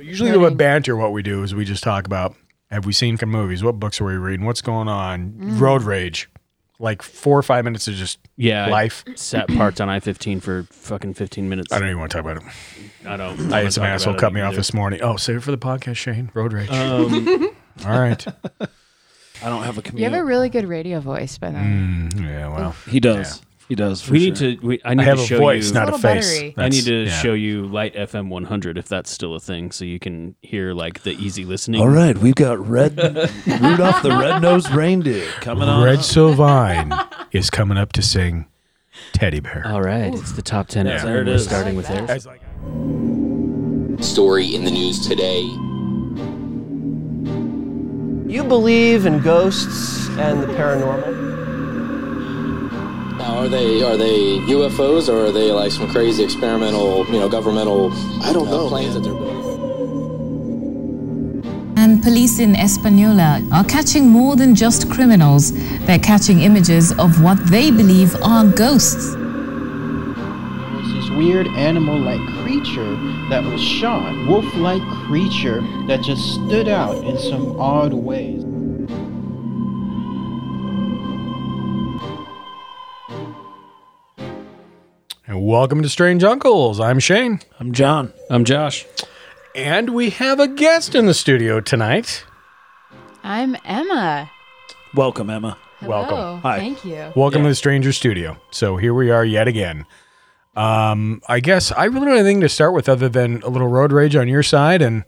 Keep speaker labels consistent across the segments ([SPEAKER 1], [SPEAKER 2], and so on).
[SPEAKER 1] Usually with banter, what we do is we just talk about have we seen good movies? What books are we reading? What's going on?
[SPEAKER 2] Mm.
[SPEAKER 1] Road rage. Like four or five minutes of just
[SPEAKER 3] Yeah, I
[SPEAKER 1] life.
[SPEAKER 3] sat parked on I fifteen for fucking fifteen minutes.
[SPEAKER 1] I don't even want to talk about it.
[SPEAKER 3] I don't.
[SPEAKER 1] I had some asshole cut me off this morning. Oh, save it for the podcast, Shane. Road rage.
[SPEAKER 3] Um,
[SPEAKER 1] All right.
[SPEAKER 4] I don't have a commute.
[SPEAKER 2] You have a really good radio voice, by the way.
[SPEAKER 1] Mm, yeah, well.
[SPEAKER 4] he does. He does. For
[SPEAKER 3] we
[SPEAKER 4] sure.
[SPEAKER 3] need to. We, I
[SPEAKER 1] I
[SPEAKER 3] need
[SPEAKER 1] have
[SPEAKER 3] to
[SPEAKER 1] a
[SPEAKER 3] show
[SPEAKER 1] voice,
[SPEAKER 3] you.
[SPEAKER 1] not
[SPEAKER 2] It's
[SPEAKER 1] a
[SPEAKER 2] a little
[SPEAKER 1] face.
[SPEAKER 2] buttery.
[SPEAKER 3] I
[SPEAKER 1] That's-
[SPEAKER 3] need to
[SPEAKER 1] yeah.
[SPEAKER 3] show you Light FM 100 if that's still a thing, so you can hear like the easy listening.
[SPEAKER 4] All right, we've got Red Rudolph the Red-Nosed Reindeer coming on.
[SPEAKER 1] Red
[SPEAKER 4] up.
[SPEAKER 1] Sylvine is coming up to sing Teddy Bear.
[SPEAKER 3] All right, it's the top ten.
[SPEAKER 1] Yeah.
[SPEAKER 3] Yeah,
[SPEAKER 4] There it
[SPEAKER 3] We're
[SPEAKER 4] is.
[SPEAKER 3] starting with
[SPEAKER 2] Like
[SPEAKER 3] theirs.
[SPEAKER 2] that.
[SPEAKER 1] It's like-
[SPEAKER 5] Story in the news today.
[SPEAKER 6] You believe in ghosts and the paranormal?
[SPEAKER 5] Now, are they are they UFOs or are they like some crazy experimental, you know, governmental? I don't know planes that they're building.
[SPEAKER 7] And police in Española are catching more than just criminals. They're catching images of what they believe are ghosts.
[SPEAKER 8] was this weird animal-like creature that was shot, wolf-like creature that just stood out in some odd ways.
[SPEAKER 1] And welcome to Strange Uncles. I'm Shane.
[SPEAKER 4] I'm John.
[SPEAKER 3] I'm Josh.
[SPEAKER 1] And we have a guest in the studio tonight.
[SPEAKER 2] I'm Emma.
[SPEAKER 4] Welcome, Emma.
[SPEAKER 2] Hello.
[SPEAKER 1] Welcome.
[SPEAKER 4] Hi.
[SPEAKER 2] Thank you.
[SPEAKER 1] Welcome to the Stranger Studio. So here we are yet again. Um, I guess I really don't have anything to start with other than a little road rage on your side, and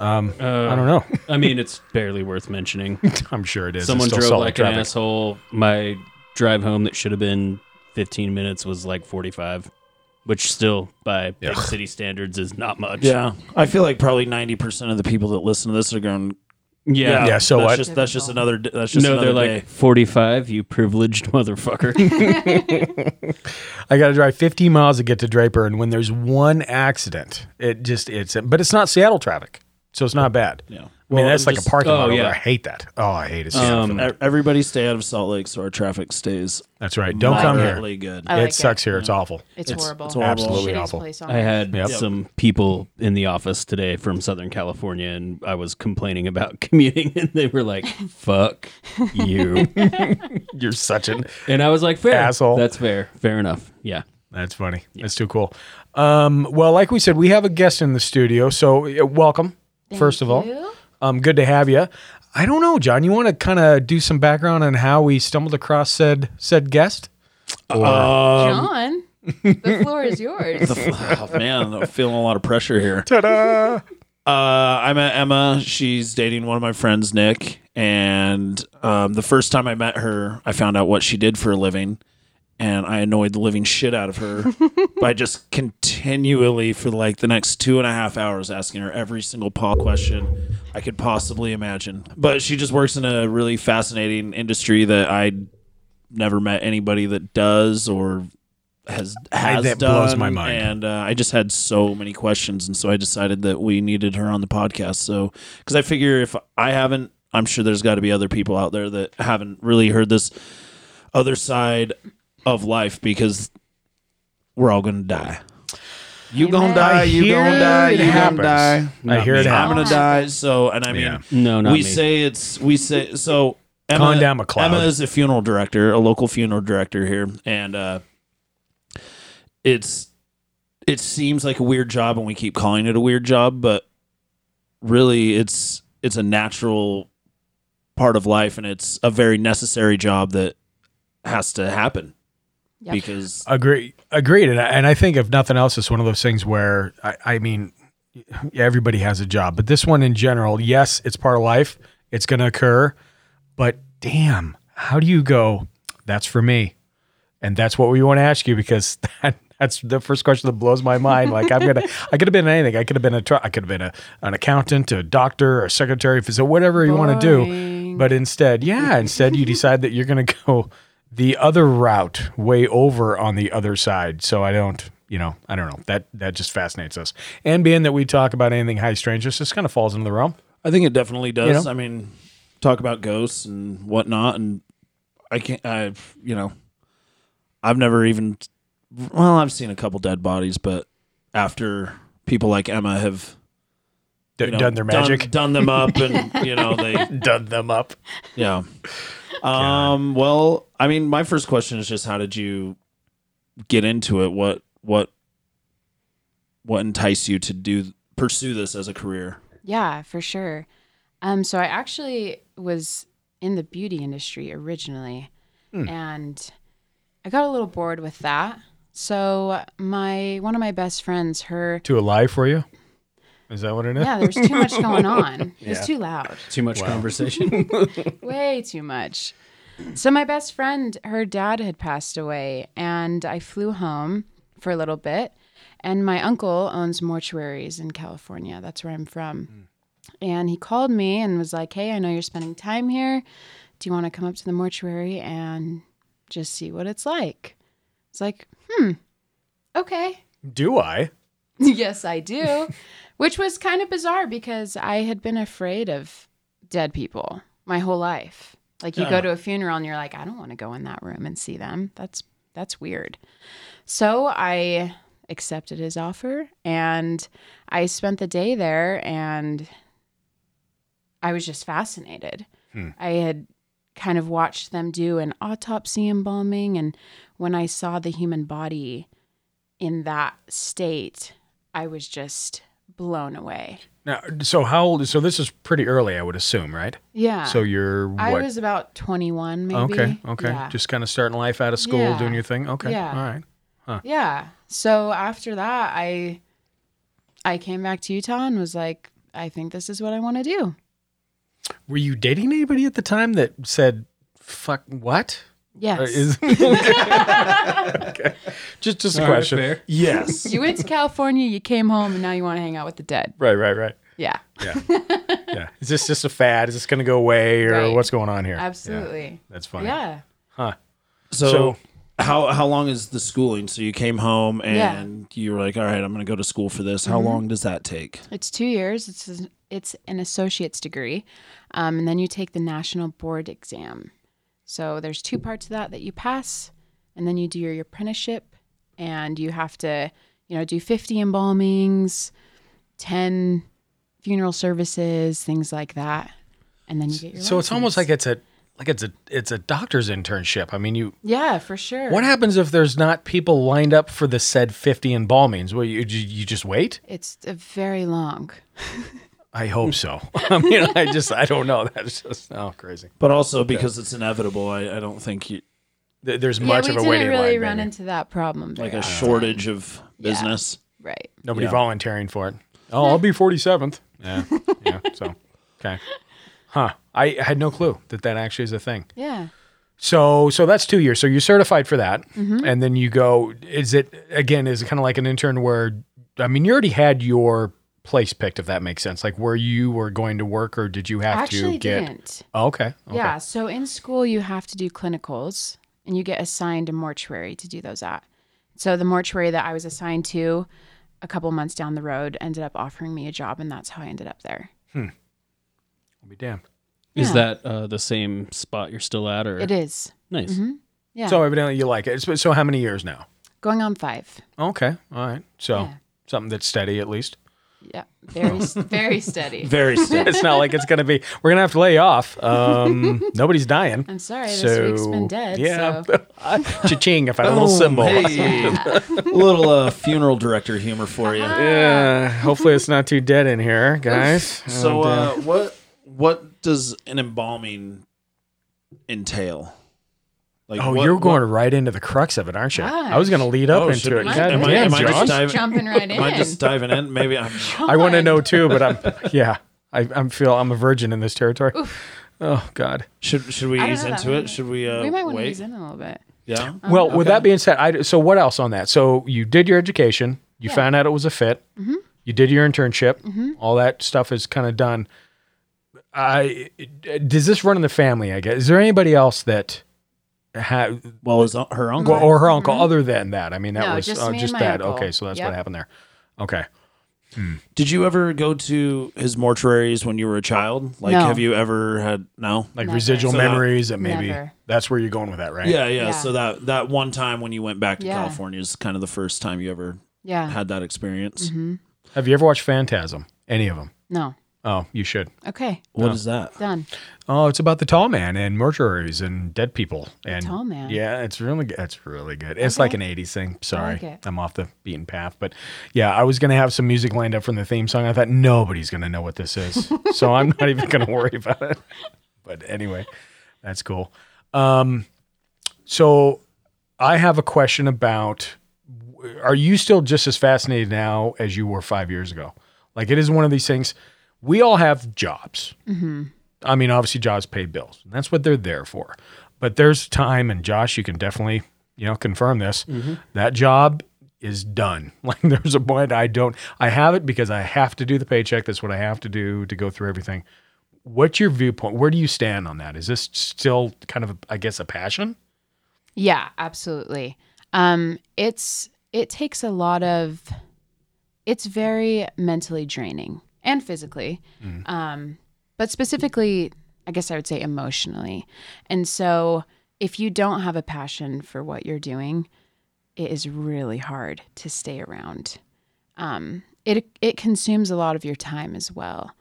[SPEAKER 3] Uh,
[SPEAKER 1] I don't know.
[SPEAKER 3] I mean, it's barely worth mentioning.
[SPEAKER 1] I'm sure it is. It's
[SPEAKER 3] Someone
[SPEAKER 1] still
[SPEAKER 3] drove
[SPEAKER 1] solid
[SPEAKER 3] like an asshole. My drive home that should have been 15 minutes was like 45, which still by big city standards is not much.
[SPEAKER 4] Yeah, I feel like probably ninety percent of the people that listen to this are going.
[SPEAKER 3] Yeah.
[SPEAKER 1] Yeah, so
[SPEAKER 4] that's
[SPEAKER 1] what?
[SPEAKER 4] Just, that's just another. d- That's just
[SPEAKER 3] No, they're
[SPEAKER 4] another
[SPEAKER 3] like 45, you privileged motherfucker.
[SPEAKER 1] I got to drive 15 miles to get to Draper, and when there's one accident, it just it's. But it's not Seattle traffic, so it's not bad.
[SPEAKER 4] Yeah.
[SPEAKER 1] I mean, that's
[SPEAKER 4] and
[SPEAKER 1] like a
[SPEAKER 4] just-
[SPEAKER 1] parking
[SPEAKER 3] oh,
[SPEAKER 1] lot. over
[SPEAKER 3] yeah. Um,
[SPEAKER 1] there. I hate that. Oh, I hate it.
[SPEAKER 4] day. E- Everybody stay out of Salt Lake so our traffic stays.
[SPEAKER 1] that's right. Don't come here.
[SPEAKER 4] moderately Good.
[SPEAKER 2] I
[SPEAKER 1] it
[SPEAKER 2] like it.
[SPEAKER 1] sucks here. It's awful.
[SPEAKER 2] It's, horrible.
[SPEAKER 4] it's horrible.
[SPEAKER 1] Absolutely
[SPEAKER 2] Shittiest
[SPEAKER 1] awful.
[SPEAKER 2] place on
[SPEAKER 3] I had
[SPEAKER 1] Yep.
[SPEAKER 3] some people in the office today from Southern California, and I was complaining about commuting, and they were like, fuck you.
[SPEAKER 1] You're such an
[SPEAKER 3] And I was like, fair.
[SPEAKER 1] Asshole.
[SPEAKER 3] That's fair. Fair enough. Yeah.
[SPEAKER 1] That's funny. That's too cool. Um, well, like we said, we have a guest in the studio, so uh, welcome. first of all,
[SPEAKER 2] you.
[SPEAKER 1] um, good to have you. I don't know, John. You want to kind of do some background on how we stumbled across said said guest?
[SPEAKER 2] John, the floor is yours.
[SPEAKER 4] oh, man, I'm feeling a lot of pressure here.
[SPEAKER 1] Ta-da!
[SPEAKER 4] Uh, I met Emma. She's dating one of my friends, Nick. And um, the first time I met her, I found out what she did for a living. And I annoyed the living shit out of her by just continually, for like the next two and a half hours, asking her every single paw question I could possibly imagine. But she just works in a really fascinating industry that I never met anybody that does or has has
[SPEAKER 1] that
[SPEAKER 4] done,
[SPEAKER 1] blows my mind.
[SPEAKER 4] And uh, I just had so many questions, and so I decided that we needed her on the podcast. So because I figure if I haven't, I'm sure there's got to be other people out there that haven't really heard this other side of life because we're all gonna die. You gonna
[SPEAKER 2] Amen.
[SPEAKER 4] die.
[SPEAKER 1] I
[SPEAKER 4] You
[SPEAKER 1] hear
[SPEAKER 4] gonna die.
[SPEAKER 1] it
[SPEAKER 4] You
[SPEAKER 1] happens.
[SPEAKER 4] gonna die.
[SPEAKER 1] I hear it
[SPEAKER 2] me.
[SPEAKER 4] I'm
[SPEAKER 1] happen.
[SPEAKER 4] gonna die. So, and I mean,
[SPEAKER 1] Yeah.
[SPEAKER 3] No, not
[SPEAKER 4] we
[SPEAKER 3] me.
[SPEAKER 4] say it's we say so. Emma,
[SPEAKER 1] Calm down, McLeod.
[SPEAKER 4] Emma is a funeral director, a local funeral director here, and uh, it's it seems like a weird job, and we keep calling it a weird job, but really, it's it's a natural part of life, and it's a very necessary job that has to happen
[SPEAKER 2] Yep.
[SPEAKER 4] because
[SPEAKER 1] Agree, agreed, and I, and I think if nothing else, it's one of those things where I, I mean, everybody has a job, but this one in general, yes, it's part of life. It's going to occur, but damn, how do you go? That's for me, and that's what we want to ask you because that, that's the first question that blows my mind. Like I'm gonna, I could have been anything. I could have been a, tr- I could have been a, an accountant, a doctor, a secretary, physician, whatever you want to do.
[SPEAKER 2] Boring.
[SPEAKER 1] But instead, yeah, instead you decide that you're going to go the other route, way over on the other side. So I don't, you know, I don't know. That that just fascinates us. And being that we talk about anything high strangers, this kind of falls into the realm.
[SPEAKER 4] I think it definitely does.
[SPEAKER 1] know?
[SPEAKER 4] I mean, talk about ghosts and whatnot, and I can't. I you know, I've never even. Well, I've seen a couple dead bodies, but after people like Emma have
[SPEAKER 1] D-
[SPEAKER 4] you know,
[SPEAKER 1] done their magic.
[SPEAKER 4] done them up, and you know they
[SPEAKER 1] done them up.
[SPEAKER 4] Yeah. Um, well, I mean, my first question is just how did you get into it? What what what enticed you to do pursue this as a career?
[SPEAKER 2] Yeah, for sure. Um, so I actually was in the beauty industry originally, and I got a little bored with that. So my one of my best friends, her
[SPEAKER 1] Too alive for you? Is that what it is?
[SPEAKER 2] yeah, there's too much going on. It was too loud,
[SPEAKER 3] Too much conversation.
[SPEAKER 2] way too much. So my best friend, her dad had passed away, and I flew home for a little bit. And my uncle owns mortuaries in California. That's where I'm from. And he called me and was like, Hey, I know you're spending time here. Do you want to come up to the mortuary and just see what it's like? It's like, hmm, okay.
[SPEAKER 1] Do I?
[SPEAKER 2] yes, I do. Which was kind of bizarre because I had been afraid of dead people my whole life. Like you go to a funeral and you're like, I don't want to go in that room and see them. That's that's weird. So I accepted his offer and I spent the day there and I was just fascinated. I had kind of watched them do an autopsy embalming and when I saw the human body in that state, I was just blown away.
[SPEAKER 1] Now, so how old? So this is pretty early, I would assume, right?
[SPEAKER 2] Yeah.
[SPEAKER 1] So you're what?
[SPEAKER 2] I was about 21 maybe.
[SPEAKER 1] okay, okay.
[SPEAKER 2] Yeah.
[SPEAKER 1] Just kind of starting life out of school,
[SPEAKER 2] Yeah.
[SPEAKER 1] doing your thing. Okay,
[SPEAKER 2] Yeah.
[SPEAKER 1] all right.
[SPEAKER 2] Yeah. So after that, I I came back to Utah and was like, I think this is what I want to do.
[SPEAKER 1] Were you dating anybody at the time that said, "Fuck what?"
[SPEAKER 2] Yes.
[SPEAKER 1] Or Uh, is- Okay. Just, just a question.
[SPEAKER 4] Yes.
[SPEAKER 2] you went to California, you came home, and now you want to hang out with the dead.
[SPEAKER 1] Right, right, right.
[SPEAKER 2] Yeah.
[SPEAKER 1] Yeah. Is this just a fad? Is this going to go away, or
[SPEAKER 2] Right.
[SPEAKER 1] what's going on here? Yeah.
[SPEAKER 2] Absolutely.
[SPEAKER 1] that's
[SPEAKER 2] Yeah.
[SPEAKER 1] funny. Huh.
[SPEAKER 4] So,
[SPEAKER 1] So-
[SPEAKER 4] how how long is the schooling? So you came home and you were like, all right, I'm going to go to school for this.
[SPEAKER 2] Mm-hmm.
[SPEAKER 4] How long does that take?
[SPEAKER 2] It's two years. It's an, it's an associate's degree, um, and then you take the national board exam. So there's two parts of that that you pass, and then you do your, apprenticeship, and you have to, you know, do 50 embalmings, 10 funeral services, things like that, and then you get your.
[SPEAKER 1] So it's almost like
[SPEAKER 2] license.
[SPEAKER 1] it's a like it's a it's a doctor's internship. I mean, you
[SPEAKER 2] yeah, for sure.
[SPEAKER 1] What happens if there's not people lined up for the said 50 embalmings? Well, you, you you just wait?
[SPEAKER 2] It's a very long.
[SPEAKER 1] I hope so. I mean, I just, I don't know. That's just, oh, crazy.
[SPEAKER 4] But also because it's inevitable, I, I don't think you,
[SPEAKER 1] Th- There's much
[SPEAKER 2] yeah,
[SPEAKER 1] of
[SPEAKER 2] we
[SPEAKER 1] a
[SPEAKER 2] didn't
[SPEAKER 1] waiting
[SPEAKER 2] really
[SPEAKER 1] line.
[SPEAKER 2] run
[SPEAKER 1] maybe.
[SPEAKER 2] into that problem.
[SPEAKER 4] like
[SPEAKER 2] very
[SPEAKER 4] a
[SPEAKER 2] often.
[SPEAKER 4] shortage of business.
[SPEAKER 2] Right.
[SPEAKER 1] Nobody
[SPEAKER 4] Yeah.
[SPEAKER 1] volunteering for it. Oh, I'll be 47th. Yeah. yeah. So, okay. Huh. I had no clue that that actually is a thing.
[SPEAKER 2] Yeah.
[SPEAKER 1] So, so that's two years. So you're certified for that.
[SPEAKER 2] Mm-hmm.
[SPEAKER 1] And then you go, is it, again, is it kind of like an intern where, I mean, you already had your place picked, if that makes sense, like where you were going to work or did you have
[SPEAKER 2] Actually,
[SPEAKER 1] to get.
[SPEAKER 2] didn't.
[SPEAKER 1] Oh, okay. okay.
[SPEAKER 2] Yeah. So in school, you have to do clinicals and you get assigned a mortuary to do those at. So the mortuary that I was assigned to a couple months down the road ended up offering me a job, and that's how I ended up there.
[SPEAKER 1] I'll be damned.
[SPEAKER 3] Is that uh, the same spot you're still at? Or
[SPEAKER 2] It is.
[SPEAKER 3] nice.
[SPEAKER 2] Yeah.
[SPEAKER 1] So evidently you like it. So- So how many years now?
[SPEAKER 2] Going on five.
[SPEAKER 1] Okay. All right. So
[SPEAKER 2] Yeah.
[SPEAKER 1] something that's steady at least.
[SPEAKER 2] Yeah. Very, s- very steady.
[SPEAKER 4] Very steady.
[SPEAKER 1] It's not like it's going to be, we're going to have to lay off. Um, nobody's dying.
[SPEAKER 2] I'm sorry. this week's been dead.
[SPEAKER 1] Yeah.
[SPEAKER 2] So Oh,
[SPEAKER 1] Cha-ching if I had a little symbol.
[SPEAKER 4] Hey. little uh, funeral director humor for you.
[SPEAKER 2] Uh-huh.
[SPEAKER 1] Yeah. Hopefully it's not too dead in here, guys.
[SPEAKER 4] So
[SPEAKER 1] And,
[SPEAKER 4] uh, what what does an embalming entail? Like
[SPEAKER 1] Oh,
[SPEAKER 4] what-
[SPEAKER 1] you're going
[SPEAKER 4] what-
[SPEAKER 1] right into the crux of it, aren't you? I
[SPEAKER 2] Gosh.
[SPEAKER 1] was going to lead up
[SPEAKER 4] Oh, should
[SPEAKER 1] into it.
[SPEAKER 4] we-
[SPEAKER 1] God
[SPEAKER 4] am I-
[SPEAKER 1] damn,
[SPEAKER 4] am I just
[SPEAKER 1] Josh.
[SPEAKER 4] diving-
[SPEAKER 2] jumping right in.
[SPEAKER 4] Am I just diving in? Maybe I'm.
[SPEAKER 1] I want to
[SPEAKER 2] God.
[SPEAKER 1] know too, but I'm yeah. I I'm feel I'm a virgin in this territory. Oh God.
[SPEAKER 4] Should should we
[SPEAKER 2] I don't
[SPEAKER 4] ease
[SPEAKER 2] know that
[SPEAKER 4] into
[SPEAKER 2] one.
[SPEAKER 4] it? Should we? Uh,
[SPEAKER 2] we might want to
[SPEAKER 4] wait?
[SPEAKER 2] ease in Uh-huh. a little bit.
[SPEAKER 4] Yeah.
[SPEAKER 1] well, with that being said, I so what else on that? So you did your education. You
[SPEAKER 2] Yeah.
[SPEAKER 1] found out it was a fit.
[SPEAKER 4] Mm-hmm.
[SPEAKER 1] You did your internship. All that stuff is kind of done. I does this run in the family? I guess is there anybody else that had
[SPEAKER 4] Well, is her uncle?
[SPEAKER 1] or, or her uncle other than that? I mean, that
[SPEAKER 2] Mm-hmm. No,
[SPEAKER 1] was
[SPEAKER 2] just
[SPEAKER 1] oh,
[SPEAKER 2] me and
[SPEAKER 1] just
[SPEAKER 2] my
[SPEAKER 1] that.
[SPEAKER 2] uncle.
[SPEAKER 1] Okay, so that's what
[SPEAKER 2] Yep.
[SPEAKER 1] happened there. Okay.
[SPEAKER 4] Did you ever go to his mortuaries when you were a child? Like,
[SPEAKER 2] No.
[SPEAKER 4] have you ever had? No.
[SPEAKER 1] like
[SPEAKER 2] Never.
[SPEAKER 1] residual
[SPEAKER 4] So that-
[SPEAKER 1] memories that maybe
[SPEAKER 2] Never.
[SPEAKER 1] that's where you're going with that, right?
[SPEAKER 4] Yeah, yeah,
[SPEAKER 2] Yeah.
[SPEAKER 4] So that that one time when you went back to
[SPEAKER 2] Yeah.
[SPEAKER 4] California is kind of the first time you ever
[SPEAKER 2] Yeah. Mm-hmm.
[SPEAKER 4] had that experience.
[SPEAKER 1] Have you ever watched Phantasm? Any of them?
[SPEAKER 2] No.
[SPEAKER 1] Oh, you should.
[SPEAKER 2] Okay.
[SPEAKER 4] What is that?
[SPEAKER 2] Done.
[SPEAKER 1] Oh, it's about the tall man and mortuaries and dead people and
[SPEAKER 2] Tall Man.
[SPEAKER 1] Yeah, it's really good. It's really good. It's like an '80s thing. Sorry,
[SPEAKER 2] it.
[SPEAKER 1] I'm off the beaten path, but yeah, I was gonna have some music lined up from the theme song. I thought nobody's gonna know what this is, so I'm not even gonna worry about it. But anyway, that's cool. Um, so I have a question about: Are you still just as fascinated now as you were five years ago? Like it is one of these things. We all have jobs. I mean, obviously, jobs pay bills. And that's what they're there for. But there's time, and Josh, you can definitely, you know, confirm this. That job is done. Like, there's a point I don't, I have it because I have to do the paycheck. That's what I have to do to go through everything. What's your viewpoint? Where do you stand on that? Is this still kind of, I guess, a passion?
[SPEAKER 2] Yeah, absolutely. Um, it's it takes a lot of. It's very mentally draining and physically, um, but specifically, I guess I would say emotionally. And so, if you don't have a passion for what you're doing, it is really hard to stay around. Um, it it consumes a lot of your time as well.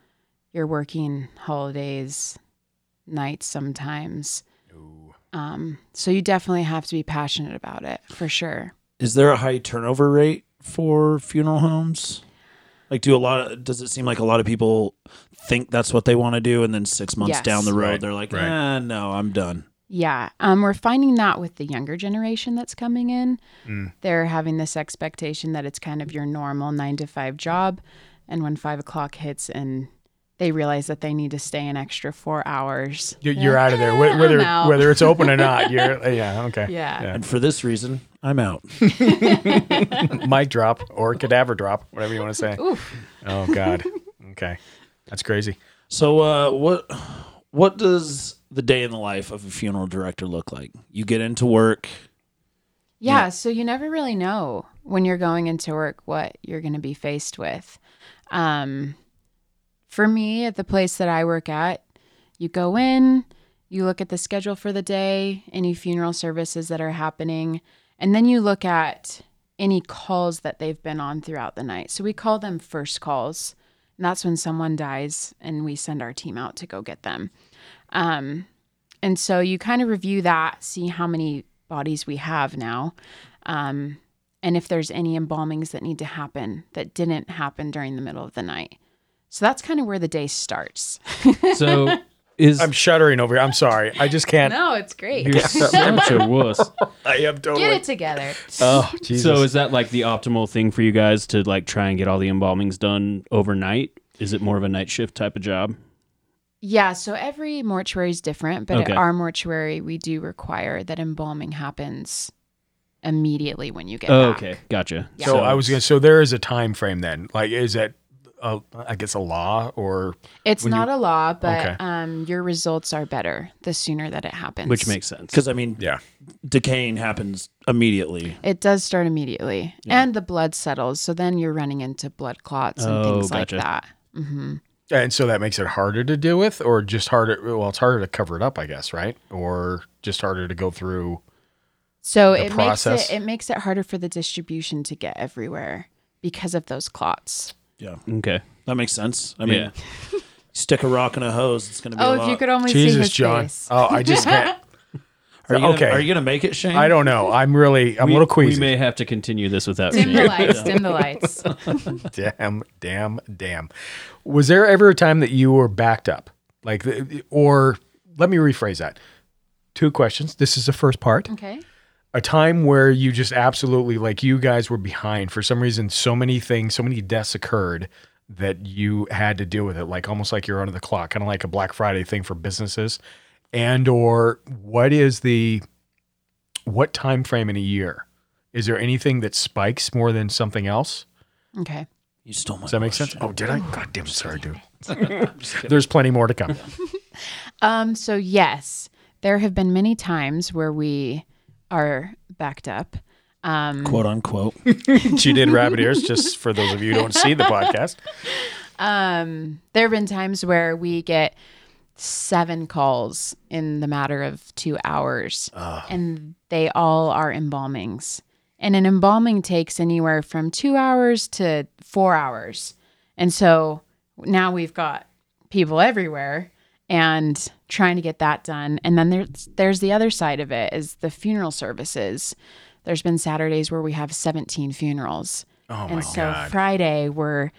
[SPEAKER 2] You're working holidays, nights sometimes. Um, so you definitely have to be passionate about it for sure.
[SPEAKER 4] Is there a high turnover rate for funeral homes? Like, do a lot? Of, does it seem like a lot of people think that's what they want to do, and then six months
[SPEAKER 2] Yes.
[SPEAKER 4] down the road,
[SPEAKER 1] Right,
[SPEAKER 4] they're like,
[SPEAKER 1] right.
[SPEAKER 4] "Ah, no, I'm done."
[SPEAKER 2] Yeah. Um, we're finding that with the younger generation that's coming in. They're having this expectation that it's kind of your normal nine to five job. And when five o'clock hits and they realize that they need to stay an extra four hours.
[SPEAKER 1] You're, you're out of there,
[SPEAKER 2] I'm
[SPEAKER 1] Wh- whether
[SPEAKER 2] out.
[SPEAKER 1] whether it's open or not. You're, yeah, okay.
[SPEAKER 2] Yeah.
[SPEAKER 4] And for this reason, I'm out.
[SPEAKER 1] Mic drop or cadaver drop, whatever you want to say. Oh God. Okay, that's crazy.
[SPEAKER 4] So, uh, what what does the day in the life of a funeral director look like? You get into work.
[SPEAKER 2] Yeah, so you never really know when you're going into work what you're going to be faced with. Um, for me, at the place that I work at, you go in, you look at the schedule for the day, any funeral services that are happening, and then you look at any calls that they've been on throughout the night. So we call them first calls. And that's when someone dies and we send our team out to go get them. Um, and so you kind of review that, see how many bodies we have now, um, and if there's any embalmings that need to happen that didn't happen during the middle of the night. So that's kind of where the day starts.
[SPEAKER 3] So is
[SPEAKER 1] I'm shuddering over here. I'm sorry. I just can't.
[SPEAKER 2] no, it's great.
[SPEAKER 3] you're such a wuss.
[SPEAKER 1] I am totally.
[SPEAKER 2] Get it together.
[SPEAKER 3] Uh,
[SPEAKER 1] Oh, Jesus.
[SPEAKER 3] So is that like the optimal thing for you guys to like try and get all the embalmings done overnight? Is it more of a night shift type of job?
[SPEAKER 2] Yeah, so every mortuary is different, but
[SPEAKER 3] Okay.
[SPEAKER 2] at our mortuary, we do require that embalming happens immediately when you get
[SPEAKER 3] Oh,
[SPEAKER 2] back.
[SPEAKER 3] okay, gotcha.
[SPEAKER 1] so, I was gonna. So there is a time frame then. Like, is that, a, I guess, a law or
[SPEAKER 2] It's
[SPEAKER 1] When you-
[SPEAKER 2] not a law, but
[SPEAKER 1] Okay.
[SPEAKER 2] um, your results are better the sooner that it happens.
[SPEAKER 3] which makes sense.
[SPEAKER 4] Because I mean,
[SPEAKER 1] yeah?
[SPEAKER 4] decaying happens immediately.
[SPEAKER 2] It does start immediately, and the blood settles. So then you're running into blood clots and
[SPEAKER 3] Oh,
[SPEAKER 2] things
[SPEAKER 3] gotcha.
[SPEAKER 2] like that. hmm
[SPEAKER 1] And so that makes it harder to deal with, or just harder. Well, it's harder to cover it up, I guess, right? Or just harder to go through.
[SPEAKER 2] So
[SPEAKER 1] The
[SPEAKER 2] it
[SPEAKER 1] process?
[SPEAKER 2] makes it it makes it harder for the distribution to get everywhere because of those clots.
[SPEAKER 4] Yeah,
[SPEAKER 3] Okay.
[SPEAKER 4] that makes sense. I mean,
[SPEAKER 3] Yeah.
[SPEAKER 4] you stick a rock in a hose, it's gonna be.
[SPEAKER 2] Oh,
[SPEAKER 4] a
[SPEAKER 2] if
[SPEAKER 4] lot.
[SPEAKER 2] you could only see
[SPEAKER 1] Jesus,
[SPEAKER 2] his
[SPEAKER 1] John.
[SPEAKER 2] face.
[SPEAKER 1] Oh, I just can't.
[SPEAKER 4] Are you gonna,
[SPEAKER 1] okay.
[SPEAKER 4] Are you gonna make it, Shane?
[SPEAKER 1] I don't know. I'm really. I'm a
[SPEAKER 3] We-
[SPEAKER 1] little queasy.
[SPEAKER 3] We may have to continue this without
[SPEAKER 2] Dim the
[SPEAKER 3] Shane.
[SPEAKER 2] lights. Dim the lights.
[SPEAKER 1] damn, damn, damn. Was there ever a time that you were backed up? Like, the- or let me rephrase that. Two questions. This is the first part.
[SPEAKER 2] Okay.
[SPEAKER 1] a time where you just absolutely like you guys were behind for some reason so many things so many deaths occurred that you had to deal with it like almost like you're under the clock kind of like a black friday thing for businesses and or what is the what time frame in a year is there anything that spikes more than something else
[SPEAKER 2] Okay.
[SPEAKER 4] You stole my.
[SPEAKER 1] does that make
[SPEAKER 4] question.
[SPEAKER 1] sense oh did i god damn sorry dude there's plenty more to come
[SPEAKER 2] Um, so yes, there have been many times where we are backed up. Um,
[SPEAKER 4] Quote unquote.
[SPEAKER 1] she did rabbit ears just for those of you who don't see the podcast
[SPEAKER 2] um, there have been times where we get seven calls in the matter of two hours, and they all are embalmings. And an embalming takes anywhere from two hours to four hours. And so now we've got people everywhere and trying to get that done. And then there's there's the other side of it is the funeral services. There's been Saturdays where we have 17 funerals.
[SPEAKER 1] Oh my
[SPEAKER 2] and so
[SPEAKER 1] god.
[SPEAKER 2] Friday we're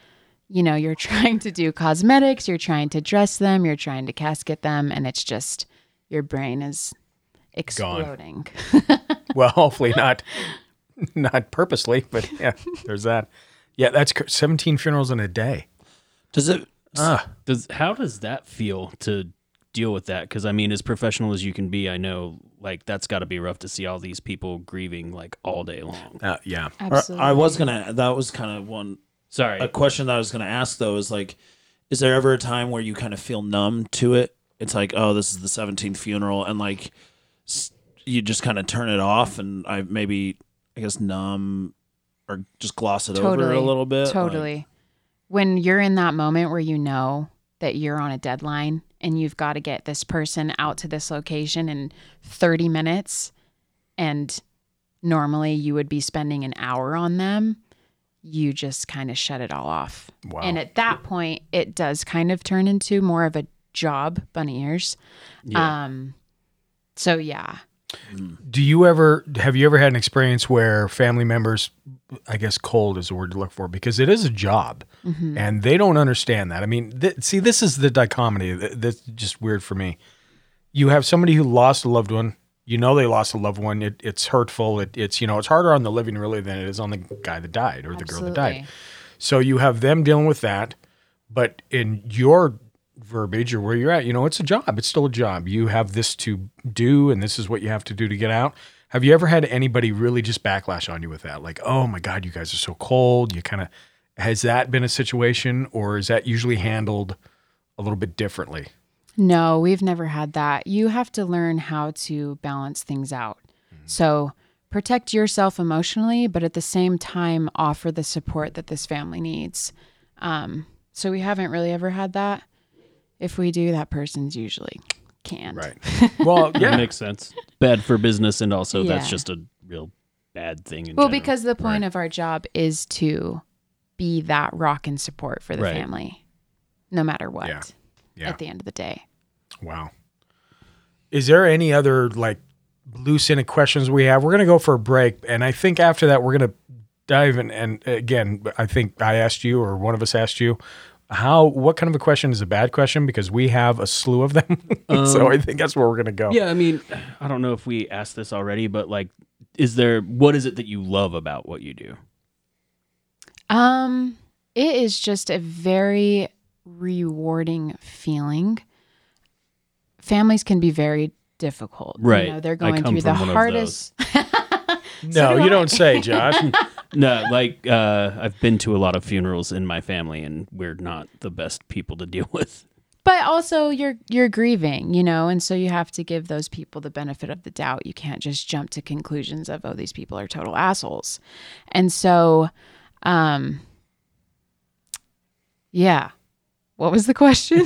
[SPEAKER 2] you know, you're trying to do cosmetics, you're trying to dress them, you're trying to casket them and it's just your brain is exploding.
[SPEAKER 1] well, hopefully not, not purposely, but yeah, there's that. Yeah, that's cr- 17 funerals in a day.
[SPEAKER 4] Does it?
[SPEAKER 1] Ah,
[SPEAKER 3] Does how does that feel to deal with that? Because I mean, as professional as you can be, I know like that's got to be rough to see all these people grieving like all day long.
[SPEAKER 1] uh, yeah.
[SPEAKER 4] Or
[SPEAKER 2] Absolutely.
[SPEAKER 4] I was gonna. That was kind of one
[SPEAKER 3] Sorry,
[SPEAKER 4] a
[SPEAKER 1] Uh,
[SPEAKER 4] question that I was gonna ask though. Is like, is there ever a time where you kind of feel numb to it? It's like, oh, this is the 17th funeral, and like, s- you just kind of turn it off, and I maybe, I guess, numb or just gloss it over a little bit. like-
[SPEAKER 2] Totally. when you're in that moment where you know that you're on a deadline and you've got to get this person out to this location in 30 minutes and normally you would be spending an hour on them, you just kind of shut it all off.
[SPEAKER 1] Wow.
[SPEAKER 2] And at that point, it does kind of turn into more of a job, bunny ears.
[SPEAKER 3] Yeah.
[SPEAKER 2] Um so yeah.
[SPEAKER 1] Do you ever have you ever had an experience where family members, I guess cold is the word to look for because it is a job, and they don't understand that. I mean, th- see, this is the dichotomy th- that's just weird for me. You have somebody who lost a loved one. You know they lost a loved one. It, it's hurtful. It, it's you know it's harder on the living really than it is on the guy that died or the girl that died. So you have them dealing with that, but in your verbiage or where you're at, you know, it's a job. It's still a job. You have this to do, and this is what you have to do to get out. Have you ever had anybody really just backlash on you with that? Like, oh my God, you guys are so cold. You kind of, has that been a situation or is that usually handled a little bit differently?
[SPEAKER 2] No, we've never had that. You have to learn how to balance things out. So protect yourself emotionally, but at the same time, offer the support that this family needs. Um, so we haven't really ever had that. If we do, that person's usually canned.
[SPEAKER 1] Well,
[SPEAKER 3] that
[SPEAKER 1] yeah.
[SPEAKER 3] makes sense. Bad for business, and also that's
[SPEAKER 2] Yeah.
[SPEAKER 3] just a real bad thing. In
[SPEAKER 2] Well,
[SPEAKER 3] general.
[SPEAKER 2] because the point of our job is to be that rock and support for the
[SPEAKER 3] Right.
[SPEAKER 2] family, no matter what,
[SPEAKER 1] Yeah. Yeah.
[SPEAKER 2] at the end of the day.
[SPEAKER 1] Wow. Is there any other like loose ended questions we have? We're going to go for a break. And I think after that, we're going to dive in. And again, I think I asked you, or one of us asked you, how, what kind of a question is a bad question? Because we have a slew of them. so I think that's where we're going to go.
[SPEAKER 3] yeah, I mean, I don't know if we asked this already, but like, is there what is it that you love about what you do?
[SPEAKER 2] Um, it is just a very rewarding feeling. Families can be very difficult.
[SPEAKER 3] Right.
[SPEAKER 2] You know, they're
[SPEAKER 3] I
[SPEAKER 2] going
[SPEAKER 3] come
[SPEAKER 2] through the
[SPEAKER 3] from one of
[SPEAKER 2] hardest.
[SPEAKER 1] No,
[SPEAKER 2] do
[SPEAKER 1] you
[SPEAKER 2] I.
[SPEAKER 1] don't say, Josh.
[SPEAKER 3] No, like uh, I've been to a lot of funerals in my family, and we're not the best people to deal with.
[SPEAKER 2] But also you're you're grieving, you know, and so you have to give those people the benefit of the doubt. You can't just jump to conclusions of oh these people are total assholes. And so um yeah. What was the question?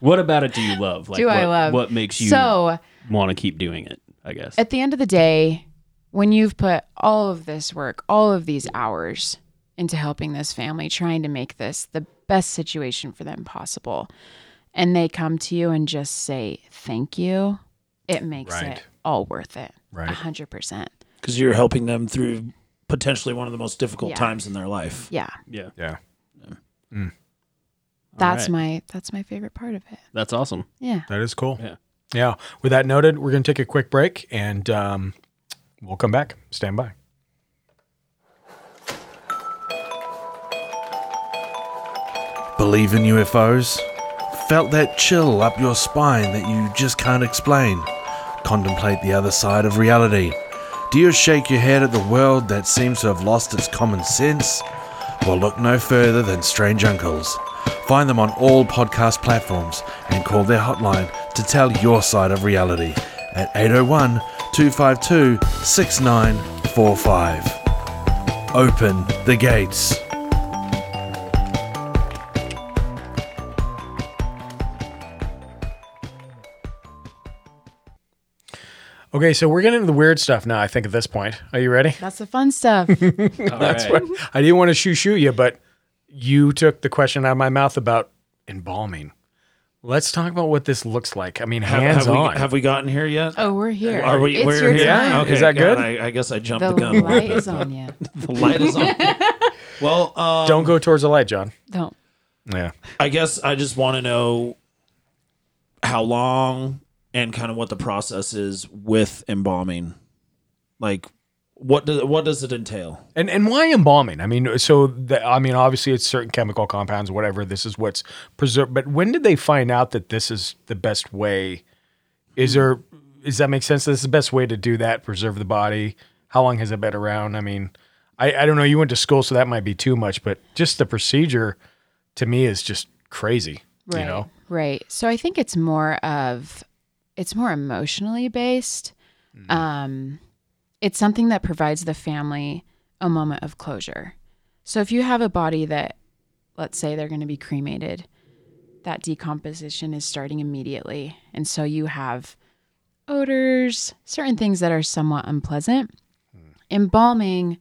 [SPEAKER 3] What about it do you love? Like,
[SPEAKER 2] Do
[SPEAKER 3] what,
[SPEAKER 2] I love?
[SPEAKER 3] what makes you
[SPEAKER 2] so
[SPEAKER 3] want to keep doing it? I guess.
[SPEAKER 2] At the end of the day, when you've put all of this work, all of these hours into helping this family, trying to make this the best situation for them possible, and they come to you and just say thank you, it makes
[SPEAKER 1] Right.
[SPEAKER 2] it all worth it.
[SPEAKER 1] Right.
[SPEAKER 2] A hundred percent.
[SPEAKER 4] because you're helping them through potentially one of the most difficult
[SPEAKER 2] Yeah.
[SPEAKER 4] times in their life.
[SPEAKER 2] Yeah.
[SPEAKER 3] yeah,
[SPEAKER 1] yeah.
[SPEAKER 2] That's
[SPEAKER 3] right.
[SPEAKER 2] my that's my favorite part of it.
[SPEAKER 3] that's awesome.
[SPEAKER 2] Yeah.
[SPEAKER 1] That is cool.
[SPEAKER 3] Yeah.
[SPEAKER 1] Yeah. With that noted, we're going to take a quick break and um, we'll come back. Stand by.
[SPEAKER 9] Believe in UFOs? Felt that chill up your spine that you just can't explain? Contemplate the other side of reality? Do you shake your head at the world that seems to have lost its common sense? Well, look no further than Strange Uncles. Find them on all podcast platforms and call their hotline to tell your side of reality at 801 252 6945. Open the gates.
[SPEAKER 1] Okay. So we're getting into the weird stuff now, I think, at this point. Are you ready?
[SPEAKER 2] That's the fun stuff.
[SPEAKER 3] That's
[SPEAKER 4] Mm-hmm.
[SPEAKER 1] I didn't want to shoo shoo you, but you took the question out of my mouth about embalming. Let's talk about what this looks like. I mean,
[SPEAKER 4] Have,
[SPEAKER 1] hands
[SPEAKER 4] have, we,
[SPEAKER 1] on.
[SPEAKER 4] have we gotten here yet?
[SPEAKER 2] Oh, we're here.
[SPEAKER 4] Are we?
[SPEAKER 2] It's
[SPEAKER 4] we're
[SPEAKER 2] your
[SPEAKER 4] here.
[SPEAKER 2] time.
[SPEAKER 4] Okay,
[SPEAKER 1] Is that
[SPEAKER 4] God,
[SPEAKER 1] good?
[SPEAKER 4] I, I guess I jumped
[SPEAKER 2] The
[SPEAKER 4] the, gun.
[SPEAKER 2] light is on you.
[SPEAKER 4] the light is on. well, um,
[SPEAKER 1] Don't go towards the light, John.
[SPEAKER 2] Don't.
[SPEAKER 1] Yeah.
[SPEAKER 4] I guess I just want to know how long and kind of what the process is with embalming. Like, what does what does it entail?
[SPEAKER 1] And and why embalming? I mean, so the, I mean, obviously it's certain chemical compounds, whatever. This is what's preserved. But when did they find out that this is the best way? Is there? Does that make sense? This is the best way to do that. Preserve the body. How long has it been around? I mean, I, I don't know. You went to school, so that might be too much. But just the procedure, to me, is just crazy.
[SPEAKER 2] Right.
[SPEAKER 1] You know,
[SPEAKER 2] Right. So I think it's more of it's more emotionally based.
[SPEAKER 1] Mm.
[SPEAKER 2] Um it's something that provides the family a moment of closure. So if you have a body that let's say they're going to be cremated, that decomposition is starting immediately. And so you have odors, certain things that are somewhat unpleasant. Embalming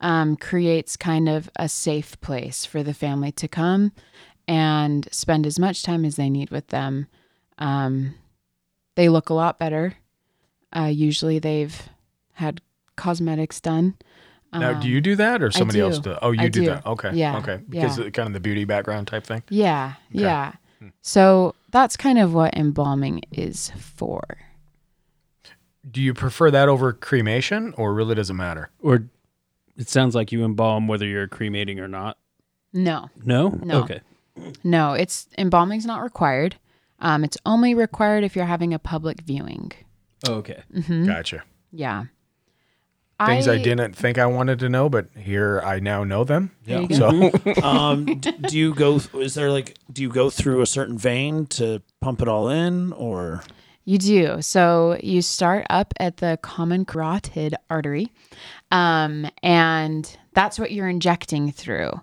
[SPEAKER 2] um, creates kind of a safe place for the family to come and spend as much time as they need with them. Um, they look a lot better. Uh, usually they've had cosmetics done. Um,
[SPEAKER 1] now do you do that, or somebody else?
[SPEAKER 2] Uh-huh. do.
[SPEAKER 1] Do? Oh, you
[SPEAKER 2] I
[SPEAKER 1] do,
[SPEAKER 2] do.
[SPEAKER 1] that. Okay.
[SPEAKER 2] Yeah.
[SPEAKER 1] Okay. Because
[SPEAKER 2] Yeah.
[SPEAKER 1] of kind of the beauty background type thing.
[SPEAKER 2] Yeah, yeah. So that's kind of what embalming is for.
[SPEAKER 1] Do you prefer that over cremation, or really doesn't matter?
[SPEAKER 3] Or it sounds like you embalm whether you're cremating or not.
[SPEAKER 2] No,
[SPEAKER 3] No?
[SPEAKER 2] No.
[SPEAKER 3] Okay.
[SPEAKER 2] no, it's embalming's not required. Um, it's only required if you're having a public viewing.
[SPEAKER 3] Oh, okay.
[SPEAKER 2] Hmm?
[SPEAKER 1] Gotcha.
[SPEAKER 2] Yeah.
[SPEAKER 1] things I, didn't think I wanted to know, but here I now know them.
[SPEAKER 2] There you go.
[SPEAKER 1] So
[SPEAKER 4] Um, d- do you go? Is there like? Do you go through a certain vein to pump it all in, or
[SPEAKER 2] You do. So you start up at the common carotid artery, um, and that's what you're injecting through.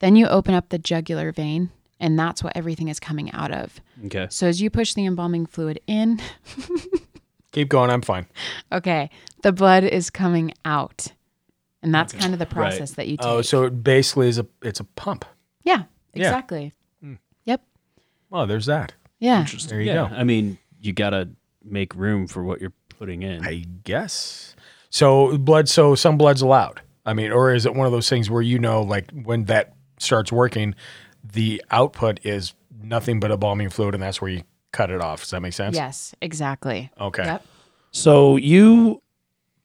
[SPEAKER 2] Then you open up the jugular vein, and that's what everything is coming out of.
[SPEAKER 3] Mm-hmm. Okay.
[SPEAKER 2] So as you push the embalming fluid in,
[SPEAKER 1] keep going. I'm fine.
[SPEAKER 2] okay, the blood is coming out, and that's kind of the process that you take.
[SPEAKER 1] Oh, so it basically is a it's a pump.
[SPEAKER 2] yeah,
[SPEAKER 1] Yeah.
[SPEAKER 2] exactly. Yep.
[SPEAKER 1] Well, Oh, there's that.
[SPEAKER 2] Yeah.
[SPEAKER 1] There you
[SPEAKER 3] yeah.
[SPEAKER 1] go.
[SPEAKER 3] I mean, you got to make room for what you're putting in.
[SPEAKER 1] I guess. So blood. So some blood's allowed. I mean, or is it one of those things where you know, like when that starts working, the output is nothing but a balming fluid, and that's where you cut it off. Does that make sense?
[SPEAKER 2] Yes, exactly.
[SPEAKER 1] Okay.
[SPEAKER 2] Yep.
[SPEAKER 4] so you?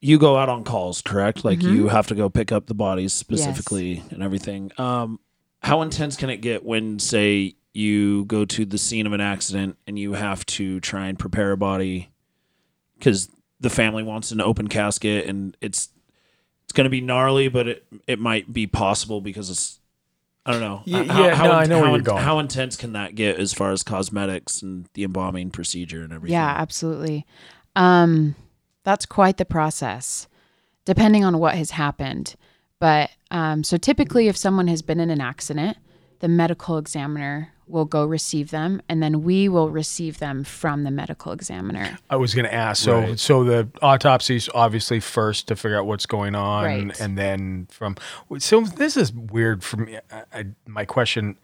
[SPEAKER 4] You go out on calls, correct? Like you have to go pick up the bodies specifically and everything. Um, how intense can it get when, say, you go to the scene of an accident and you have to try and prepare a body because the family wants an open casket and it's it's going to be gnarly, but it it might be possible because it's I don't know.
[SPEAKER 1] Y- yeah, no, I know where
[SPEAKER 4] how,
[SPEAKER 1] you're going.
[SPEAKER 4] how intense can that get as far as cosmetics and the embalming procedure and everything?
[SPEAKER 2] Yeah, absolutely. Um, that's quite the process, depending on what has happened. But um, so typically, if someone has been in an accident, the medical examiner will go receive them, and then we will receive them from the medical examiner.
[SPEAKER 1] I was going to ask. So, so the autopsies obviously first to figure out what's going on,
[SPEAKER 2] Right.
[SPEAKER 1] and then from. So this is weird for me. I, I, my question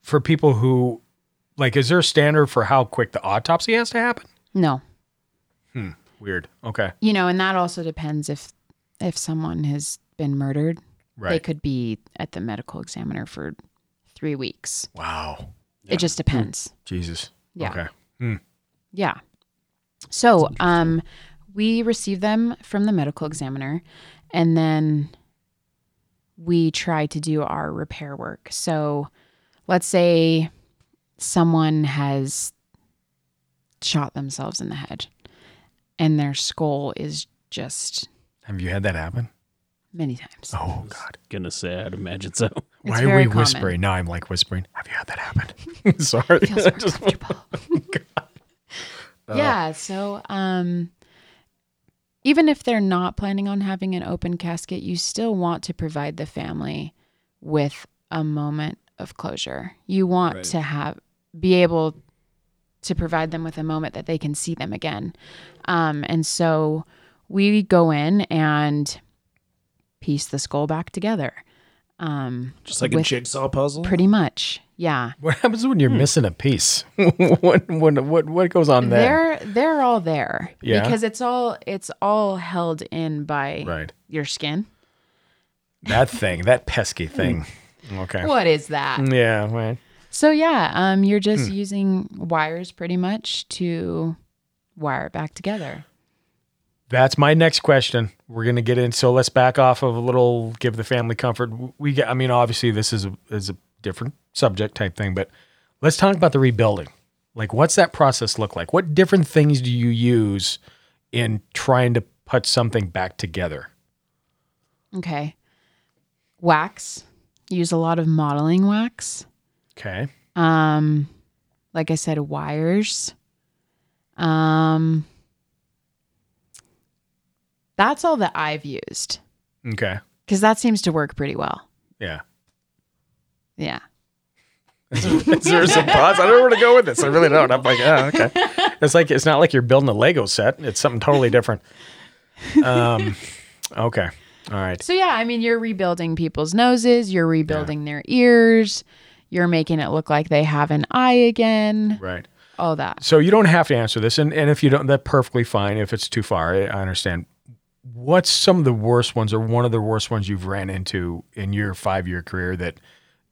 [SPEAKER 1] for people who like, is there a standard for how quick the autopsy has to happen?
[SPEAKER 2] No,
[SPEAKER 1] Weird. Okay.
[SPEAKER 2] you know, and that also depends if if someone has been murdered, they
[SPEAKER 1] Right.
[SPEAKER 2] could be at the medical examiner for three weeks.
[SPEAKER 1] wow.
[SPEAKER 2] It just depends.
[SPEAKER 1] Jesus.
[SPEAKER 2] Yeah.
[SPEAKER 1] Okay.
[SPEAKER 2] Yeah. So, um, we receive them from the medical examiner and then we try to do our repair work. So, let's say someone has shot themselves in the head and their skull is just
[SPEAKER 1] Have you had that happen?
[SPEAKER 2] many times.
[SPEAKER 1] Oh God.
[SPEAKER 3] going to say, I'd imagine so.
[SPEAKER 2] It's
[SPEAKER 1] Why are
[SPEAKER 2] very
[SPEAKER 1] we
[SPEAKER 2] common.
[SPEAKER 1] whispering? Now I'm like whispering. Have you had that happen? Sorry.
[SPEAKER 2] Feels more comfortable.
[SPEAKER 4] Oh
[SPEAKER 2] Yeah. So, um, even if they're not planning on having an open casket, you still want to provide the family with a moment of closure. You want to have be able to provide them with a moment that they can see them again. Um, and so we go in and piece the skull back together. Um,
[SPEAKER 4] Just like a
[SPEAKER 2] with-
[SPEAKER 4] jigsaw puzzle.
[SPEAKER 2] Pretty much, yeah.
[SPEAKER 1] What happens when you're
[SPEAKER 2] Hmm.
[SPEAKER 1] missing a piece? what, what what what goes on there?
[SPEAKER 2] They're they're all there
[SPEAKER 1] Yeah.
[SPEAKER 2] because it's all it's all held in by
[SPEAKER 1] Right.
[SPEAKER 2] your skin.
[SPEAKER 1] That thing, that pesky thing. Okay.
[SPEAKER 2] What is that?
[SPEAKER 1] Yeah, right.
[SPEAKER 2] So yeah, um, you're
[SPEAKER 1] Mm.
[SPEAKER 2] just using wires pretty much to wire it back together.
[SPEAKER 1] That's my next question. We're gonna get in. So let's back off of a little. Give the family comfort. We get. I mean, obviously, this is a, is a different subject type thing, but let's talk about the rebuilding. Like, what's that process look like? What different things do you use in trying to put something back together?
[SPEAKER 2] Okay. Wax. Use a lot of modeling wax.
[SPEAKER 1] Okay.
[SPEAKER 2] Um, like I said, wires. Um, that's all that I've used
[SPEAKER 1] Okay.
[SPEAKER 2] because that seems to work pretty well.
[SPEAKER 1] Yeah.
[SPEAKER 2] Yeah.
[SPEAKER 1] Is there some pause? I don't know where to go with this. I really don't. I'm like, oh, okay. It's like it's not like you're building a Lego set. It's something totally different. Um, okay. All right.
[SPEAKER 2] So yeah, I mean, you're rebuilding people's noses. You're rebuilding their ears. You're making it look like they have an eye again.
[SPEAKER 1] Right.
[SPEAKER 2] All that.
[SPEAKER 1] So you don't have to answer this, and, and if you don't, that's perfectly fine. If it's too far, I, I understand. What's some of the worst ones, or one of the worst ones you've ran into in your five year career that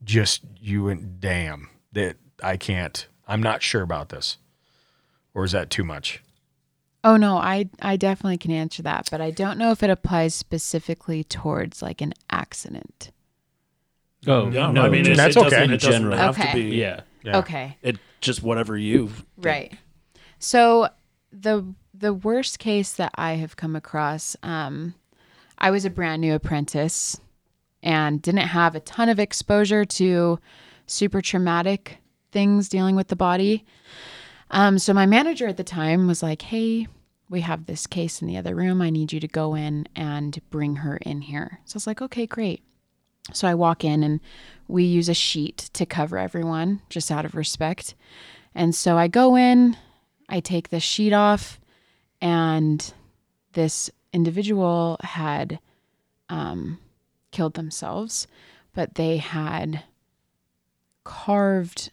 [SPEAKER 1] just you went, damn, that I can't, I'm not sure about this, or is that too much?
[SPEAKER 2] Oh no, I I definitely can answer that, but I don't know if it applies specifically towards like an accident.
[SPEAKER 3] Oh,
[SPEAKER 4] Yeah,
[SPEAKER 3] no,
[SPEAKER 4] I mean, it,
[SPEAKER 1] that's
[SPEAKER 4] it doesn't,
[SPEAKER 1] okay.
[SPEAKER 3] In
[SPEAKER 4] it doesn't
[SPEAKER 3] general.
[SPEAKER 4] have to
[SPEAKER 2] Okay.
[SPEAKER 4] be.
[SPEAKER 3] yeah.
[SPEAKER 1] Yeah.
[SPEAKER 2] Okay.
[SPEAKER 4] It just whatever you.
[SPEAKER 2] Right. So the the worst case that I have come across, um, I was a brand new apprentice and didn't have a ton of exposure to super traumatic things dealing with the body. Um, so my manager at the time was like, "Hey, we have this case in the other room. I need you to go in and bring her in here." So I was like, "Okay, great." So I walk in and we use a sheet to cover everyone just out of respect. And so I go in, I take the sheet off, and this individual had um, killed themselves, but they had carved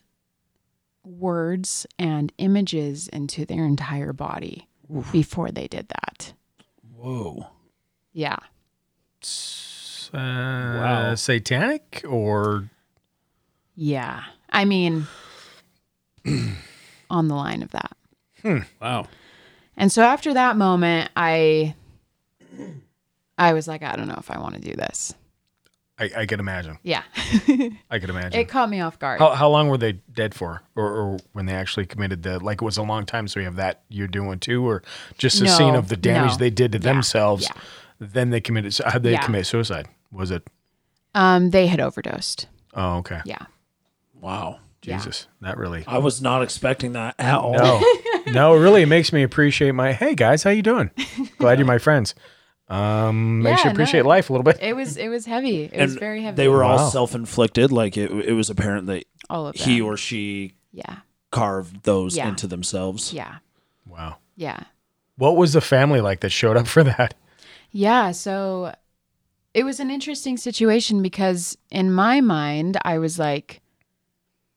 [SPEAKER 2] words and images into their entire body before they did that.
[SPEAKER 4] Whoa.
[SPEAKER 2] Yeah.
[SPEAKER 1] Uh, Satanic or
[SPEAKER 2] Yeah. I mean, on the line of that.
[SPEAKER 3] Wow.
[SPEAKER 2] And so after that moment, I I was like, I don't know if I want to do this.
[SPEAKER 1] I, I can imagine.
[SPEAKER 2] Yeah.
[SPEAKER 1] I can imagine.
[SPEAKER 2] it caught me off guard.
[SPEAKER 1] how, how long were they dead for, or, or when they actually committed the? Like it was a long time. So you have that you're doing too, or just the scene
[SPEAKER 2] No,
[SPEAKER 1] of the damage
[SPEAKER 2] no.
[SPEAKER 1] they did to
[SPEAKER 2] Yeah,
[SPEAKER 1] themselves.
[SPEAKER 2] yeah.
[SPEAKER 1] Then they committed. How they
[SPEAKER 2] Yeah.
[SPEAKER 1] commit suicide? Was it?
[SPEAKER 2] Um, they had overdosed.
[SPEAKER 1] Oh, okay.
[SPEAKER 2] Yeah.
[SPEAKER 4] Wow.
[SPEAKER 2] Yeah.
[SPEAKER 1] Jesus, that really.
[SPEAKER 4] I was not expecting that at all.
[SPEAKER 1] No, no, really, it makes me appreciate my. Hey guys, how you doing? Glad you're my friends. Um, makes
[SPEAKER 2] Yeah,
[SPEAKER 1] you
[SPEAKER 2] no.
[SPEAKER 1] appreciate life a little bit.
[SPEAKER 2] It was it was heavy. It was very heavy.
[SPEAKER 4] They were
[SPEAKER 1] Wow.
[SPEAKER 4] all self-inflicted. Like it, it was apparent that
[SPEAKER 2] all of them.
[SPEAKER 4] he or she
[SPEAKER 2] yeah.
[SPEAKER 4] carved those
[SPEAKER 2] Yeah.
[SPEAKER 4] into themselves.
[SPEAKER 2] Yeah.
[SPEAKER 1] Wow.
[SPEAKER 2] Yeah.
[SPEAKER 1] What was the family like that showed up for that?
[SPEAKER 2] Yeah, so it was an interesting situation because in my mind I was like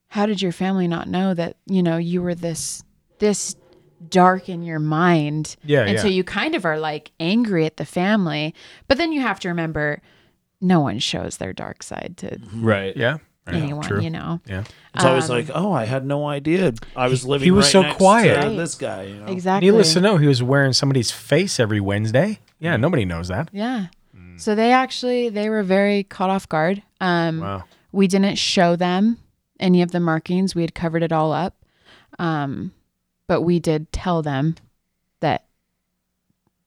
[SPEAKER 2] how did your family not know that, you know, you were this this dark in your mind?
[SPEAKER 1] Yeah,
[SPEAKER 2] And
[SPEAKER 1] yeah.
[SPEAKER 2] so you kind of are like angry at the family, but then you have to remember no one shows their dark side to
[SPEAKER 3] Right.
[SPEAKER 1] Mm-hmm. Yeah. Right.
[SPEAKER 2] anyone,
[SPEAKER 1] True.
[SPEAKER 2] you know.
[SPEAKER 1] Yeah.
[SPEAKER 4] It's always
[SPEAKER 2] Um,
[SPEAKER 4] like, oh, I had no idea. I was living.
[SPEAKER 1] he was
[SPEAKER 4] right
[SPEAKER 1] so
[SPEAKER 4] next
[SPEAKER 1] quiet.
[SPEAKER 4] To
[SPEAKER 2] Right.
[SPEAKER 4] This guy. You know?
[SPEAKER 2] Exactly.
[SPEAKER 1] Needless to know, he was wearing somebody's face every Wednesday. Yeah, nobody knows that.
[SPEAKER 2] Yeah.
[SPEAKER 1] Mm.
[SPEAKER 2] So they actually they were very caught off guard. Um
[SPEAKER 1] Wow.
[SPEAKER 2] we didn't show them any of the markings. We had covered it all up. Um but we did tell them that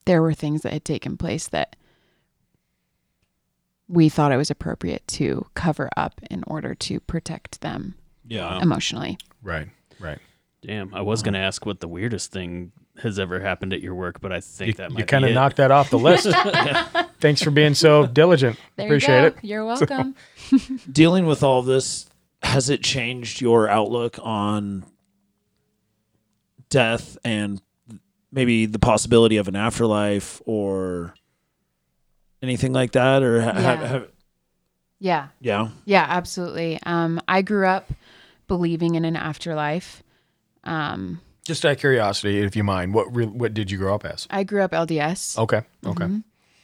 [SPEAKER 2] there were things that had taken place that we thought it was appropriate to cover up in order to protect them
[SPEAKER 4] Yeah.
[SPEAKER 2] emotionally.
[SPEAKER 1] Right. Right.
[SPEAKER 3] Damn. I was gonna ask what the weirdest thing has ever happened at your work, but I think
[SPEAKER 1] You,
[SPEAKER 3] that might
[SPEAKER 1] you kind
[SPEAKER 3] be
[SPEAKER 1] of
[SPEAKER 3] it.
[SPEAKER 1] knocked that off the list. Thanks for being so diligent.
[SPEAKER 2] There
[SPEAKER 1] Appreciate
[SPEAKER 2] you
[SPEAKER 1] it.
[SPEAKER 2] go. You're welcome.
[SPEAKER 4] Dealing with all this, has it changed your outlook on death and maybe the possibility of an afterlife or anything like that, or ha-
[SPEAKER 2] Yeah.
[SPEAKER 4] have, have
[SPEAKER 2] Yeah.
[SPEAKER 4] Yeah.
[SPEAKER 2] Yeah, absolutely. Um, I grew up believing in an afterlife. Um,
[SPEAKER 1] Just out of curiosity, if you mind, what re- what did you grow up as?
[SPEAKER 2] I grew up LDS.
[SPEAKER 1] Okay, okay.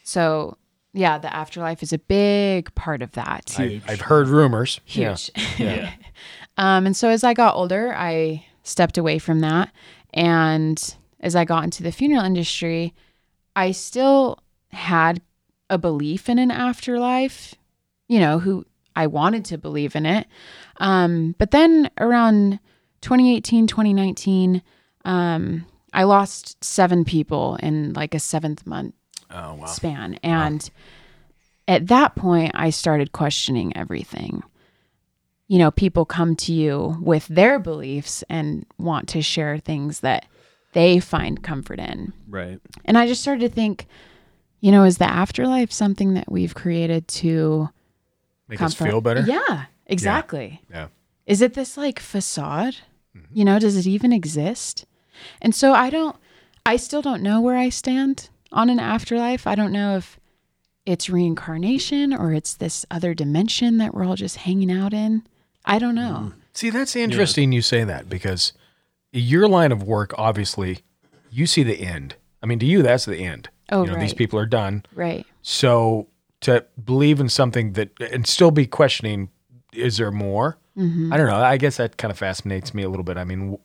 [SPEAKER 2] So, yeah, the afterlife is a big part of that.
[SPEAKER 1] I, I've heard rumors. Yeah.
[SPEAKER 2] Huge. um, and so, as I got older, I stepped away from that. And as I got into the funeral industry, I still had a belief in an afterlife, you know, who I wanted to believe in it. Um, but then around 2018, 2019, um, I lost seven people in like a seventh month
[SPEAKER 1] Oh wow.
[SPEAKER 2] span. And at that point, I started questioning everything. You know, people come to you with their beliefs and want to share things that they find comfort in.
[SPEAKER 3] Right.
[SPEAKER 2] And I just started to think, you know, is the afterlife something that we've created to
[SPEAKER 1] Make us
[SPEAKER 2] comfort?
[SPEAKER 1] feel better.
[SPEAKER 2] Yeah, exactly.
[SPEAKER 1] Yeah. Mm-hmm.
[SPEAKER 2] Is it this like facade? You know, does it even exist? And so I don't, I still don't know where I stand on an afterlife. I don't know if it's reincarnation or it's this other dimension that we're all just hanging out in. I don't know.
[SPEAKER 1] See, that's interesting you say that because your line of work, obviously, you see the end. I mean, to you, that's the end.
[SPEAKER 2] Oh,
[SPEAKER 1] you know, these
[SPEAKER 2] right.
[SPEAKER 1] people are done.
[SPEAKER 2] Right.
[SPEAKER 1] So to believe in something that and still be questioning, is there more?
[SPEAKER 2] Mm-hmm.
[SPEAKER 1] I don't know. I guess that kind of fascinates me a little bit. I mean, w-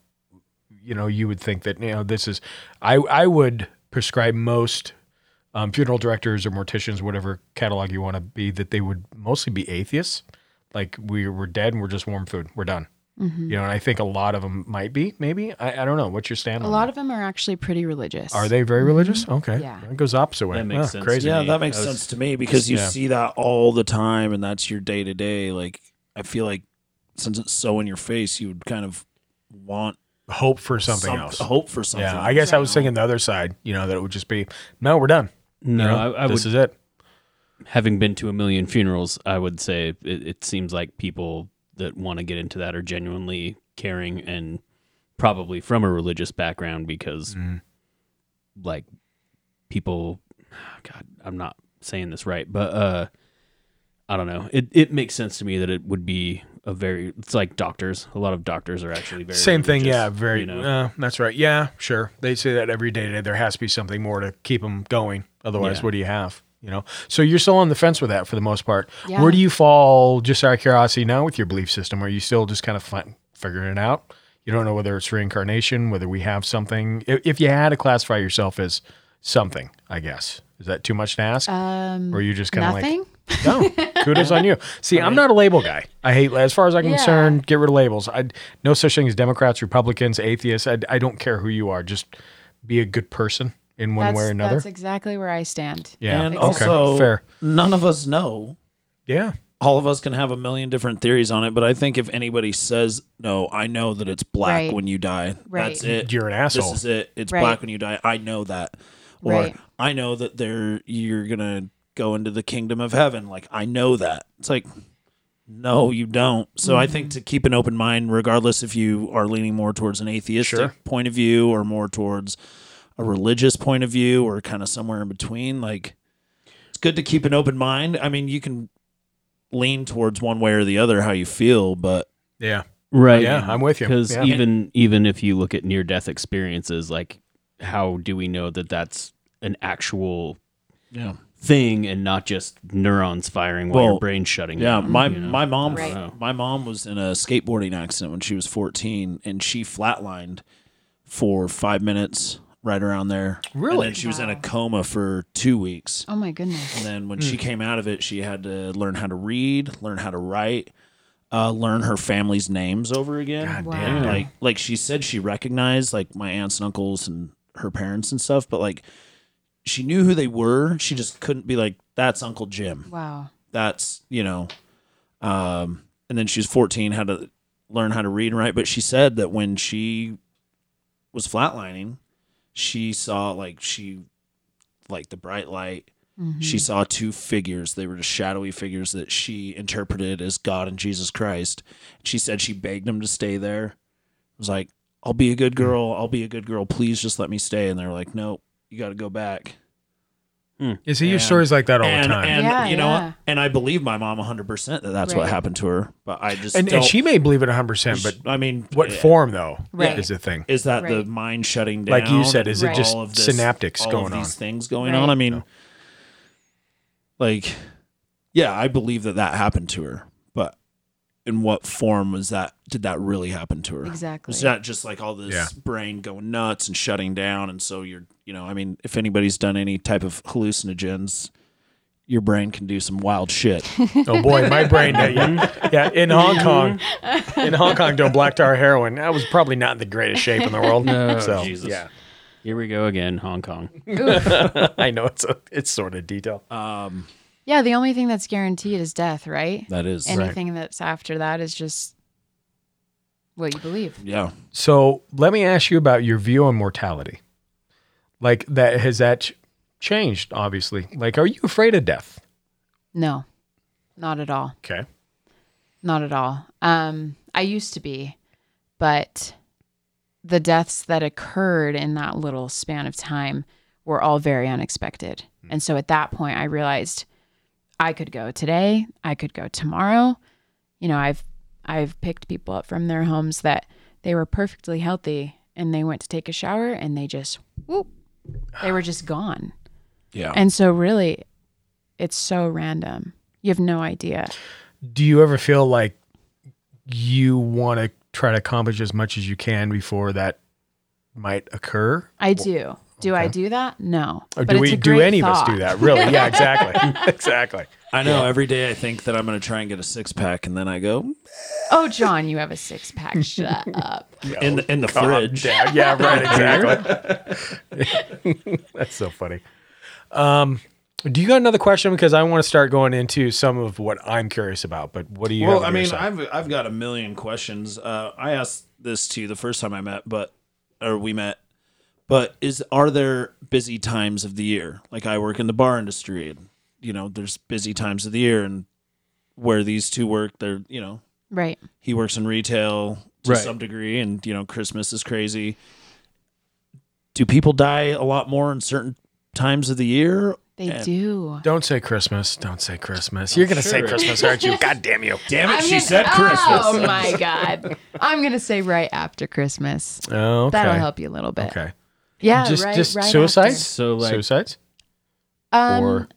[SPEAKER 1] you know, you would think that you know this is. I I would prescribe most um, funeral directors or morticians, whatever catalog you want to be, that they would mostly be atheists. Like we were dead and we're just warm food. We're done.
[SPEAKER 2] Mm-hmm.
[SPEAKER 1] You know, and I think a lot of them might be. Maybe I, I don't know. What's your stand?
[SPEAKER 2] A lot of them are actually pretty religious.
[SPEAKER 1] are they very religious? Okay,
[SPEAKER 2] Yeah.
[SPEAKER 1] it goes opposite way.
[SPEAKER 3] That makes
[SPEAKER 1] Ah,
[SPEAKER 3] sense.
[SPEAKER 1] Crazy.
[SPEAKER 3] Yeah,
[SPEAKER 4] Yeah, that
[SPEAKER 3] I
[SPEAKER 4] makes
[SPEAKER 3] was-
[SPEAKER 4] sense to me because you
[SPEAKER 1] Yeah.
[SPEAKER 4] see that all the time, and that's your day to day. Like, I feel like since it's so in your face, you would kind of want
[SPEAKER 1] Hope for something
[SPEAKER 4] some-
[SPEAKER 1] else.
[SPEAKER 4] hope for something.
[SPEAKER 1] Yeah, I guess I was thinking the other side. You know, that it would just be no, we're done.
[SPEAKER 3] No,
[SPEAKER 1] you know,
[SPEAKER 3] I, I would.
[SPEAKER 1] this is it.
[SPEAKER 3] having been to a million funerals, I would say it, it seems like people that want to get into that are genuinely caring and probably from a religious background because,
[SPEAKER 1] Mm-hmm.
[SPEAKER 3] like, people. God, I'm not saying this right, but uh, I don't know. It it makes sense to me that it would be a very. It's like doctors. A lot of doctors are actually very
[SPEAKER 1] Same thing,
[SPEAKER 3] religious,
[SPEAKER 1] yeah. Very.
[SPEAKER 3] you know?
[SPEAKER 1] uh, that's right. Yeah, sure. They say that every day. Today, there has to be something more to keep them going. Otherwise,
[SPEAKER 3] Yeah.
[SPEAKER 1] what do you have? You know. So you're still on the fence with that for the most part.
[SPEAKER 2] Yeah.
[SPEAKER 1] Where do you fall? Just out of curiosity, now with your belief system, are you still just kind of fin- figuring it out? You don't know whether it's reincarnation, whether we have something. If, if you had to classify yourself as something, I guess is that too much to ask?
[SPEAKER 2] Um,
[SPEAKER 1] or are you just kind of like
[SPEAKER 2] nothing?
[SPEAKER 1] No, kudos on you. See, I'm not a label guy. I hate, as far as I'm
[SPEAKER 2] Yeah.
[SPEAKER 1] concerned, get rid of labels. I no such thing as Democrats, Republicans, atheists. I, I don't care who you are. Just be a good person in one
[SPEAKER 2] that's,
[SPEAKER 1] way or another.
[SPEAKER 2] That's exactly where I stand.
[SPEAKER 1] yeah.
[SPEAKER 4] And
[SPEAKER 1] okay.
[SPEAKER 4] also,
[SPEAKER 1] fair.
[SPEAKER 4] none of us know.
[SPEAKER 1] Yeah.
[SPEAKER 4] All of us can have a million different theories on it, but I think if anybody says no, I know that it's black
[SPEAKER 2] Right.
[SPEAKER 4] when you die.
[SPEAKER 2] Right.
[SPEAKER 4] That's it.
[SPEAKER 1] You're an asshole.
[SPEAKER 4] This is it. It's
[SPEAKER 2] Right.
[SPEAKER 4] black when you die. I know that. Or
[SPEAKER 2] Right.
[SPEAKER 4] I know that there you're gonna go into the kingdom of heaven. Like I know that. It's like no, you don't. So I think to keep an open mind, regardless if you are leaning more towards an atheistic
[SPEAKER 1] Sure.
[SPEAKER 4] point of view or more towards a religious point of view or kind of somewhere in between, like it's good to keep an open mind. I mean, you can lean towards one way or the other how you feel, but
[SPEAKER 1] Yeah.
[SPEAKER 3] right
[SPEAKER 1] Yeah, I'm with you.
[SPEAKER 3] because
[SPEAKER 1] Yeah.
[SPEAKER 3] even even if you look at near death experiences like how do we know that that's an actual
[SPEAKER 4] yeah.
[SPEAKER 3] thing and not just neurons firing while
[SPEAKER 4] Well,
[SPEAKER 3] your brain's shutting
[SPEAKER 4] Yeah,
[SPEAKER 3] down
[SPEAKER 4] my
[SPEAKER 3] you know?
[SPEAKER 4] my mom
[SPEAKER 2] Right.
[SPEAKER 3] Wow.
[SPEAKER 4] my mom was in a skateboarding accident when she was 14 and she flatlined for 5 minutes right around there. And
[SPEAKER 1] Really?
[SPEAKER 4] then she was in a coma for 2 weeks.
[SPEAKER 2] Oh my goodness.
[SPEAKER 4] And then when she came out of it, she had to learn how to read, learn how to write, uh, learn her family's names over again.
[SPEAKER 2] Wow. damn.
[SPEAKER 4] Like like she said she recognized like my aunts and uncles and her parents and stuff, but like she knew who they were. She just couldn't be like that's Uncle Jim
[SPEAKER 2] Wow.
[SPEAKER 4] that's you know um and then she was 14 had to learn how to read and write but she said that when she was flatlining she saw like she like the bright light she saw two figures they were just shadowy figures that she interpreted as god and jesus christ she said she begged him to stay there it was like i'll be a good girl i'll be a good girl please just let me stay and they're like nope you got to go back
[SPEAKER 1] You see, you hear stories like that all
[SPEAKER 4] and,
[SPEAKER 1] the time.
[SPEAKER 4] and
[SPEAKER 2] Yeah,
[SPEAKER 4] you know,
[SPEAKER 2] yeah.
[SPEAKER 4] and I believe my mom 100% that that's what
[SPEAKER 2] Right.
[SPEAKER 4] happened to her, but I just
[SPEAKER 1] and,
[SPEAKER 4] don't,
[SPEAKER 1] and she may believe it 100%, but
[SPEAKER 4] I mean,
[SPEAKER 1] what
[SPEAKER 4] yeah.
[SPEAKER 1] form, though,
[SPEAKER 2] Right.
[SPEAKER 1] is the thing.
[SPEAKER 4] is that the
[SPEAKER 2] Right.
[SPEAKER 4] mind shutting down?
[SPEAKER 1] Like you said, is
[SPEAKER 2] it just
[SPEAKER 4] all of
[SPEAKER 1] synaptics
[SPEAKER 4] all
[SPEAKER 1] going
[SPEAKER 4] of These
[SPEAKER 1] on?
[SPEAKER 4] things going
[SPEAKER 2] Right.
[SPEAKER 4] on. I mean, like, yeah, I believe that that happened to her, but in what form was that? Did that really happen to her?
[SPEAKER 2] Exactly.
[SPEAKER 4] Was that just like all this
[SPEAKER 1] Yeah.
[SPEAKER 4] brain going nuts and shutting down? And so you're, you know, I mean, if anybody's done any type of hallucinogens, your brain can do some wild shit.
[SPEAKER 1] Oh boy, my brain. Yeah, yeah. In Hong Kong, in Hong Kong, doing black tar heroin, that was probably not in the greatest shape in the world.
[SPEAKER 3] No,
[SPEAKER 1] so
[SPEAKER 3] Jesus.
[SPEAKER 1] yeah,
[SPEAKER 3] Here we go again, Hong Kong.
[SPEAKER 1] I know it's a, it's sort of detail.
[SPEAKER 4] Um,
[SPEAKER 2] Yeah, the only thing that's guaranteed is death, right?
[SPEAKER 4] that is,
[SPEAKER 2] Anything that's after that is just what you believe.
[SPEAKER 4] yeah.
[SPEAKER 1] So let me ask you about your view on mortality. Like that has that ch- changed? Obviously, like are you afraid of death?
[SPEAKER 2] No, not at all.
[SPEAKER 1] Okay.
[SPEAKER 2] Not at all. Um, I used to be, but the deaths that occurred in that little span of time were all very unexpected. And so at that point, I realized I could go today, I could go tomorrow. You know, I've I've picked people up from their homes that they were perfectly healthy and they went to take a shower and they just whoop, they were just gone.
[SPEAKER 4] Yeah.
[SPEAKER 2] And so really, it's so random. You have no idea.
[SPEAKER 1] Do you ever feel like you want to try to accomplish as much as you can before that might occur?
[SPEAKER 2] I do. Do I do that? No.
[SPEAKER 1] Or do
[SPEAKER 2] But it's
[SPEAKER 1] we?
[SPEAKER 2] a
[SPEAKER 1] Do
[SPEAKER 2] great
[SPEAKER 1] any of us do
[SPEAKER 2] thought.
[SPEAKER 1] that? Really? Yeah. Exactly. exactly.
[SPEAKER 4] I know every day I think that I'm going to try and get a six pack, and then I go
[SPEAKER 2] Oh, John, you have a six pack. Shut up.
[SPEAKER 4] in the in the fridge.
[SPEAKER 1] Yeah, yeah, right, exactly. That's so funny. Um, do you got another question? Because I want to start going into some of what I'm curious about. But what do you?
[SPEAKER 4] Well,
[SPEAKER 1] have on
[SPEAKER 4] I
[SPEAKER 1] your
[SPEAKER 4] mean,
[SPEAKER 1] side?
[SPEAKER 4] I've I've got a million questions. Uh, I asked this to you the first time I met, but or we met. But is are there busy times of the year? Like I work in the bar industry, and you know, there's busy times of the year, and where these two work, they're you know,
[SPEAKER 2] Right.
[SPEAKER 4] he works in retail to
[SPEAKER 3] Right.
[SPEAKER 4] some degree, and you know, Christmas is crazy. Do people die a lot more in certain times of the year?
[SPEAKER 2] They
[SPEAKER 4] And-
[SPEAKER 2] do.
[SPEAKER 1] don't say Christmas. Don't say Christmas. You're gonna say Christmas, aren't you? God damn you!
[SPEAKER 4] Damn it,
[SPEAKER 2] I'm
[SPEAKER 4] she
[SPEAKER 2] gonna-
[SPEAKER 4] said Christmas.
[SPEAKER 2] Oh my God. I'm going to say right after Christmas.
[SPEAKER 1] Oh, okay.
[SPEAKER 2] That'll help you a little bit.
[SPEAKER 1] Okay.
[SPEAKER 2] Yeah.
[SPEAKER 1] just
[SPEAKER 2] right,
[SPEAKER 1] just
[SPEAKER 2] right after.
[SPEAKER 1] suicides.
[SPEAKER 3] So like
[SPEAKER 1] suicides.
[SPEAKER 2] Um,
[SPEAKER 1] Or-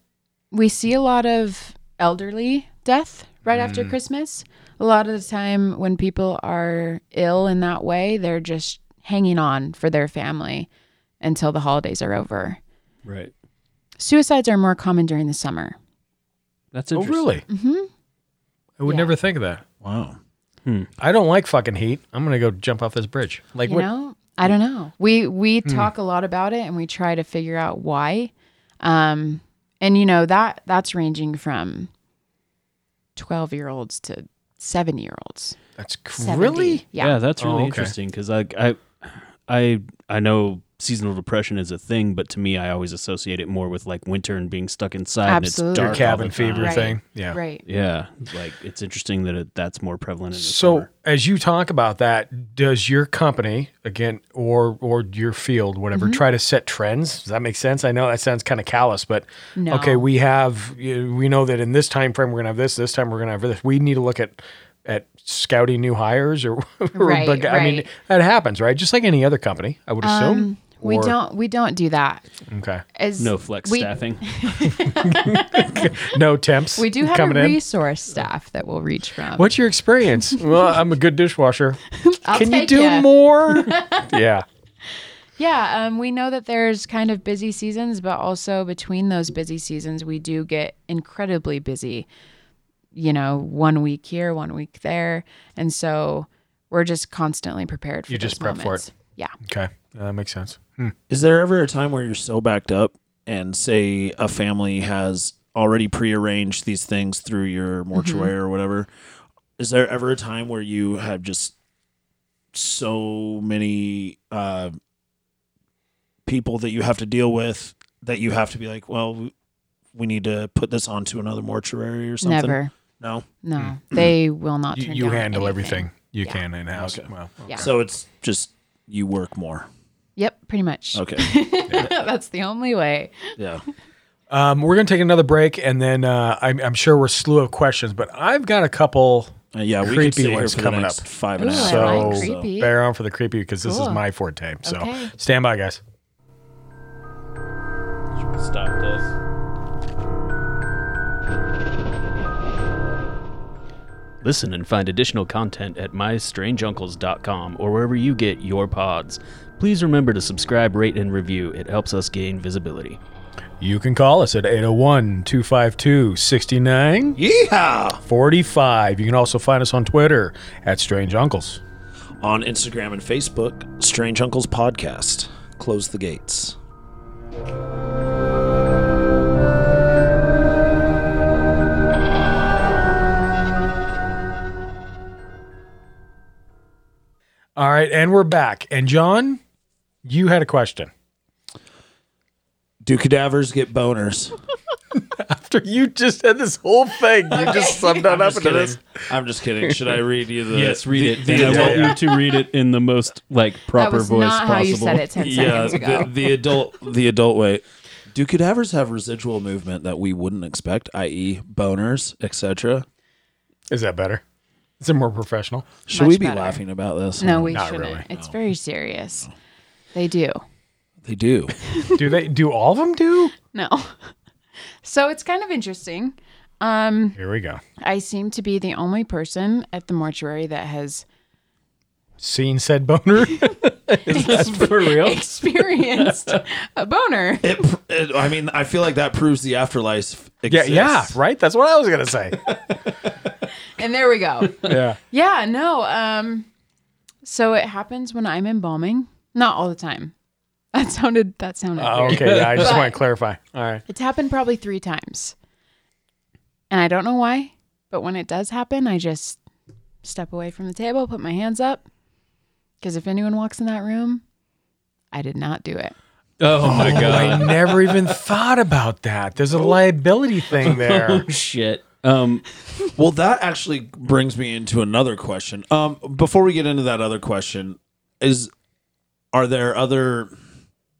[SPEAKER 2] we see a lot of elderly death right
[SPEAKER 1] Mm.
[SPEAKER 2] after Christmas. A lot of the time, when people are ill in that way, they're just hanging on for their family until the holidays are over.
[SPEAKER 3] right.
[SPEAKER 2] Suicides are more common during the summer.
[SPEAKER 3] That's
[SPEAKER 1] Oh,
[SPEAKER 3] interesting.
[SPEAKER 1] really? Mm-hmm. I would
[SPEAKER 2] Yeah.
[SPEAKER 1] never think of that.
[SPEAKER 4] Wow.
[SPEAKER 1] I don't like fucking heat. I'm gonna go jump off this bridge. Like
[SPEAKER 2] you
[SPEAKER 1] what? Hmm.
[SPEAKER 2] know i don't know we we talk a lot about it and we try to figure out why um and you know that that's ranging from 12 year olds to 7 year olds
[SPEAKER 1] That's cr- really.
[SPEAKER 2] yeah,
[SPEAKER 3] Yeah, that's
[SPEAKER 1] Oh,
[SPEAKER 3] really
[SPEAKER 1] okay.
[SPEAKER 3] interesting 'cause interesting because I, I, I know seasonal depression is a thing, but to me, I always associate it more with like winter and being stuck inside
[SPEAKER 2] Absolutely.
[SPEAKER 3] and it's
[SPEAKER 2] Your
[SPEAKER 3] dark. all
[SPEAKER 1] Cabin
[SPEAKER 3] the time.
[SPEAKER 1] fever
[SPEAKER 2] Right.
[SPEAKER 1] thing. Yeah.
[SPEAKER 2] right
[SPEAKER 3] Yeah, like it's interesting that it, that's more prevalent. In the
[SPEAKER 1] So
[SPEAKER 3] summer.
[SPEAKER 1] as you talk about that, does your company again or or your field, whatever,
[SPEAKER 2] Mm-hmm.
[SPEAKER 1] try to set trends? Does that make sense? I know that sounds kind of callous, but
[SPEAKER 2] No.
[SPEAKER 1] okay, we have you- we know that in this time frame we're gonna have this, this time we're gonna have this. We need to look at at scouting new hires or, or
[SPEAKER 2] Right,
[SPEAKER 1] but, I mean
[SPEAKER 2] right. Um,
[SPEAKER 1] that happens, right? Just like any other company, I would assume.
[SPEAKER 2] we
[SPEAKER 1] Or-
[SPEAKER 2] don't we don't do that
[SPEAKER 1] Okay.
[SPEAKER 2] as
[SPEAKER 3] no flex
[SPEAKER 2] we,
[SPEAKER 3] staffing.
[SPEAKER 1] No temps.
[SPEAKER 2] we do have
[SPEAKER 1] coming
[SPEAKER 2] a
[SPEAKER 1] in.
[SPEAKER 2] resource staff that we'll reach from
[SPEAKER 1] What's your experience? well, I'm a good dishwasher.
[SPEAKER 2] I'll
[SPEAKER 1] Can you
[SPEAKER 2] take
[SPEAKER 1] do
[SPEAKER 2] ya.
[SPEAKER 1] more? yeah.
[SPEAKER 2] Yeah, um, we know that there's kind of busy seasons, but also between those busy seasons, we do get incredibly busy. You know, one week here, one week there, and so we're just constantly prepared for.
[SPEAKER 1] You just
[SPEAKER 2] those
[SPEAKER 1] prep for it.
[SPEAKER 2] moments. Yeah,
[SPEAKER 1] Okay. That makes sense. Hmm.
[SPEAKER 4] Is there ever a time where you're so backed up and say a family has already prearranged these things through your mortuary
[SPEAKER 2] Mm-hmm.
[SPEAKER 4] or whatever? Is there ever a time where you have just so many uh, people that you have to deal with that you have to be like, well, we- we need to put this onto another mortuary or something?
[SPEAKER 2] never.
[SPEAKER 4] No.
[SPEAKER 2] No, they will not.
[SPEAKER 1] Hmm. you,
[SPEAKER 2] Turn
[SPEAKER 1] you
[SPEAKER 2] down
[SPEAKER 1] handle
[SPEAKER 2] anything.
[SPEAKER 1] everything you
[SPEAKER 2] Yeah.
[SPEAKER 1] can in house.
[SPEAKER 4] Okay.
[SPEAKER 1] Wow.
[SPEAKER 2] Yeah.
[SPEAKER 4] So it's just you work more.
[SPEAKER 2] Yep, pretty much.
[SPEAKER 4] Okay.
[SPEAKER 2] That's the only way.
[SPEAKER 4] yeah.
[SPEAKER 1] Um, we're going to take another break, and then uh, I'm, I'm sure we're slew of questions, but I've got a couple
[SPEAKER 4] Uh, yeah, we could
[SPEAKER 1] creepy
[SPEAKER 4] sit here
[SPEAKER 1] ones
[SPEAKER 4] for
[SPEAKER 1] coming
[SPEAKER 4] the
[SPEAKER 1] up.
[SPEAKER 4] next five
[SPEAKER 2] Ooh,
[SPEAKER 4] and a half.
[SPEAKER 2] Oh, I
[SPEAKER 1] So
[SPEAKER 2] like creepy.
[SPEAKER 1] bear on for the creepy because this is
[SPEAKER 2] Cool.
[SPEAKER 1] my forte. So
[SPEAKER 2] Okay.
[SPEAKER 1] stand by, guys.
[SPEAKER 4] Stop this.
[SPEAKER 3] Listen and find additional content at mystrangeUncles.com or wherever you get your pods. Please remember to subscribe, rate, and review. It helps us gain visibility.
[SPEAKER 1] You can call us at 801 252
[SPEAKER 4] Yeehaw!
[SPEAKER 1] 45. You can also find us on Twitter at Strange Uncles.
[SPEAKER 4] On Instagram and Facebook, Strange Uncles Podcast. Close the gates.
[SPEAKER 1] All right, and we're back. And John, you had a question.
[SPEAKER 4] Do cadavers get boners?
[SPEAKER 1] After you just had this whole thing, you just summed that up into this.
[SPEAKER 4] I'm just kidding. Should I read you the?
[SPEAKER 3] Yes, read it.
[SPEAKER 4] the-
[SPEAKER 3] Then
[SPEAKER 4] the
[SPEAKER 3] I
[SPEAKER 4] adult-
[SPEAKER 3] want you to read it in the most like
[SPEAKER 2] That
[SPEAKER 3] proper
[SPEAKER 2] was
[SPEAKER 3] voice
[SPEAKER 2] not
[SPEAKER 3] possible.
[SPEAKER 2] how you said it ten
[SPEAKER 4] yeah,
[SPEAKER 2] seconds ago.
[SPEAKER 4] the, the adult, the adult way. Do cadavers have residual movement that we wouldn't expect, i.e., boners, etc.?
[SPEAKER 1] Is that better? Is it more professional?
[SPEAKER 4] Should we
[SPEAKER 2] Much
[SPEAKER 4] be
[SPEAKER 2] better.
[SPEAKER 4] laughing about this?
[SPEAKER 2] no, we
[SPEAKER 1] Not
[SPEAKER 2] shouldn't.
[SPEAKER 1] really,
[SPEAKER 2] It's very serious. They do.
[SPEAKER 4] they do.
[SPEAKER 1] Do they? Do all of them do?
[SPEAKER 2] No. So it's kind of interesting. Um,
[SPEAKER 1] Here we go.
[SPEAKER 2] I seem to be the only person at the mortuary that has
[SPEAKER 1] Seen said boner.
[SPEAKER 3] For real?
[SPEAKER 2] experienced a boner.
[SPEAKER 4] It, pr- it- I mean, I feel like that proves the afterlife.
[SPEAKER 1] yeah,
[SPEAKER 4] Exists.
[SPEAKER 1] yeah, right. That's what I was gonna say.
[SPEAKER 2] And there we go.
[SPEAKER 1] yeah.
[SPEAKER 2] Yeah, no. Um, so it happens when I'm embalming. Not all the time. That sounded that sounded
[SPEAKER 1] Uh,
[SPEAKER 2] weird.
[SPEAKER 1] okay. Yeah, I just
[SPEAKER 2] But-
[SPEAKER 1] want to clarify.
[SPEAKER 3] Oh,
[SPEAKER 1] All right.
[SPEAKER 2] It's happened probably three times. And I don't know why, but when it does happen, I just step away from the table, put my hands up. Because if anyone walks in that room, I did not do it.
[SPEAKER 3] Oh my
[SPEAKER 1] Oh, I
[SPEAKER 3] god.
[SPEAKER 1] never even thought about that. There's a liability thing there.
[SPEAKER 3] Oh shit. Um
[SPEAKER 4] Well, that actually brings me into another question. Um, before we get into that other question, is are there other?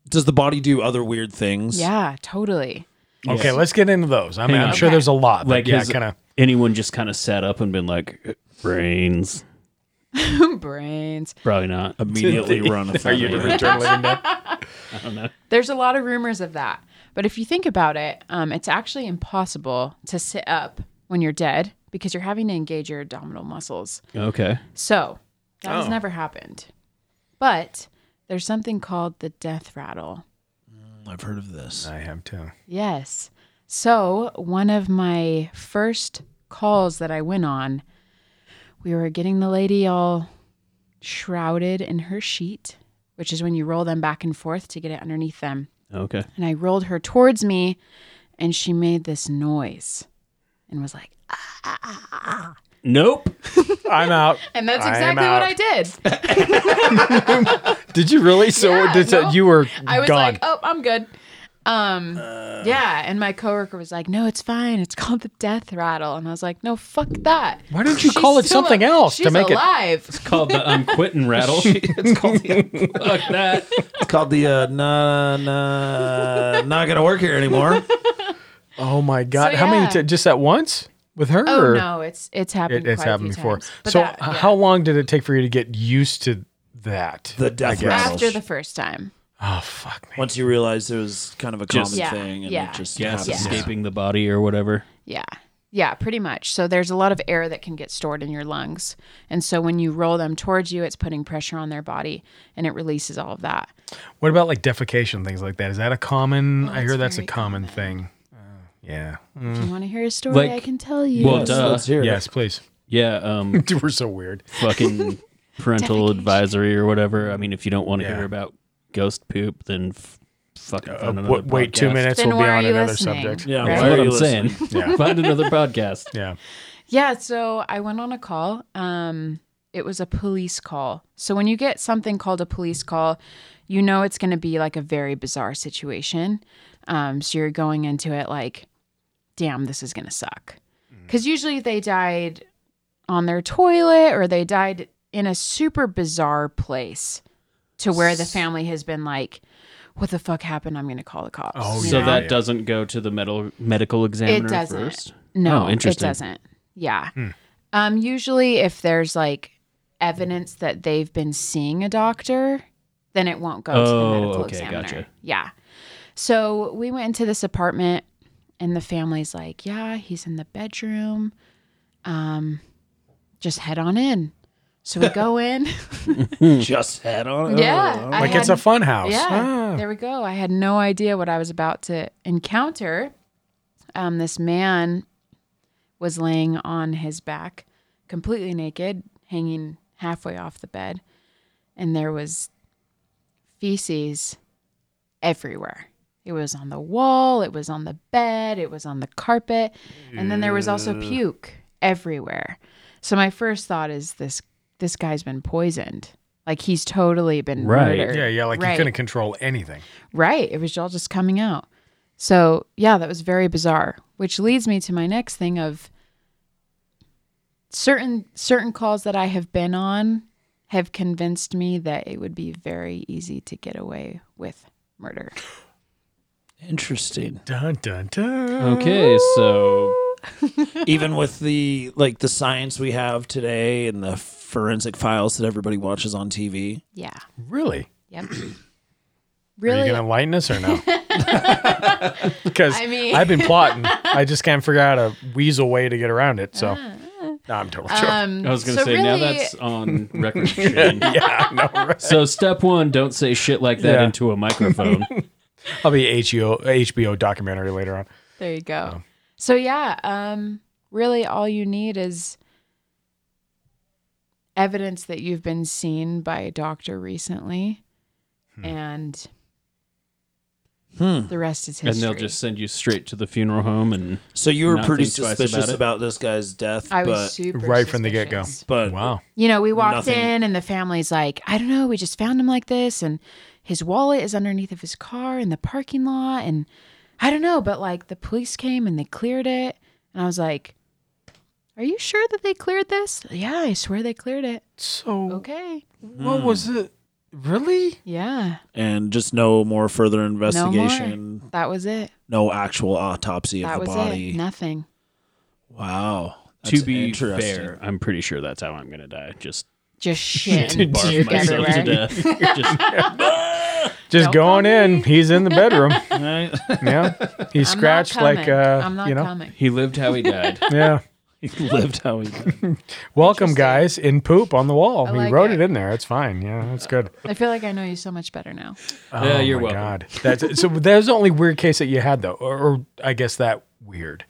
[SPEAKER 4] Does the body do other weird things?
[SPEAKER 2] Yeah, totally.
[SPEAKER 1] Okay, let's get into those. I mean,
[SPEAKER 3] Hang
[SPEAKER 1] I'm
[SPEAKER 3] on.
[SPEAKER 1] sure there's a lot. Like,
[SPEAKER 3] like
[SPEAKER 1] yeah,
[SPEAKER 3] has
[SPEAKER 1] kind of.
[SPEAKER 3] anyone just kind of sat up and been like brains?
[SPEAKER 2] Brains.
[SPEAKER 3] Probably not.
[SPEAKER 4] Immediately run. if
[SPEAKER 1] Are you
[SPEAKER 4] I'm
[SPEAKER 1] the
[SPEAKER 4] right.
[SPEAKER 1] return living dead?
[SPEAKER 2] There's a lot of rumors of that. But if you think about it, um, it's actually impossible to sit up when you're dead because you're having to engage your abdominal muscles.
[SPEAKER 3] Okay.
[SPEAKER 2] So that has never happened. But there's something called the death rattle.
[SPEAKER 4] I've heard of this.
[SPEAKER 1] I have too.
[SPEAKER 2] Yes. So, one of my first calls that I went on, we were getting the lady all shrouded in her sheet, which is when you roll them back and forth to get it underneath them.
[SPEAKER 3] Okay.
[SPEAKER 2] And I rolled her towards me, and she made this noise and was like,
[SPEAKER 3] Nope.
[SPEAKER 1] I'm out.
[SPEAKER 2] and that's
[SPEAKER 1] I'm
[SPEAKER 2] exactly
[SPEAKER 1] out.
[SPEAKER 2] what I did.
[SPEAKER 1] Did you really? So
[SPEAKER 2] Yeah,
[SPEAKER 1] did
[SPEAKER 2] no.
[SPEAKER 1] you were
[SPEAKER 2] I was
[SPEAKER 1] gone.
[SPEAKER 2] like, oh, I'm good. Um, yeah. And my coworker was like, no, it's fine. It's called the death rattle. And I was like, no, fuck that.
[SPEAKER 1] Why didn't you
[SPEAKER 2] She's
[SPEAKER 1] call it
[SPEAKER 2] still
[SPEAKER 1] something
[SPEAKER 2] a-
[SPEAKER 1] else to
[SPEAKER 2] she's
[SPEAKER 1] make it-
[SPEAKER 2] alive.
[SPEAKER 3] It's called the I'm quitting um, rattle. it's called fuck that.
[SPEAKER 4] It's called the uh, nah, nah, not gonna work here anymore.
[SPEAKER 1] oh my god!
[SPEAKER 2] So,
[SPEAKER 1] How many?
[SPEAKER 2] yeah.
[SPEAKER 1] T- just at once with her?
[SPEAKER 2] Oh
[SPEAKER 1] or-
[SPEAKER 2] no, it's it's happened.
[SPEAKER 1] It, it's
[SPEAKER 2] quite a
[SPEAKER 1] happened
[SPEAKER 2] few
[SPEAKER 1] before.
[SPEAKER 2] times. But
[SPEAKER 1] So
[SPEAKER 2] that-
[SPEAKER 1] h-
[SPEAKER 2] yeah.
[SPEAKER 1] how long did it take for you to get used to that?
[SPEAKER 4] The death
[SPEAKER 1] I guess.
[SPEAKER 4] rattle.
[SPEAKER 2] After the first time,
[SPEAKER 1] Oh fuck me!
[SPEAKER 4] Once you realize it was kind of a
[SPEAKER 3] Just-
[SPEAKER 4] common
[SPEAKER 2] Yeah,
[SPEAKER 4] thing, and
[SPEAKER 2] yeah.
[SPEAKER 4] it just
[SPEAKER 3] Gas
[SPEAKER 4] happens.
[SPEAKER 3] escaping the body or whatever.
[SPEAKER 2] yeah, yeah, pretty much. So there's a lot of air that can get stored in your lungs, and so when you roll them towards you, it's putting pressure on their body, and it releases all of that.
[SPEAKER 1] What about like defecation things like that? Is that a common? I hear
[SPEAKER 2] Oh, it's
[SPEAKER 1] that's a
[SPEAKER 2] very
[SPEAKER 1] common, thing. Uh, yeah.
[SPEAKER 2] If you want to hear a story,
[SPEAKER 3] Mm. Like-
[SPEAKER 2] I can tell you.
[SPEAKER 3] Well, duh.
[SPEAKER 4] Let's hear it.
[SPEAKER 1] Yes, please.
[SPEAKER 3] Yeah, um
[SPEAKER 1] Dude, we're so weird.
[SPEAKER 3] fucking parental advisory or whatever. I mean, if you don't want to
[SPEAKER 1] Yeah.
[SPEAKER 3] hear about ghost poop, then f- fucking find
[SPEAKER 1] Uh,
[SPEAKER 3] another
[SPEAKER 1] w- wait two
[SPEAKER 3] podcast.
[SPEAKER 1] minutes.
[SPEAKER 2] Then
[SPEAKER 1] we'll be
[SPEAKER 2] why are
[SPEAKER 1] on
[SPEAKER 2] you
[SPEAKER 1] another
[SPEAKER 2] listening?
[SPEAKER 1] subject.
[SPEAKER 4] Yeah,
[SPEAKER 2] Right?
[SPEAKER 3] That's
[SPEAKER 4] why
[SPEAKER 3] what
[SPEAKER 4] are
[SPEAKER 3] I'm
[SPEAKER 4] you
[SPEAKER 3] saying.
[SPEAKER 4] listening?
[SPEAKER 1] Yeah.
[SPEAKER 3] Find another podcast.
[SPEAKER 1] Yeah.
[SPEAKER 2] Yeah, so I went on a call. Um, it was a police call. So when you get something called a police call, you know it's going to be like a very bizarre situation. Um, so you're going into it like, damn, this is going to suck. Because usually they died on their toilet or they died in a super bizarre place to where the family has been like, what the fuck happened? I'm going to call the cops.
[SPEAKER 1] Oh,
[SPEAKER 2] you
[SPEAKER 3] so
[SPEAKER 2] know?
[SPEAKER 3] that doesn't go to the medical medical examiner
[SPEAKER 2] it doesn't.
[SPEAKER 3] first.
[SPEAKER 2] No,
[SPEAKER 3] Oh, interesting.
[SPEAKER 2] It doesn't. Yeah.
[SPEAKER 1] Hmm.
[SPEAKER 2] Um, usually, if there's like evidence that they've been seeing a doctor, then it won't go to
[SPEAKER 3] Oh,
[SPEAKER 2] the medical
[SPEAKER 3] okay,
[SPEAKER 2] examiner.
[SPEAKER 3] gotcha.
[SPEAKER 2] Yeah. So we went into this apartment, and the family's like, "Yeah, he's in the bedroom. Um, just head on in." So we go in.
[SPEAKER 4] Just head on.
[SPEAKER 2] yeah, I
[SPEAKER 1] Oh, Like it's a
[SPEAKER 2] hadn't-
[SPEAKER 1] fun house.
[SPEAKER 2] yeah,
[SPEAKER 1] Ah.
[SPEAKER 2] there we go. I had no idea what I was about to encounter. Um, this man was laying on his back, completely naked, hanging halfway off the bed, and there was feces everywhere. It was on the wall, it was on the bed, it was on the carpet, and then there was also puke everywhere. So my first thought is this this guy's been poisoned. Like he's totally been
[SPEAKER 3] Right.
[SPEAKER 2] murdered.
[SPEAKER 1] Yeah, yeah. Like you
[SPEAKER 2] Right.
[SPEAKER 1] couldn't control anything.
[SPEAKER 2] Right. It was all just coming out. So, yeah, that was very bizarre, which leads me to my next thing of certain certain calls that I have been on have convinced me that it would be very easy to get away with murder.
[SPEAKER 4] Interesting.
[SPEAKER 1] Dun dun dun.
[SPEAKER 2] Uh.
[SPEAKER 3] Okay, so
[SPEAKER 4] Even with the like the science we have today and the forensic files that everybody watches on TV.
[SPEAKER 2] Yeah.
[SPEAKER 1] Really?
[SPEAKER 2] Yep.
[SPEAKER 1] Are
[SPEAKER 2] really
[SPEAKER 1] you gonna enlighten us or no? Because I
[SPEAKER 2] I mean-
[SPEAKER 1] have been plotting. I just can't figure out a weasel way to get around it. So no, I'm totally joking.
[SPEAKER 2] Ah, um
[SPEAKER 3] I was going to
[SPEAKER 2] so
[SPEAKER 3] say now
[SPEAKER 2] really-
[SPEAKER 3] that's on record. Shane.
[SPEAKER 1] yeah, I know, right?
[SPEAKER 3] So step one, don't say shit like that
[SPEAKER 1] Yeah.
[SPEAKER 3] into a microphone.
[SPEAKER 1] I'll be a HBO, HBO documentary later on.
[SPEAKER 2] There you go. So yeah, um really all you need is evidence that you've been seen by a doctor recently and
[SPEAKER 4] Hmm.
[SPEAKER 2] the rest is
[SPEAKER 3] and
[SPEAKER 2] history.
[SPEAKER 3] they'll just send you straight to the funeral home and
[SPEAKER 4] So you were
[SPEAKER 3] Not
[SPEAKER 4] pretty
[SPEAKER 3] think twice about
[SPEAKER 4] suspicious
[SPEAKER 3] it.
[SPEAKER 4] about, this guy's death,
[SPEAKER 2] I was
[SPEAKER 4] but
[SPEAKER 2] super
[SPEAKER 1] Right from the get-go.
[SPEAKER 2] suspicious.
[SPEAKER 4] but
[SPEAKER 1] Wow.
[SPEAKER 2] You know, we walked
[SPEAKER 4] Nothing.
[SPEAKER 2] in and the family's like, I don't know, we just found him like this and his wallet is underneath of his car in the parking lot and I don't know, but like the police came and they cleared it and I was like, Are you sure that they cleared this? Yeah, I swear they cleared it.
[SPEAKER 1] So
[SPEAKER 2] Okay.
[SPEAKER 1] what was it? Really?
[SPEAKER 2] Yeah.
[SPEAKER 4] and just no more further investigation,
[SPEAKER 2] No more. That was it.
[SPEAKER 4] no, actual autopsy
[SPEAKER 2] That
[SPEAKER 4] of the
[SPEAKER 2] was
[SPEAKER 4] body.
[SPEAKER 2] it. Nothing.
[SPEAKER 4] Wow.
[SPEAKER 3] to be fair, I'm pretty sure that's how I'm going to die. Just
[SPEAKER 2] Just shit
[SPEAKER 3] barf
[SPEAKER 2] and puke
[SPEAKER 3] myself to
[SPEAKER 2] everywhere.
[SPEAKER 3] death. Just
[SPEAKER 1] Just
[SPEAKER 2] Don't
[SPEAKER 1] go
[SPEAKER 2] call
[SPEAKER 1] on in.
[SPEAKER 2] me.
[SPEAKER 1] He's in the bedroom. yeah. He
[SPEAKER 2] I'm not
[SPEAKER 1] scratched like
[SPEAKER 2] coming.
[SPEAKER 1] uh,
[SPEAKER 2] I'm not
[SPEAKER 1] you know.
[SPEAKER 2] coming.
[SPEAKER 3] he lived how he died.
[SPEAKER 1] Yeah.
[SPEAKER 4] he lived how he died.
[SPEAKER 1] Welcome guys in poop on the wall.
[SPEAKER 2] I
[SPEAKER 1] he
[SPEAKER 2] like
[SPEAKER 1] wrote it.
[SPEAKER 2] it.
[SPEAKER 1] in there. It's fine. Yeah, that's good.
[SPEAKER 2] I feel like I know you so much better now.
[SPEAKER 3] Yeah, you're
[SPEAKER 1] Oh my
[SPEAKER 3] welcome.
[SPEAKER 1] God. That's so there's the only weird case that you had though, or, or I guess that weird.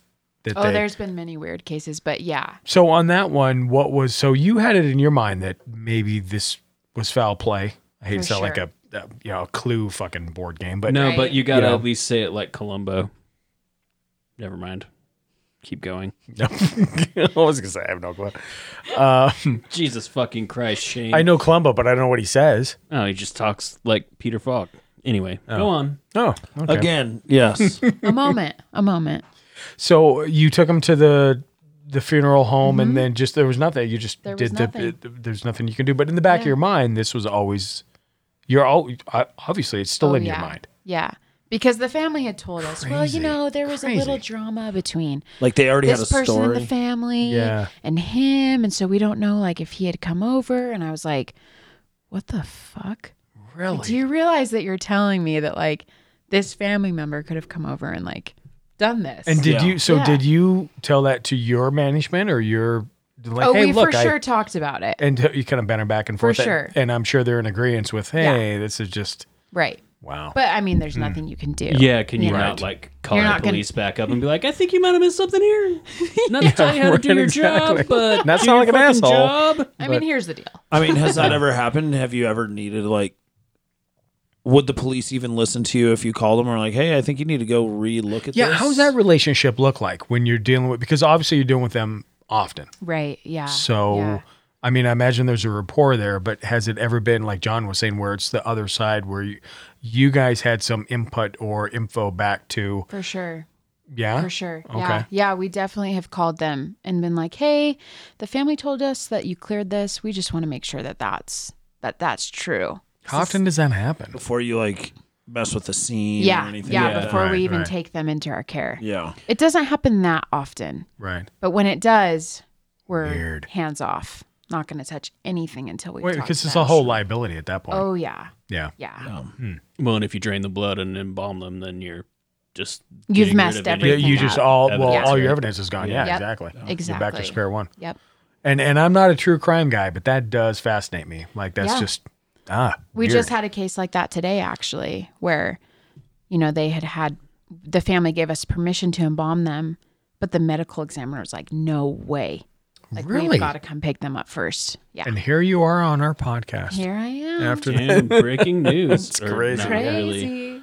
[SPEAKER 1] That
[SPEAKER 2] Oh,
[SPEAKER 1] they,
[SPEAKER 2] there's been many weird cases, but yeah.
[SPEAKER 1] So on that one, what was so you had it in your mind that maybe this was foul play? I hate
[SPEAKER 2] For
[SPEAKER 1] to sound like
[SPEAKER 2] sure.
[SPEAKER 1] a, a you know a clue fucking board game, but
[SPEAKER 3] No, but
[SPEAKER 2] Right.
[SPEAKER 3] you got to
[SPEAKER 1] Yeah.
[SPEAKER 3] at least say it like Columbo. Never mind. Keep going.
[SPEAKER 1] no. I was gonna say I have no clue. Um,
[SPEAKER 3] Jesus fucking Christ, Shane.
[SPEAKER 1] I know Columbo, but I don't know what he says.
[SPEAKER 3] Oh, he just talks like Peter Falk. Anyway, go on.
[SPEAKER 1] Oh, okay.
[SPEAKER 4] Again, yes.
[SPEAKER 2] A moment. A moment.
[SPEAKER 1] So uh, you took him to the the funeral home, and then just there was nothing. You just
[SPEAKER 2] Mm-hmm. There was
[SPEAKER 1] did the,
[SPEAKER 2] nothing.
[SPEAKER 1] it- There's nothing you can do. But in the back of
[SPEAKER 2] Yeah.
[SPEAKER 1] your mind, this was always you're all uh, obviously it's still
[SPEAKER 2] Oh,
[SPEAKER 1] in
[SPEAKER 2] yeah.
[SPEAKER 1] your mind.
[SPEAKER 2] Yeah. Because the family had told us, well, you know, there was a little drama between
[SPEAKER 4] like they already had a
[SPEAKER 2] this person
[SPEAKER 4] story.
[SPEAKER 2] in the family
[SPEAKER 1] Yeah.
[SPEAKER 2] and him. And so we don't know, like, if he had come over. And I was like, what the fuck?
[SPEAKER 1] Really?
[SPEAKER 2] Do you realize that you're telling me that like this family member could have come over and like done this?
[SPEAKER 1] and did
[SPEAKER 4] Yeah.
[SPEAKER 1] you? So
[SPEAKER 2] Yeah.
[SPEAKER 1] did you tell that to your management or your? Like,
[SPEAKER 2] oh,
[SPEAKER 1] hey,
[SPEAKER 2] we
[SPEAKER 1] look,
[SPEAKER 2] for
[SPEAKER 1] I,
[SPEAKER 2] sure talked about it.
[SPEAKER 1] And you kind of banter back and forth. and-
[SPEAKER 2] sure.
[SPEAKER 1] And, I'm sure they're in agreement with, hey, this is just
[SPEAKER 2] right.
[SPEAKER 1] wow.
[SPEAKER 2] But I mean, there's
[SPEAKER 1] Hmm.
[SPEAKER 2] nothing you can do.
[SPEAKER 3] Yeah, can you
[SPEAKER 2] Yeah.
[SPEAKER 3] not like call
[SPEAKER 2] You're
[SPEAKER 3] the
[SPEAKER 2] not gonna-
[SPEAKER 3] police back up and be like, I think you might have missed something here. Not to tell you how to
[SPEAKER 1] right,
[SPEAKER 3] do your
[SPEAKER 1] exactly.
[SPEAKER 3] job, but
[SPEAKER 1] Not
[SPEAKER 3] do
[SPEAKER 1] sound
[SPEAKER 3] your
[SPEAKER 1] like an
[SPEAKER 3] fucking
[SPEAKER 1] asshole.
[SPEAKER 3] Job.
[SPEAKER 2] I
[SPEAKER 1] but-
[SPEAKER 2] mean, here's the deal.
[SPEAKER 4] I mean, has that ever happened? Have you ever needed like would the police even listen to you if you called them or like, hey, I think you need to go re-look at
[SPEAKER 1] yeah,
[SPEAKER 4] this?
[SPEAKER 1] how's that relationship look like when you're dealing with? Because obviously you're dealing with them often.
[SPEAKER 2] Right. Yeah.
[SPEAKER 1] So,
[SPEAKER 2] yeah.
[SPEAKER 1] I mean, I imagine there's a rapport there, but has it ever been like John was saying, where it's the other side, where you, you guys had some input or info back to,
[SPEAKER 2] for sure.
[SPEAKER 1] yeah,
[SPEAKER 2] For sure.
[SPEAKER 1] Okay.
[SPEAKER 2] Yeah. Yeah. We definitely have called them and been like, hey, the family told us that you cleared this. We just want to make sure that that's, that that's true.
[SPEAKER 1] How often does that happen?
[SPEAKER 4] Before you like mess with the scene or
[SPEAKER 2] Yeah,
[SPEAKER 4] anything.
[SPEAKER 2] yeah,
[SPEAKER 4] like that.
[SPEAKER 2] before
[SPEAKER 1] Right,
[SPEAKER 2] we even
[SPEAKER 1] right.
[SPEAKER 2] take them into our care.
[SPEAKER 4] Yeah.
[SPEAKER 2] It doesn't happen that often,
[SPEAKER 1] Right.
[SPEAKER 2] but when it does, we're
[SPEAKER 1] Weird.
[SPEAKER 2] hands off. Not going to touch anything until we.
[SPEAKER 1] Wait, because it's a whole liability at that point.
[SPEAKER 2] Oh yeah,
[SPEAKER 1] Yeah.
[SPEAKER 2] yeah.
[SPEAKER 3] Well, and if you drain the blood and embalm them, then you're just
[SPEAKER 2] You've
[SPEAKER 3] getting rid
[SPEAKER 2] messed
[SPEAKER 3] of
[SPEAKER 2] everything.
[SPEAKER 1] Yeah, you
[SPEAKER 2] up.
[SPEAKER 1] just all well,
[SPEAKER 2] Evidence.
[SPEAKER 1] all your evidence is gone. Yeah,
[SPEAKER 2] Yep,
[SPEAKER 1] exactly. You're back to
[SPEAKER 2] exactly.
[SPEAKER 1] square one.
[SPEAKER 2] Yep.
[SPEAKER 1] And and I'm not a true crime guy, but that does fascinate me. Like that's
[SPEAKER 2] Yeah.
[SPEAKER 1] just ah.
[SPEAKER 2] We
[SPEAKER 1] weird.
[SPEAKER 2] just had a case like that today, actually, where, you know, they had had the family gave us permission to embalm them, but the medical examiner was like, "No way! Like
[SPEAKER 1] Really?
[SPEAKER 2] we've got to come pick them up first. Yeah,
[SPEAKER 1] And here you are on our podcast.
[SPEAKER 2] here I am.
[SPEAKER 1] After that,
[SPEAKER 3] Damn, breaking news. It's
[SPEAKER 1] crazy.
[SPEAKER 2] Crazy.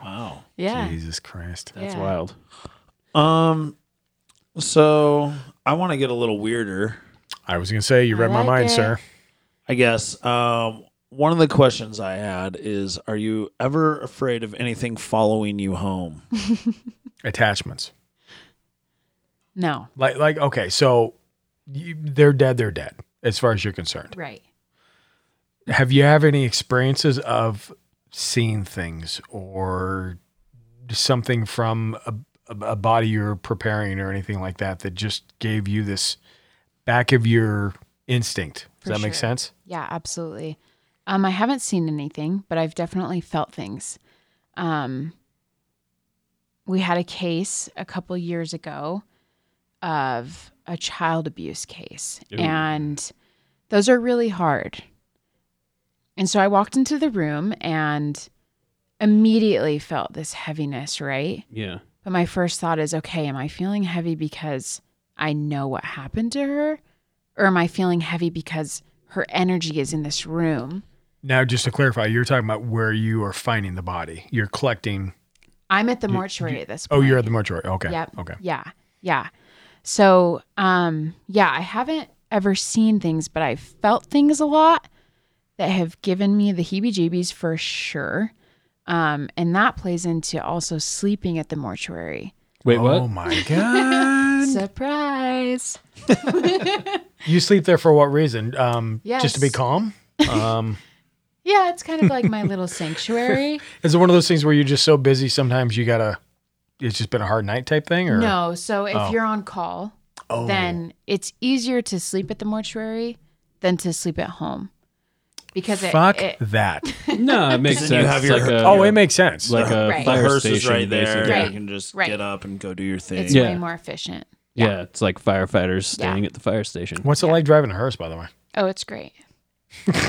[SPEAKER 4] Wow.
[SPEAKER 2] Yeah.
[SPEAKER 1] Jesus Christ.
[SPEAKER 3] That's
[SPEAKER 2] Yeah.
[SPEAKER 3] wild.
[SPEAKER 4] Um. So I want to get a little weirder,
[SPEAKER 1] I was gonna say you
[SPEAKER 2] I
[SPEAKER 1] read my
[SPEAKER 2] like
[SPEAKER 1] mind,
[SPEAKER 2] it.
[SPEAKER 1] sir.
[SPEAKER 4] I guess. Um. One of the questions I had is, are you ever afraid of anything following you home?
[SPEAKER 1] Attachments.
[SPEAKER 2] No.
[SPEAKER 1] Like like okay, so you, they're dead. They're dead. As far as you're concerned,
[SPEAKER 2] Right.
[SPEAKER 1] have you have any experiences of seeing things or something from a, a, a body you're preparing or anything like that that just gave you this back of your instinct does
[SPEAKER 2] For
[SPEAKER 1] that make
[SPEAKER 2] sure.
[SPEAKER 1] sense
[SPEAKER 2] Yeah, absolutely. Um, I haven't seen anything, but I've definitely felt things. Um, we had a case a couple years ago of a child abuse case, and those are really hard. And so I walked into the room and immediately felt this heaviness, right?
[SPEAKER 3] Yeah.
[SPEAKER 2] But my first thought is, okay, am I feeling heavy because I know what happened to her? Or am I feeling heavy because her energy is in this room?
[SPEAKER 1] now just to clarify you're talking about where you are finding the body you're collecting
[SPEAKER 2] I'm at the mortuary at this
[SPEAKER 1] oh
[SPEAKER 2] point.
[SPEAKER 1] you're at the mortuary okay
[SPEAKER 2] Yep.
[SPEAKER 1] okay
[SPEAKER 2] Yeah. Yeah. So, um, yeah, I haven't ever seen things, but I've felt things a lot that have given me the heebie jeebies for sure. Um, and that plays into also sleeping at the mortuary.
[SPEAKER 3] Wait,
[SPEAKER 1] oh my god
[SPEAKER 2] Surprise.
[SPEAKER 1] you sleep there for what reason um just to be
[SPEAKER 2] Yes.
[SPEAKER 1] calm um
[SPEAKER 2] Yeah, it's kind of like my little sanctuary.
[SPEAKER 1] is it one of those things where you're just so busy sometimes you gotta it's just been a hard night type thing or
[SPEAKER 2] No, so if
[SPEAKER 1] Oh.
[SPEAKER 2] you're on call,
[SPEAKER 1] Oh.
[SPEAKER 2] then it's easier to sleep at the mortuary than to sleep at home because it,
[SPEAKER 1] fuck
[SPEAKER 2] it-
[SPEAKER 1] that
[SPEAKER 3] No, it makes sense.
[SPEAKER 4] Then you have
[SPEAKER 3] It's
[SPEAKER 4] your-
[SPEAKER 3] like a,
[SPEAKER 1] oh it makes sense
[SPEAKER 3] like a
[SPEAKER 2] Right. The
[SPEAKER 3] fire
[SPEAKER 4] the hearse
[SPEAKER 3] station
[SPEAKER 4] is right there.
[SPEAKER 3] basically.
[SPEAKER 2] Right.
[SPEAKER 4] You can just
[SPEAKER 2] Right.
[SPEAKER 4] get up and go do your thing.
[SPEAKER 2] it's
[SPEAKER 3] Yeah.
[SPEAKER 2] way more efficient.
[SPEAKER 3] Yeah. it's like firefighters staying at the fire station.
[SPEAKER 1] What's it like driving a hearse, by the way?
[SPEAKER 2] Oh, it's great.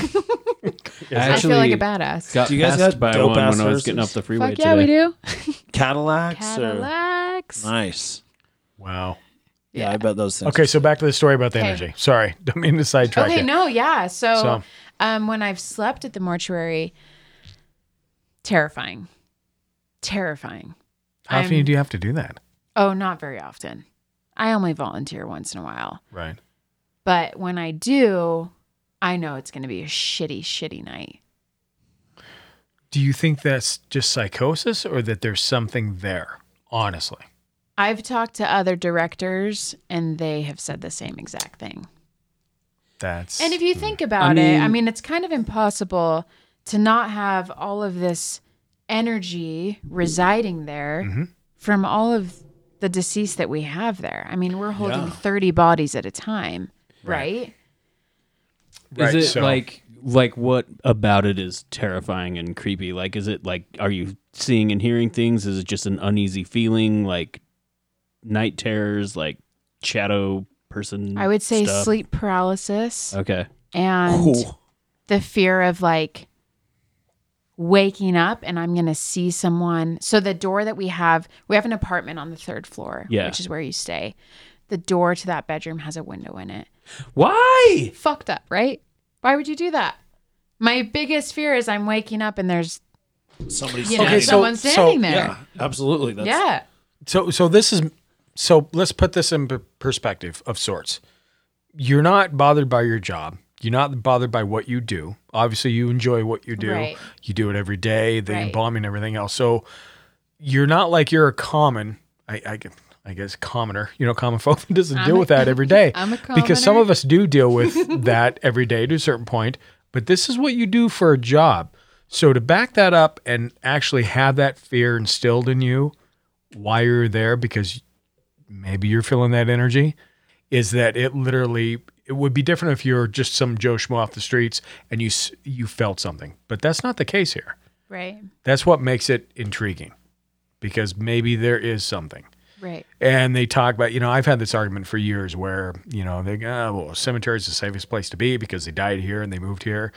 [SPEAKER 3] I
[SPEAKER 2] I feel like a
[SPEAKER 3] actually
[SPEAKER 2] badass.
[SPEAKER 3] Got
[SPEAKER 4] Do you guys
[SPEAKER 3] passed
[SPEAKER 4] got
[SPEAKER 3] by
[SPEAKER 4] dope
[SPEAKER 3] one when
[SPEAKER 4] ass
[SPEAKER 3] I was getting off
[SPEAKER 4] hearses?
[SPEAKER 3] the freeway
[SPEAKER 2] Fuck yeah, we
[SPEAKER 3] today.
[SPEAKER 2] do.
[SPEAKER 4] Cadillacs. or-
[SPEAKER 2] Cadillacs.
[SPEAKER 4] Nice.
[SPEAKER 1] Wow.
[SPEAKER 4] Yeah, I bet those things.
[SPEAKER 1] Okay, so back to the story about the
[SPEAKER 2] Okay.
[SPEAKER 1] energy. Sorry, don't mean to sidetrack
[SPEAKER 2] okay,
[SPEAKER 1] you.
[SPEAKER 2] no, yeah. So,
[SPEAKER 1] So-
[SPEAKER 2] um, when I've slept at the mortuary, terrifying, terrifying.
[SPEAKER 1] How often
[SPEAKER 2] I'm-
[SPEAKER 1] do you have to do that?
[SPEAKER 2] Oh, not very often. I only volunteer once in a while.
[SPEAKER 1] Right.
[SPEAKER 2] But when I do, I know it's going to be a shitty, shitty night.
[SPEAKER 1] Do you think that's just psychosis or that there's something there? Honestly.
[SPEAKER 2] I've talked to other directors and they have said the same exact thing.
[SPEAKER 1] That's
[SPEAKER 2] And if you think about it, Mm. I mean, it's kind of impossible to not have all of this energy residing there from all of the deceased that we have there. I mean, we're holding 30 bodies at a time, right?
[SPEAKER 1] Right,
[SPEAKER 3] is it
[SPEAKER 1] so-
[SPEAKER 3] like like what about it is terrifying and creepy? Like is it like are you seeing and hearing things? Is it just an uneasy feeling like night terrors, like shadow person?
[SPEAKER 2] I would say
[SPEAKER 3] stuff?
[SPEAKER 2] sleep paralysis.
[SPEAKER 3] Okay.
[SPEAKER 2] and the fear of like waking up and I'm going to see someone. So the door that we have, we have an apartment on the third floor,
[SPEAKER 3] Yeah.
[SPEAKER 2] which is where you stay. The door to that bedroom has a window in it.
[SPEAKER 3] Why?
[SPEAKER 2] Fucked up, right? Why would you do that? My biggest fear is I'm waking up and there's
[SPEAKER 4] Somebody's
[SPEAKER 2] you know
[SPEAKER 1] Okay, so-
[SPEAKER 2] someone
[SPEAKER 1] so-
[SPEAKER 2] standing there.
[SPEAKER 4] Yeah, absolutely. That's,
[SPEAKER 2] Yeah.
[SPEAKER 1] so so this is so let's put this in p- perspective of sorts. You're not bothered by your job. You're not bothered by what you do. Obviously, you enjoy what you do.
[SPEAKER 2] Right.
[SPEAKER 1] You do it every day, the
[SPEAKER 2] Right.
[SPEAKER 1] embalming, everything else. So you're not like you're a common, I, I, gu- I guess, commoner, you know, common folk that doesn't
[SPEAKER 2] I'm
[SPEAKER 1] deal
[SPEAKER 2] a-
[SPEAKER 1] with that every day.
[SPEAKER 2] I'm a
[SPEAKER 1] Because some
[SPEAKER 2] commoner.
[SPEAKER 1] of us do deal with that every day to a certain point, but this is what you do for a job. So to back that up and actually have that fear instilled in you while you're there, because maybe you're feeling that energy, is that it literally it would be different if you're just some Joe Schmo off the streets and you s- you felt something, but that's not the case here.
[SPEAKER 2] Right.
[SPEAKER 1] That's what makes it intriguing, because maybe there is something.
[SPEAKER 2] Right.
[SPEAKER 1] And they talk about, you know, I've had this argument for years where, you know, they go, oh, well, cemetery is the safest place to be because they died here and they moved here.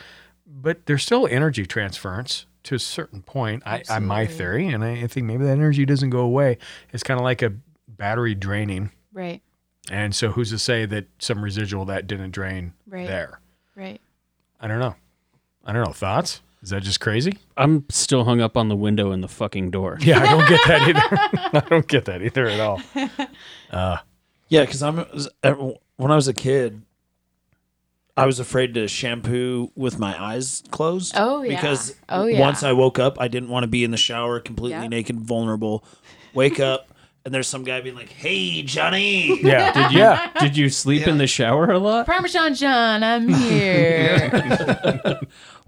[SPEAKER 1] But there's still energy transference to a certain point, I, I, my theory. And I, I think maybe that energy doesn't go away. It's kind of like a battery draining.
[SPEAKER 2] Right.
[SPEAKER 1] And so who's to say that some residual that didn't drain
[SPEAKER 2] Right.
[SPEAKER 1] there?
[SPEAKER 2] Right.
[SPEAKER 1] I don't know. I don't know. Thoughts? Is that just crazy?
[SPEAKER 3] I'm still hung up on the window and the fucking door.
[SPEAKER 1] Yeah, I don't get that either. I don't get that either at all.
[SPEAKER 4] Yeah, because I'm uh, when I was a kid, I was afraid to shampoo with my eyes closed.
[SPEAKER 2] Oh, yeah.
[SPEAKER 4] Because
[SPEAKER 2] Oh, yeah.
[SPEAKER 4] once I woke up, I didn't want to be in the shower completely
[SPEAKER 2] Yep.
[SPEAKER 4] naked, vulnerable. Wake up, and there's some guy being like, "Hey, Johnny."
[SPEAKER 1] Yeah. Did you? Yeah.
[SPEAKER 3] Did you sleep in the shower a lot?
[SPEAKER 2] Parmesan John, I'm here.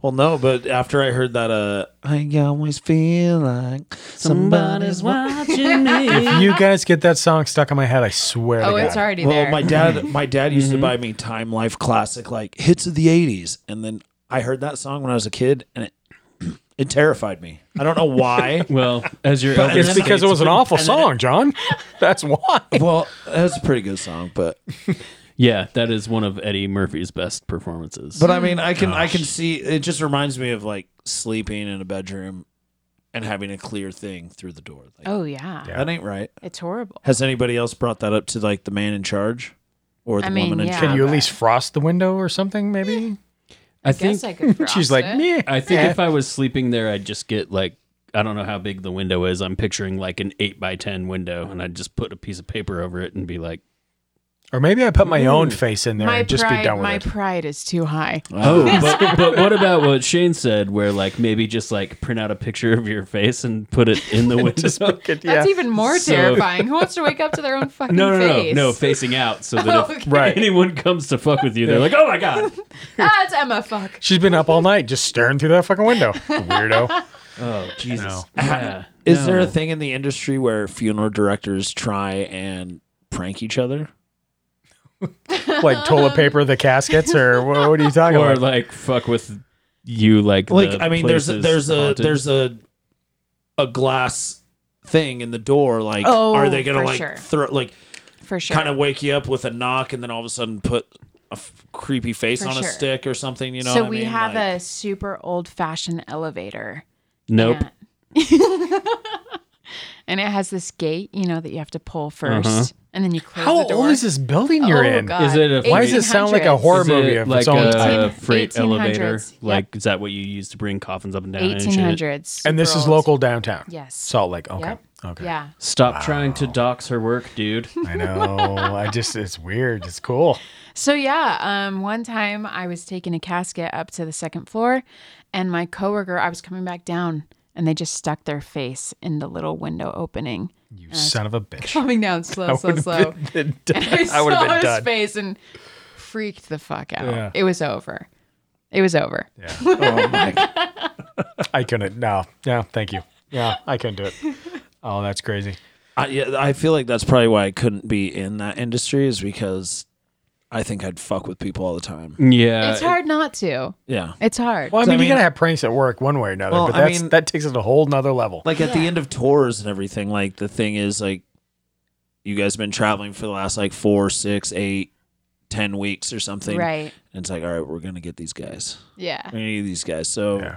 [SPEAKER 4] Well, no, but after I heard that, uh, I always feel like somebody's watching me.
[SPEAKER 1] If you guys get that song stuck in my head, I swear.
[SPEAKER 2] oh,
[SPEAKER 1] to God.
[SPEAKER 2] it's already
[SPEAKER 4] well,
[SPEAKER 2] there.
[SPEAKER 4] my dad, my dad used to buy me Time Life Classic, like hits of the '80s, and then I heard that song when I was a kid, and it it terrified me. I don't know why.
[SPEAKER 3] Well, as your
[SPEAKER 4] But-
[SPEAKER 3] elder
[SPEAKER 1] It's because it was an awful song, John. That's why.
[SPEAKER 4] well, that's a pretty good song, but
[SPEAKER 3] Yeah, that is one of Eddie Murphy's best performances.
[SPEAKER 4] but I mean, I can I can see it. Just reminds me of like sleeping in a bedroom and having a clear thing through the door. Like,
[SPEAKER 2] oh yeah.
[SPEAKER 4] that ain't right.
[SPEAKER 2] It's horrible.
[SPEAKER 4] Has anybody else brought that up to like the man in charge or the
[SPEAKER 2] I mean,
[SPEAKER 4] woman in
[SPEAKER 2] yeah.
[SPEAKER 4] charge?
[SPEAKER 1] Can you at least frost the window or something, maybe?
[SPEAKER 3] I
[SPEAKER 2] I guess
[SPEAKER 3] think
[SPEAKER 2] I could.
[SPEAKER 1] She's
[SPEAKER 2] frost
[SPEAKER 1] like,
[SPEAKER 2] it.
[SPEAKER 1] meh.
[SPEAKER 3] I think if I was sleeping there, I'd just get like I don't know how big the window is. I'm picturing like an eight by ten window, and I'd just put a piece of paper over it and be like,
[SPEAKER 1] Or maybe I put my own face in there
[SPEAKER 2] My
[SPEAKER 1] and just
[SPEAKER 2] pride,
[SPEAKER 1] be done with
[SPEAKER 2] my
[SPEAKER 1] it.
[SPEAKER 2] pride is too high.
[SPEAKER 3] "Oh, but, but what about what Shane said? Where like maybe just like print out a picture of your face and put it in the window."
[SPEAKER 1] e
[SPEAKER 2] That's even more
[SPEAKER 3] So-
[SPEAKER 2] terrifying. Who wants to wake up to their own fucking
[SPEAKER 3] no, no, no,
[SPEAKER 2] face?
[SPEAKER 3] no, facing out, so that if
[SPEAKER 2] Okay.
[SPEAKER 1] Right.
[SPEAKER 3] anyone comes to fuck with you, they're like, "Oh my god!"
[SPEAKER 2] Ah, it's Emma. Fuck.
[SPEAKER 1] She's been up all night just staring through that fucking window. Weirdo.
[SPEAKER 3] Oh Jesus!
[SPEAKER 1] No.
[SPEAKER 3] Yeah.
[SPEAKER 4] Is there a
[SPEAKER 3] No.
[SPEAKER 4] thing in the industry where funeral directors try and prank each other?
[SPEAKER 1] Like toilet paper the caskets, or what, what are you talking
[SPEAKER 3] or
[SPEAKER 1] about?
[SPEAKER 3] like fuck with you like
[SPEAKER 4] Like
[SPEAKER 3] the
[SPEAKER 4] I mean, there's a,
[SPEAKER 3] places
[SPEAKER 4] there's a
[SPEAKER 3] haunted?
[SPEAKER 4] there's a a glass thing in the door. Like,
[SPEAKER 2] Oh,
[SPEAKER 4] are they gonna
[SPEAKER 2] for
[SPEAKER 4] like
[SPEAKER 2] sure.
[SPEAKER 4] throw like
[SPEAKER 2] For sure.
[SPEAKER 4] kind of wake you up with a knock and then all of a sudden put a f- creepy face
[SPEAKER 2] For
[SPEAKER 4] on a
[SPEAKER 2] sure.
[SPEAKER 4] stick or something? You know.
[SPEAKER 2] so
[SPEAKER 4] what I
[SPEAKER 2] we
[SPEAKER 4] mean?
[SPEAKER 2] have
[SPEAKER 4] Like-
[SPEAKER 2] a super old fashioned elevator.
[SPEAKER 3] nope.
[SPEAKER 2] Yeah. and it has this gate, you know, that you have to pull 1st and then you close
[SPEAKER 1] How
[SPEAKER 2] the door.
[SPEAKER 1] old is this building you're
[SPEAKER 2] Oh,
[SPEAKER 1] in?
[SPEAKER 2] God.
[SPEAKER 3] Is it a-
[SPEAKER 1] Why does it sound like a
[SPEAKER 2] 1800s.
[SPEAKER 1] horror
[SPEAKER 3] Is
[SPEAKER 1] movie
[SPEAKER 3] it
[SPEAKER 1] of
[SPEAKER 3] like
[SPEAKER 1] its own
[SPEAKER 3] a
[SPEAKER 1] time?
[SPEAKER 3] freight elevator?
[SPEAKER 2] 1800s,
[SPEAKER 3] Like, is that what you use to bring coffins up and down? and shit?
[SPEAKER 2] 1800s.
[SPEAKER 1] And this
[SPEAKER 2] super
[SPEAKER 1] is
[SPEAKER 2] old.
[SPEAKER 1] local downtown.
[SPEAKER 2] Yes.
[SPEAKER 1] Salt Lake. Okay.
[SPEAKER 2] Yep.
[SPEAKER 1] Okay.
[SPEAKER 2] Yeah.
[SPEAKER 3] Stop trying to dox her work, dude.
[SPEAKER 1] I know. I just, it's weird. It's cool.
[SPEAKER 2] So yeah, um, one time I was taking a casket up to the second floor, and my coworker, I was coming back down, and they just stuck their face in the little window opening,
[SPEAKER 1] You son of a bitch.
[SPEAKER 2] coming down slow, slow,
[SPEAKER 1] would've
[SPEAKER 2] slow.
[SPEAKER 1] been done.
[SPEAKER 2] And I,
[SPEAKER 1] I would've
[SPEAKER 2] saw
[SPEAKER 1] been
[SPEAKER 2] his
[SPEAKER 1] done.
[SPEAKER 2] face and freaked the fuck out.
[SPEAKER 1] Yeah.
[SPEAKER 2] It was over. It was over.
[SPEAKER 1] I couldn't. No. Yeah. Thank you. Yeah. I couldn't do it. Oh, that's crazy.
[SPEAKER 4] I, yeah, I feel like that's probably why I couldn't be in that industry is because I think I'd fuck with people all the time.
[SPEAKER 3] Yeah,
[SPEAKER 2] it's hard not to.
[SPEAKER 4] Yeah.
[SPEAKER 2] It's hard.
[SPEAKER 1] Well, I
[SPEAKER 4] So, I
[SPEAKER 1] mean,
[SPEAKER 4] mean-
[SPEAKER 1] you gotta have pranks at work one way or another,
[SPEAKER 4] Well,
[SPEAKER 1] but
[SPEAKER 4] I
[SPEAKER 1] that's
[SPEAKER 4] mean-
[SPEAKER 1] that takes it to a whole nother level.
[SPEAKER 4] Like at the
[SPEAKER 2] Yeah.
[SPEAKER 4] end of tours and everything, like the thing is like you guys been traveling for the last like four, six, eight, ten weeks or something.
[SPEAKER 2] Right.
[SPEAKER 4] And it's like, all right, we're gonna get these guys.
[SPEAKER 2] Yeah.
[SPEAKER 4] We need these guys. So
[SPEAKER 1] Yeah.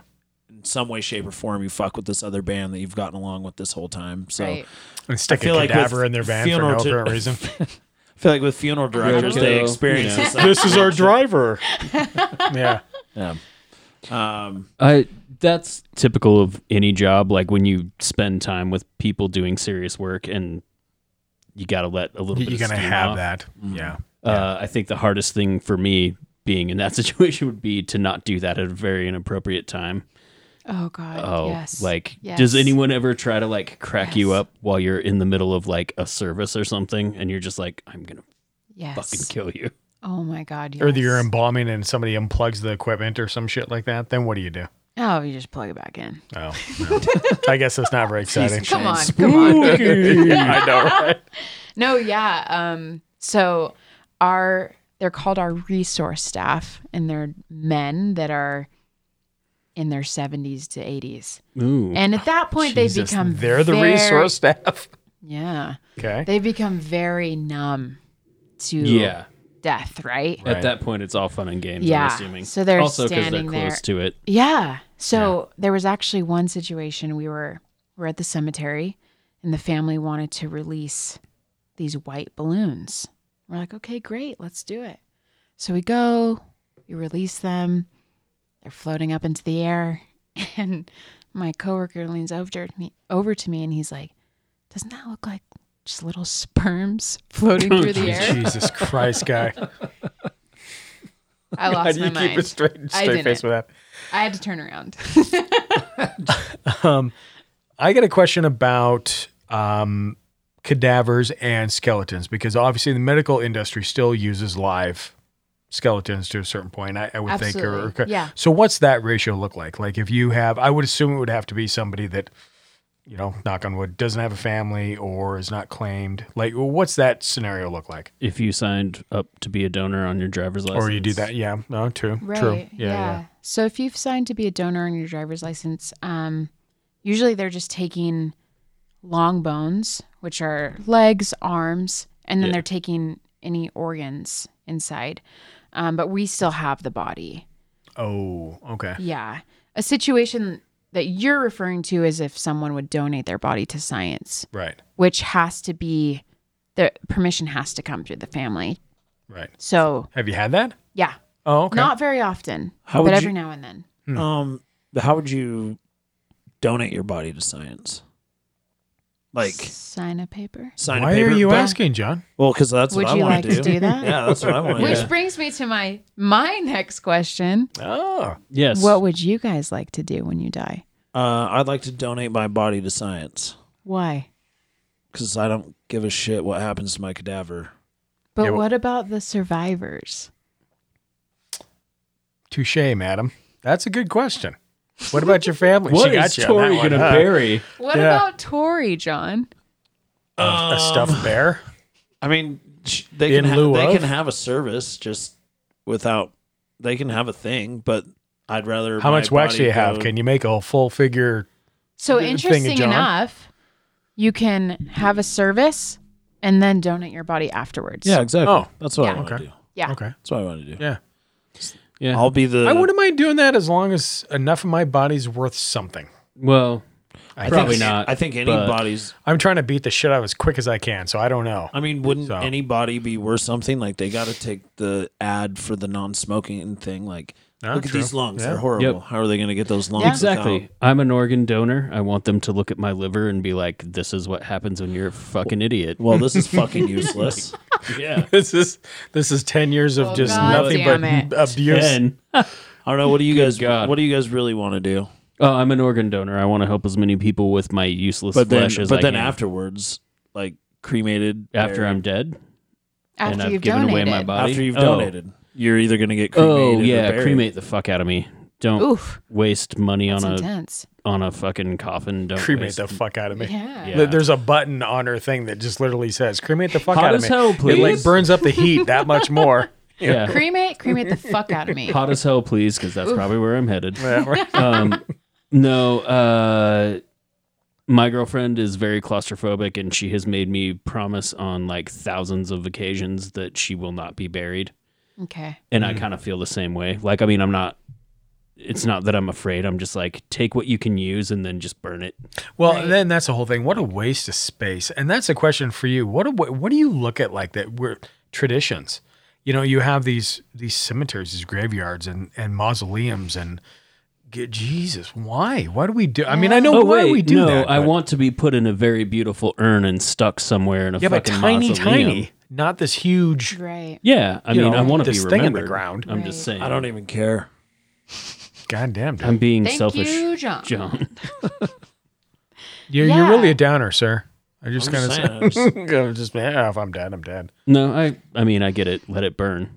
[SPEAKER 4] in some way, shape, or form, you fuck with this other band that you've gotten along with this whole time. So
[SPEAKER 2] Right.
[SPEAKER 1] and stick
[SPEAKER 4] I feel
[SPEAKER 1] a
[SPEAKER 4] like with
[SPEAKER 1] cadaver in their van for no
[SPEAKER 4] funeral to-
[SPEAKER 1] apparent reason.
[SPEAKER 4] I feel like with funeral directors, they
[SPEAKER 3] Roadkill,
[SPEAKER 4] experience
[SPEAKER 3] yeah.
[SPEAKER 4] this. like-
[SPEAKER 1] this is our driver. yeah.
[SPEAKER 4] yeah. Um,
[SPEAKER 3] I that's typical of any job. Like when you spend time with people doing serious work, and you got to let a little bit.
[SPEAKER 1] You're
[SPEAKER 3] of
[SPEAKER 1] gonna
[SPEAKER 3] steam
[SPEAKER 1] have
[SPEAKER 3] off.
[SPEAKER 1] that.
[SPEAKER 4] Mm.
[SPEAKER 1] Yeah.
[SPEAKER 3] Uh, I think the hardest thing for me being in that situation would be to not do that at a very inappropriate time.
[SPEAKER 2] Oh God.
[SPEAKER 3] Oh,
[SPEAKER 2] yes.
[SPEAKER 3] like
[SPEAKER 2] Yes.
[SPEAKER 3] does anyone ever try to like crack you
[SPEAKER 2] Yes.
[SPEAKER 3] up while you're in the middle of like a service or something, and you're just like, I'm gonna
[SPEAKER 2] yes.
[SPEAKER 3] fucking kill you.
[SPEAKER 2] Oh my God. Yes.
[SPEAKER 1] Or that you're embalming and somebody unplugs the equipment or some shit like that, then what do you do?
[SPEAKER 2] Oh, you just plug it back in.
[SPEAKER 1] Oh, no. I guess that's not very exciting.
[SPEAKER 2] Come on, come on.
[SPEAKER 1] I know, right?
[SPEAKER 2] No, yeah. Um, so our they're called our resource staff, and they're men that are in their seventies to eighties,
[SPEAKER 3] Ooh.
[SPEAKER 2] and at that point they
[SPEAKER 1] Jesus,
[SPEAKER 2] become
[SPEAKER 1] they're the
[SPEAKER 2] very-
[SPEAKER 1] resource staff.
[SPEAKER 2] Yeah,
[SPEAKER 1] Okay.
[SPEAKER 2] they become very numb to
[SPEAKER 3] yeah.
[SPEAKER 2] death, right?
[SPEAKER 1] Right.
[SPEAKER 3] At that point, it's all fun and games.
[SPEAKER 2] Yeah.
[SPEAKER 3] I'm assuming.
[SPEAKER 2] So they're
[SPEAKER 3] also they're
[SPEAKER 2] standing there.
[SPEAKER 3] close to it.
[SPEAKER 2] Yeah. So there was actually one situation we were we're at the cemetery and the family wanted to release these white balloons. We're like, okay, great, let's do it. So we go, we release them, they're floating up into the air, and my coworker leans over to me over to me and he's like, Doesn't that look like just little sperms floating through the air?
[SPEAKER 1] Jesus Christ, guy.
[SPEAKER 2] I
[SPEAKER 1] How
[SPEAKER 2] lost
[SPEAKER 1] do
[SPEAKER 2] my
[SPEAKER 1] you
[SPEAKER 2] mind.
[SPEAKER 1] keep a straight,
[SPEAKER 2] I
[SPEAKER 1] straight face
[SPEAKER 2] didn't.
[SPEAKER 1] with that?
[SPEAKER 2] I had to turn around.
[SPEAKER 1] I got a question about um, cadavers and skeletons because obviously the medical industry still uses live skeletons to a certain point. I, I would think. Or,
[SPEAKER 2] Absolutely, yeah.
[SPEAKER 1] So what's that ratio look like? Like if you have, I would assume it would have to be somebody that, you know, knock on wood, doesn't have a family or is not claimed. Like what's that scenario look like?
[SPEAKER 3] If you signed up to be a donor on your driver's license,
[SPEAKER 1] Or you do that? Yeah. No. True.
[SPEAKER 2] Right.
[SPEAKER 1] True.
[SPEAKER 2] Yeah, So if you've signed to be a donor on your driver's license, um, usually they're just taking long bones, which are legs, arms, and then
[SPEAKER 3] Yeah.
[SPEAKER 2] they're taking any organs inside. Um, but we still have the body.
[SPEAKER 1] Oh. Okay.
[SPEAKER 2] Yeah. A situation that you're referring to is if someone would donate their body to science,
[SPEAKER 1] Right.
[SPEAKER 2] which has to be the permission has to come through the family.
[SPEAKER 1] Right.
[SPEAKER 2] So
[SPEAKER 1] Have you had that?
[SPEAKER 2] yeah,
[SPEAKER 1] Oh. Okay.
[SPEAKER 2] not very often,
[SPEAKER 4] How
[SPEAKER 2] but
[SPEAKER 4] would
[SPEAKER 2] every
[SPEAKER 4] you-
[SPEAKER 2] now and then.
[SPEAKER 1] Hmm.
[SPEAKER 4] Um, how would you donate your body to science? Like
[SPEAKER 2] Sign a paper.
[SPEAKER 4] sign
[SPEAKER 1] Why
[SPEAKER 4] a paper.
[SPEAKER 1] are you
[SPEAKER 4] but-
[SPEAKER 1] asking, John?
[SPEAKER 4] Well, because that's
[SPEAKER 2] Would
[SPEAKER 4] what
[SPEAKER 2] you
[SPEAKER 4] I want
[SPEAKER 2] like
[SPEAKER 4] to do.
[SPEAKER 2] to do that?
[SPEAKER 4] Yeah, that's what I want to
[SPEAKER 2] Which
[SPEAKER 4] do.
[SPEAKER 2] brings me to my my next question.
[SPEAKER 1] Oh.
[SPEAKER 3] Yes.
[SPEAKER 2] What would you guys like to do when you die?
[SPEAKER 4] Uh, I'd like to donate my body to science
[SPEAKER 2] Why?
[SPEAKER 4] because I don't give a shit what happens to my cadaver.
[SPEAKER 2] But
[SPEAKER 1] Yeah, well-
[SPEAKER 2] what about the survivors?
[SPEAKER 1] Touche, madam. That's a good question. What about your family?
[SPEAKER 3] What
[SPEAKER 1] she got
[SPEAKER 3] is
[SPEAKER 1] you on
[SPEAKER 3] Tori
[SPEAKER 1] that one,
[SPEAKER 3] gonna
[SPEAKER 1] huh?
[SPEAKER 3] bury?
[SPEAKER 2] What
[SPEAKER 1] Yeah.
[SPEAKER 2] about Tori, John?
[SPEAKER 1] A- a
[SPEAKER 4] Um,
[SPEAKER 1] stuffed bear?
[SPEAKER 4] I mean, sh- they can
[SPEAKER 1] In
[SPEAKER 4] ha-
[SPEAKER 1] lieu
[SPEAKER 4] they
[SPEAKER 1] of?
[SPEAKER 4] can have a service just without. They can have a thing, but I'd rather.
[SPEAKER 1] How
[SPEAKER 4] my
[SPEAKER 1] much wax do
[SPEAKER 4] body
[SPEAKER 1] you have?
[SPEAKER 4] go-
[SPEAKER 1] Can you make a full figure?
[SPEAKER 2] So
[SPEAKER 1] Good thing,
[SPEAKER 2] interesting
[SPEAKER 1] John.
[SPEAKER 2] enough, you can have a service and then donate your body afterwards.
[SPEAKER 4] Yeah, exactly.
[SPEAKER 1] Oh,
[SPEAKER 4] that's what I
[SPEAKER 2] yeah.
[SPEAKER 4] want to
[SPEAKER 1] Okay.
[SPEAKER 4] do.
[SPEAKER 2] Yeah.
[SPEAKER 1] Okay.
[SPEAKER 4] That's what I want to do.
[SPEAKER 1] Yeah.
[SPEAKER 3] Yeah.
[SPEAKER 4] I'll be the.
[SPEAKER 1] I wouldn't mind doing that as long as enough of my body's worth something.
[SPEAKER 3] well,
[SPEAKER 1] I
[SPEAKER 3] Probably
[SPEAKER 1] think.
[SPEAKER 3] not.
[SPEAKER 4] I think
[SPEAKER 3] but-
[SPEAKER 4] anybody's.
[SPEAKER 1] I'm trying to beat the shit out as quick as I can, so I don't know.
[SPEAKER 4] I mean, wouldn't
[SPEAKER 1] So-
[SPEAKER 4] anybody be worth something? Like they got to take the ad for the non-smoking thing. Like,
[SPEAKER 1] Ah,
[SPEAKER 4] look at
[SPEAKER 1] true.
[SPEAKER 4] these lungs;
[SPEAKER 1] Yeah.
[SPEAKER 4] they're horrible.
[SPEAKER 3] Yep.
[SPEAKER 4] How are they going to get those lungs?
[SPEAKER 3] exactly.
[SPEAKER 4] without-
[SPEAKER 3] I'm an organ donor. I want them to look at my liver and be like, "This is what happens when you're a fucking idiot."
[SPEAKER 4] Well, this is fucking useless.
[SPEAKER 3] yeah.
[SPEAKER 1] This is this is ten years of
[SPEAKER 2] Oh,
[SPEAKER 1] just
[SPEAKER 2] God
[SPEAKER 1] nothing but
[SPEAKER 2] damn
[SPEAKER 1] abuse.
[SPEAKER 3] Then,
[SPEAKER 4] I don't know. What do you guys?
[SPEAKER 3] God.
[SPEAKER 4] What do you guys really want to do?
[SPEAKER 3] oh, I'm an organ donor. I want to help as many people with my useless
[SPEAKER 4] But then,
[SPEAKER 3] flesh as
[SPEAKER 4] but
[SPEAKER 3] I
[SPEAKER 4] then
[SPEAKER 3] can.
[SPEAKER 4] afterwards, like cremated
[SPEAKER 3] after
[SPEAKER 4] buried-
[SPEAKER 3] I'm dead, and
[SPEAKER 2] After
[SPEAKER 3] I've
[SPEAKER 2] you've
[SPEAKER 3] given
[SPEAKER 2] donated.
[SPEAKER 3] away my body.
[SPEAKER 4] after you've
[SPEAKER 3] Oh.
[SPEAKER 4] donated, you're either going to get cremated.
[SPEAKER 3] Oh
[SPEAKER 4] or
[SPEAKER 3] yeah,
[SPEAKER 4] buried.
[SPEAKER 3] cremate the fuck out of me. Don't
[SPEAKER 2] Oof.
[SPEAKER 3] waste money
[SPEAKER 2] That's
[SPEAKER 3] on a
[SPEAKER 2] intense.
[SPEAKER 3] on a fucking coffin. Don't
[SPEAKER 1] Cremate
[SPEAKER 3] waste.
[SPEAKER 1] the fuck out of me.
[SPEAKER 2] Yeah.
[SPEAKER 3] Yeah.
[SPEAKER 1] Th- There's a button on her thing that just literally says "cremate the fuck
[SPEAKER 3] Hot
[SPEAKER 1] out of
[SPEAKER 3] as
[SPEAKER 1] me."
[SPEAKER 3] hell,
[SPEAKER 1] It like
[SPEAKER 3] please.
[SPEAKER 1] burns up the heat that much more.
[SPEAKER 3] yeah.
[SPEAKER 2] Cremate, cremate the fuck out of me.
[SPEAKER 3] hot as hell, please, because that's probably where I'm headed. um, no, uh, my girlfriend is very claustrophobic, and she has made me promise on like thousands of occasions that she will not be buried,
[SPEAKER 2] Okay.
[SPEAKER 3] and
[SPEAKER 4] Mm.
[SPEAKER 3] I kind of feel the same way. Like, I mean, I'm not. It's not that I'm afraid. I'm just like take what you can use and then just burn it.
[SPEAKER 1] Well,
[SPEAKER 2] Right.
[SPEAKER 1] then that's the whole thing. What a waste of space. And that's a question for you. What do, what do you look at like that? We're traditions. You know, you have these these cemeteries, these graveyards, and and mausoleums, and g- Jesus, why? Why do we do? I mean, I know why we do
[SPEAKER 3] Oh, no,
[SPEAKER 1] that.
[SPEAKER 3] I
[SPEAKER 1] but-
[SPEAKER 3] want to be put in a very beautiful urn and stuck somewhere in a
[SPEAKER 1] yeah, but
[SPEAKER 3] fucking
[SPEAKER 1] tiny,
[SPEAKER 3] mausoleum.
[SPEAKER 1] tiny, not this huge.
[SPEAKER 2] Right.
[SPEAKER 3] Yeah, I
[SPEAKER 1] You
[SPEAKER 3] mean,
[SPEAKER 1] know,
[SPEAKER 3] I want to be
[SPEAKER 1] this thing in the
[SPEAKER 3] remembered.
[SPEAKER 1] ground.
[SPEAKER 3] I'm just saying.
[SPEAKER 4] I don't even care.
[SPEAKER 1] Goddamn, dude.
[SPEAKER 3] I'm being
[SPEAKER 2] Thank
[SPEAKER 3] selfish.
[SPEAKER 2] you, John.
[SPEAKER 3] John.
[SPEAKER 1] you're,
[SPEAKER 2] yeah.
[SPEAKER 1] you're really a downer, sir. I just
[SPEAKER 4] I'm
[SPEAKER 1] kind
[SPEAKER 4] just
[SPEAKER 1] of
[SPEAKER 4] saying, I'm just-
[SPEAKER 1] just yeah, if I'm dead, I'm dead.
[SPEAKER 3] No, I I mean I get it. Let it burn.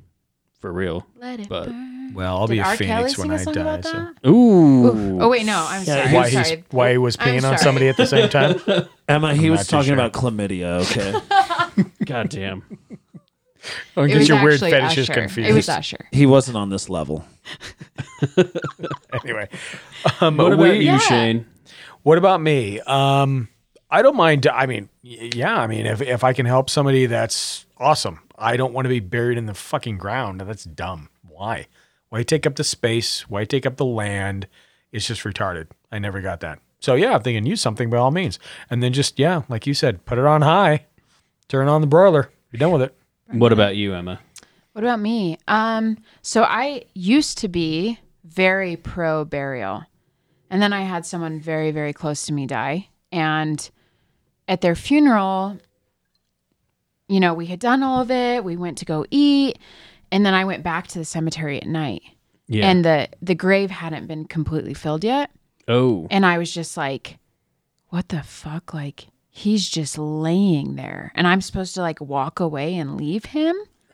[SPEAKER 3] For real.
[SPEAKER 2] Let it
[SPEAKER 3] But-
[SPEAKER 2] burn.
[SPEAKER 1] Well, I'll
[SPEAKER 2] Did
[SPEAKER 1] be a
[SPEAKER 2] R. Kelly
[SPEAKER 1] phoenix
[SPEAKER 2] sing
[SPEAKER 1] when
[SPEAKER 2] a
[SPEAKER 1] I
[SPEAKER 2] song
[SPEAKER 1] die.
[SPEAKER 2] about
[SPEAKER 1] So.
[SPEAKER 2] that?
[SPEAKER 3] Ooh.
[SPEAKER 2] Oh wait, no, I'm sorry.
[SPEAKER 1] Why,
[SPEAKER 2] I'm
[SPEAKER 1] he's,
[SPEAKER 2] sorry.
[SPEAKER 1] why he was
[SPEAKER 2] I'm
[SPEAKER 1] peeing on
[SPEAKER 2] sorry.
[SPEAKER 1] somebody at the same time?
[SPEAKER 4] Emma, he was
[SPEAKER 1] too
[SPEAKER 4] talking
[SPEAKER 1] sure.
[SPEAKER 4] about chlamydia. Okay.
[SPEAKER 3] God damn.
[SPEAKER 1] Don't
[SPEAKER 2] It
[SPEAKER 1] get
[SPEAKER 2] was
[SPEAKER 1] your weird
[SPEAKER 2] actually
[SPEAKER 1] fetishes
[SPEAKER 2] Usher.
[SPEAKER 1] confused.
[SPEAKER 2] It was Usher.
[SPEAKER 4] he wasn't on this level.
[SPEAKER 1] anyway, um,
[SPEAKER 3] What about
[SPEAKER 1] we-
[SPEAKER 3] you,
[SPEAKER 2] Yeah.
[SPEAKER 3] Shane?
[SPEAKER 1] What about me? Um, I don't mind. I mean, y- yeah. I mean, if if I can help somebody, that's awesome. I don't want to be buried in the fucking ground. That's dumb. Why? Why take up the space? Why take up the land? It's just retarded. I never got that. So yeah, if they can use something, by all means, and then just yeah, like you said, put it on high, turn on the broiler. You're done with it.
[SPEAKER 3] What about you, Emma?
[SPEAKER 2] What about me? Um, so I used to be very pro burial, and then I had someone very, very close to me die, and at their funeral, you know, we had done all of it. We went to go eat, and then I went back to the cemetery at night,
[SPEAKER 3] Yeah.
[SPEAKER 2] and the the grave hadn't been completely filled yet,
[SPEAKER 3] oh.
[SPEAKER 2] and I was just like, what the fuck? Like, he's just laying there. And I'm supposed to like walk away and leave him.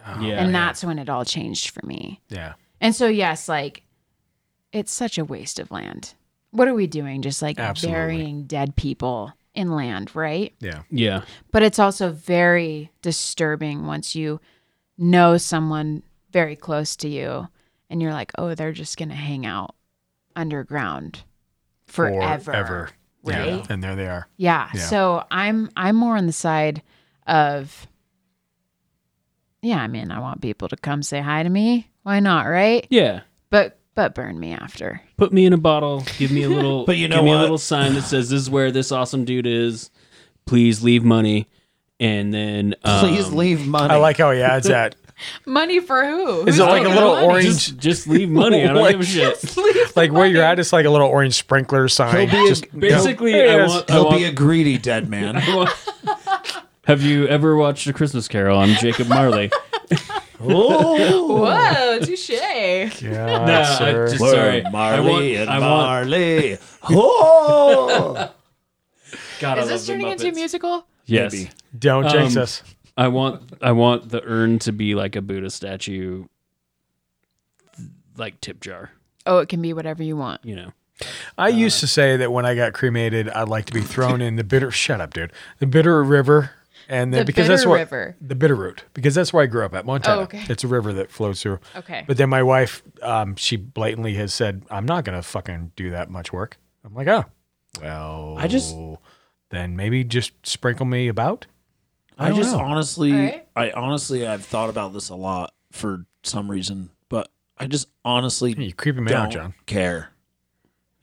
[SPEAKER 1] Oh,
[SPEAKER 3] yeah.
[SPEAKER 2] and that's when it all changed for me.
[SPEAKER 1] Yeah.
[SPEAKER 2] And so, yes, like, it's such a waste of land. What are we doing? Just like
[SPEAKER 1] Absolutely.
[SPEAKER 2] burying dead people in land, right?
[SPEAKER 1] Yeah.
[SPEAKER 3] yeah.
[SPEAKER 2] But it's also very disturbing once you know someone very close to you and you're like, oh, they're just going to hang out underground forever.
[SPEAKER 1] Forever.
[SPEAKER 2] Right?
[SPEAKER 1] Yeah. And there they are.
[SPEAKER 2] Yeah.
[SPEAKER 1] Yeah.
[SPEAKER 2] So I'm I'm more on the side of Yeah, I mean, I want people to come say hi to me. Why not, right?
[SPEAKER 3] Yeah.
[SPEAKER 2] But but burn me after.
[SPEAKER 3] Put me in a bottle. Give me a little.
[SPEAKER 4] But you know
[SPEAKER 3] give me a
[SPEAKER 4] what?
[SPEAKER 3] little sign that says, "This is where this awesome dude is. Please leave money." And then, um,
[SPEAKER 8] Please leave money.
[SPEAKER 1] I like how he adds that.
[SPEAKER 2] Money for who?
[SPEAKER 1] Is it like a little orange?
[SPEAKER 3] Just, just leave money. I don't
[SPEAKER 1] Like-
[SPEAKER 3] give a shit.
[SPEAKER 1] like where you're at, it's like a little orange sprinkler sign.
[SPEAKER 8] be a-
[SPEAKER 1] Just
[SPEAKER 3] Basically,
[SPEAKER 1] There it
[SPEAKER 3] I
[SPEAKER 1] is.
[SPEAKER 3] want. I
[SPEAKER 4] He'll
[SPEAKER 3] want
[SPEAKER 4] be a greedy dead man.
[SPEAKER 3] have you ever watched A Christmas Carol? I'm Jacob Marley.
[SPEAKER 2] Whoa, touche.
[SPEAKER 1] yeah,
[SPEAKER 3] Nah, I
[SPEAKER 1] sir.
[SPEAKER 3] just- sorry. I want- I want-
[SPEAKER 4] Marley. Oh,
[SPEAKER 3] God, I
[SPEAKER 2] Is
[SPEAKER 3] love
[SPEAKER 2] this
[SPEAKER 3] the
[SPEAKER 2] turning into a
[SPEAKER 3] Muppets.
[SPEAKER 2] musical?
[SPEAKER 3] Yes.
[SPEAKER 4] Maybe.
[SPEAKER 1] Don't jinx
[SPEAKER 3] Um,
[SPEAKER 1] us.
[SPEAKER 3] I want I want the urn to be like a Buddha statue, like tip jar.
[SPEAKER 2] Oh, it can be whatever you want.
[SPEAKER 3] You know,
[SPEAKER 1] I used to say that when I got cremated, I'd like to be thrown in the bitter. Shut up, dude. The bitter river, and then
[SPEAKER 2] The
[SPEAKER 1] because that's
[SPEAKER 2] Bitter
[SPEAKER 1] what
[SPEAKER 2] River.
[SPEAKER 1] the bitter root because that's where I grew up at Montana.
[SPEAKER 2] Oh, okay.
[SPEAKER 1] It's a river that flows through.
[SPEAKER 2] Okay.
[SPEAKER 1] But then my wife, um, she blatantly has said, "I'm not gonna fucking do that much work." I'm like, oh, well,
[SPEAKER 4] I just-
[SPEAKER 1] then maybe just sprinkle me about.
[SPEAKER 4] I, just
[SPEAKER 1] know.
[SPEAKER 4] honestly,
[SPEAKER 2] All right.
[SPEAKER 4] I honestly, I've thought about this a lot for some reason, but I just honestly
[SPEAKER 1] You're creeping me
[SPEAKER 4] don't
[SPEAKER 1] out, John.
[SPEAKER 4] care.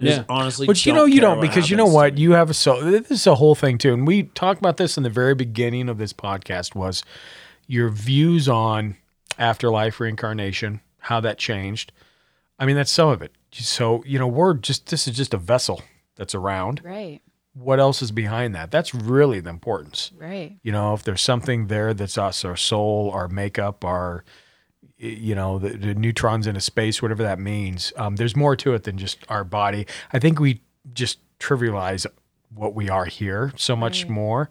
[SPEAKER 4] I
[SPEAKER 3] Yeah.
[SPEAKER 4] Just honestly,
[SPEAKER 1] But you
[SPEAKER 4] don't
[SPEAKER 1] know you
[SPEAKER 4] care
[SPEAKER 1] don't
[SPEAKER 4] what
[SPEAKER 1] because you know
[SPEAKER 4] happens to
[SPEAKER 1] what
[SPEAKER 4] me.
[SPEAKER 1] you have a so this is a whole thing too, and we talked about this in the very beginning of this podcast was your views on afterlife reincarnation, how that changed. I mean that's some of it. So you know we're just this is just a vessel that's around.
[SPEAKER 2] Right,
[SPEAKER 1] What else is behind that? That's really the importance.
[SPEAKER 2] right.
[SPEAKER 1] You know if there's something there that's us, our soul, our makeup, our you know the, the neutrons into space whatever that means um, there's more to it than just our body i think we just trivialize what we are here so much more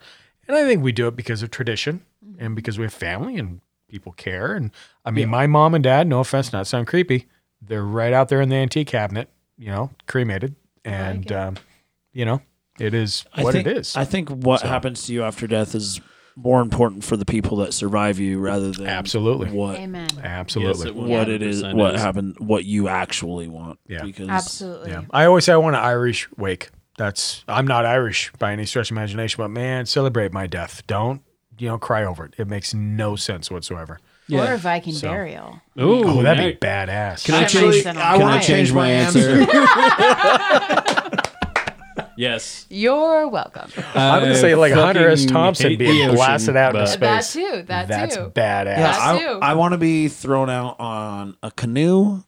[SPEAKER 1] and i think we do it because of tradition and because we have family and people care and i mean my mom and dad no offense not sound creepy they're right out there in the antique cabinet you know cremated and um, you know it is
[SPEAKER 4] I
[SPEAKER 1] what
[SPEAKER 4] think,
[SPEAKER 1] it is
[SPEAKER 4] I think what
[SPEAKER 1] So-
[SPEAKER 4] happens to you after death is more important for the people that survive you rather than
[SPEAKER 1] Absolutely.
[SPEAKER 4] what
[SPEAKER 2] Amen.
[SPEAKER 1] absolutely
[SPEAKER 3] Yes, it
[SPEAKER 4] what it is,
[SPEAKER 3] 100%
[SPEAKER 4] what
[SPEAKER 3] is.
[SPEAKER 4] happened, what you actually want.
[SPEAKER 1] Yeah.
[SPEAKER 4] because
[SPEAKER 2] Absolutely.
[SPEAKER 1] Yeah. I always say I want an Irish wake. That's I'm not Irish by any stretch of imagination, but man, celebrate my death. Don't you know cry over it. It makes no sense whatsoever.
[SPEAKER 2] Or a Viking
[SPEAKER 1] So-
[SPEAKER 2] burial.
[SPEAKER 3] Ooh,
[SPEAKER 1] Oh, that'd
[SPEAKER 3] nice.
[SPEAKER 1] be badass.
[SPEAKER 3] Can I
[SPEAKER 2] Actually,
[SPEAKER 3] change?
[SPEAKER 2] then
[SPEAKER 3] I
[SPEAKER 2] I'll
[SPEAKER 3] want
[SPEAKER 2] die.
[SPEAKER 3] to change my answer. yes.
[SPEAKER 2] You're welcome.
[SPEAKER 1] I'm gonna say like
[SPEAKER 3] I
[SPEAKER 1] Hunter S.
[SPEAKER 3] fucking
[SPEAKER 1] Thompson
[SPEAKER 3] hate the
[SPEAKER 1] being
[SPEAKER 3] ocean,
[SPEAKER 1] blasted out into
[SPEAKER 3] but-
[SPEAKER 2] that
[SPEAKER 1] space.
[SPEAKER 2] too. That
[SPEAKER 1] That's
[SPEAKER 2] too.
[SPEAKER 1] badass.
[SPEAKER 4] Yeah,
[SPEAKER 2] Us
[SPEAKER 4] I,
[SPEAKER 2] too.
[SPEAKER 4] I want to be thrown out on a canoe,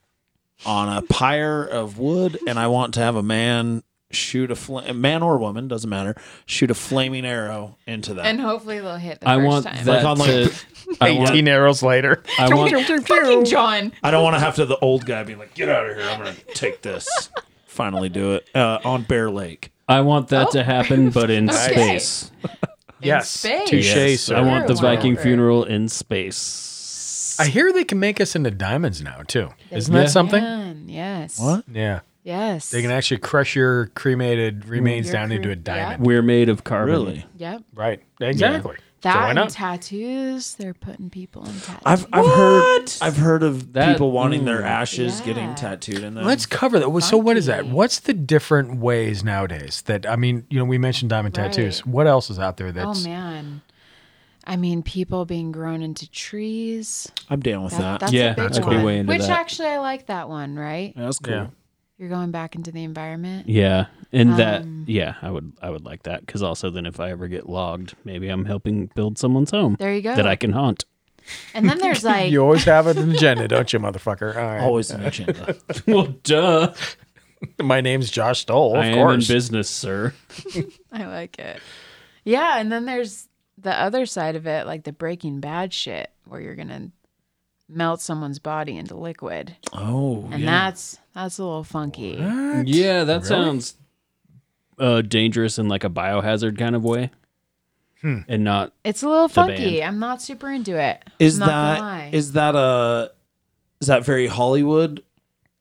[SPEAKER 4] on a pyre of wood, and I want to have a man shoot a fl- man or woman doesn't matter shoot a flaming arrow into that.
[SPEAKER 2] and hopefully they'll hit the
[SPEAKER 3] I
[SPEAKER 2] first
[SPEAKER 3] want
[SPEAKER 2] time.
[SPEAKER 3] that.
[SPEAKER 4] Like on, like,
[SPEAKER 3] to, I want.
[SPEAKER 1] Eighteen arrows later.
[SPEAKER 3] I want.
[SPEAKER 2] Fucking John.
[SPEAKER 4] I don't want to have to the old guy be like, "Get out of here! I'm gonna take this." Finally, do it uh, on Bear Lake.
[SPEAKER 3] I want that to happen, but in
[SPEAKER 2] Okay.
[SPEAKER 3] space.
[SPEAKER 1] yes.
[SPEAKER 2] space.
[SPEAKER 1] Touche,
[SPEAKER 3] Yes,
[SPEAKER 1] sir.
[SPEAKER 3] I want the
[SPEAKER 2] Wow.
[SPEAKER 3] Viking funeral in space.
[SPEAKER 1] I hear they can make us into diamonds now too. Isn't
[SPEAKER 3] Yeah.
[SPEAKER 1] that something?
[SPEAKER 2] Man, yes.
[SPEAKER 1] Yeah.
[SPEAKER 2] Yes.
[SPEAKER 1] They can actually crush your cremated remains
[SPEAKER 2] Your
[SPEAKER 1] down into
[SPEAKER 2] cre-
[SPEAKER 1] a diamond.
[SPEAKER 3] We're made of carbon.
[SPEAKER 4] Really?
[SPEAKER 2] Yep.
[SPEAKER 1] Right. Exactly. So why
[SPEAKER 2] That and
[SPEAKER 1] not?
[SPEAKER 2] tattoos. They're putting people in tattoos.
[SPEAKER 4] I've I've heard I've heard of
[SPEAKER 3] That-
[SPEAKER 4] people wanting their ashes
[SPEAKER 2] Yeah.
[SPEAKER 4] getting tattooed in them.
[SPEAKER 1] Let's cover that. So what is that?
[SPEAKER 2] funky.
[SPEAKER 1] What's the different ways nowadays that I mean, you know, we mentioned diamond
[SPEAKER 2] Right.
[SPEAKER 1] tattoos. What else is out there
[SPEAKER 2] oh
[SPEAKER 1] that's
[SPEAKER 2] man. I mean, people being grown into trees.
[SPEAKER 4] I'm down with
[SPEAKER 2] That-
[SPEAKER 4] that.
[SPEAKER 2] that's
[SPEAKER 3] Yeah,
[SPEAKER 2] a big
[SPEAKER 3] that's a big
[SPEAKER 2] one.
[SPEAKER 3] way into
[SPEAKER 2] Which
[SPEAKER 3] that.
[SPEAKER 2] actually, I like that one. Right?
[SPEAKER 4] Yeah, that's cool.
[SPEAKER 1] Yeah.
[SPEAKER 2] You're going back into the environment.
[SPEAKER 3] Yeah, and that yeah, I would I would like that because also then if I ever get logged, maybe I'm helping build someone's home
[SPEAKER 2] There you go.
[SPEAKER 3] that I can haunt.
[SPEAKER 2] and then there's like
[SPEAKER 1] you always have an agenda, don't you, motherfucker? All right.
[SPEAKER 4] Always an agenda.
[SPEAKER 3] well, duh.
[SPEAKER 1] My name's Josh Stoll, of
[SPEAKER 3] I am in
[SPEAKER 1] course.
[SPEAKER 3] business, sir.
[SPEAKER 2] I like it. Yeah, and then there's the other side of it, like the Breaking Bad shit, where you're gonna melt someone's body into liquid,
[SPEAKER 4] oh,
[SPEAKER 2] and that's that's a little funky.
[SPEAKER 3] Yeah, that sounds uh, dangerous in like a biohazard kind of way,
[SPEAKER 1] Hmm.
[SPEAKER 3] and not
[SPEAKER 2] It's a little
[SPEAKER 3] band.
[SPEAKER 2] funky. I'm not super into it.
[SPEAKER 4] is
[SPEAKER 2] I'm not gonna lie.
[SPEAKER 4] that is that a is that very Hollywood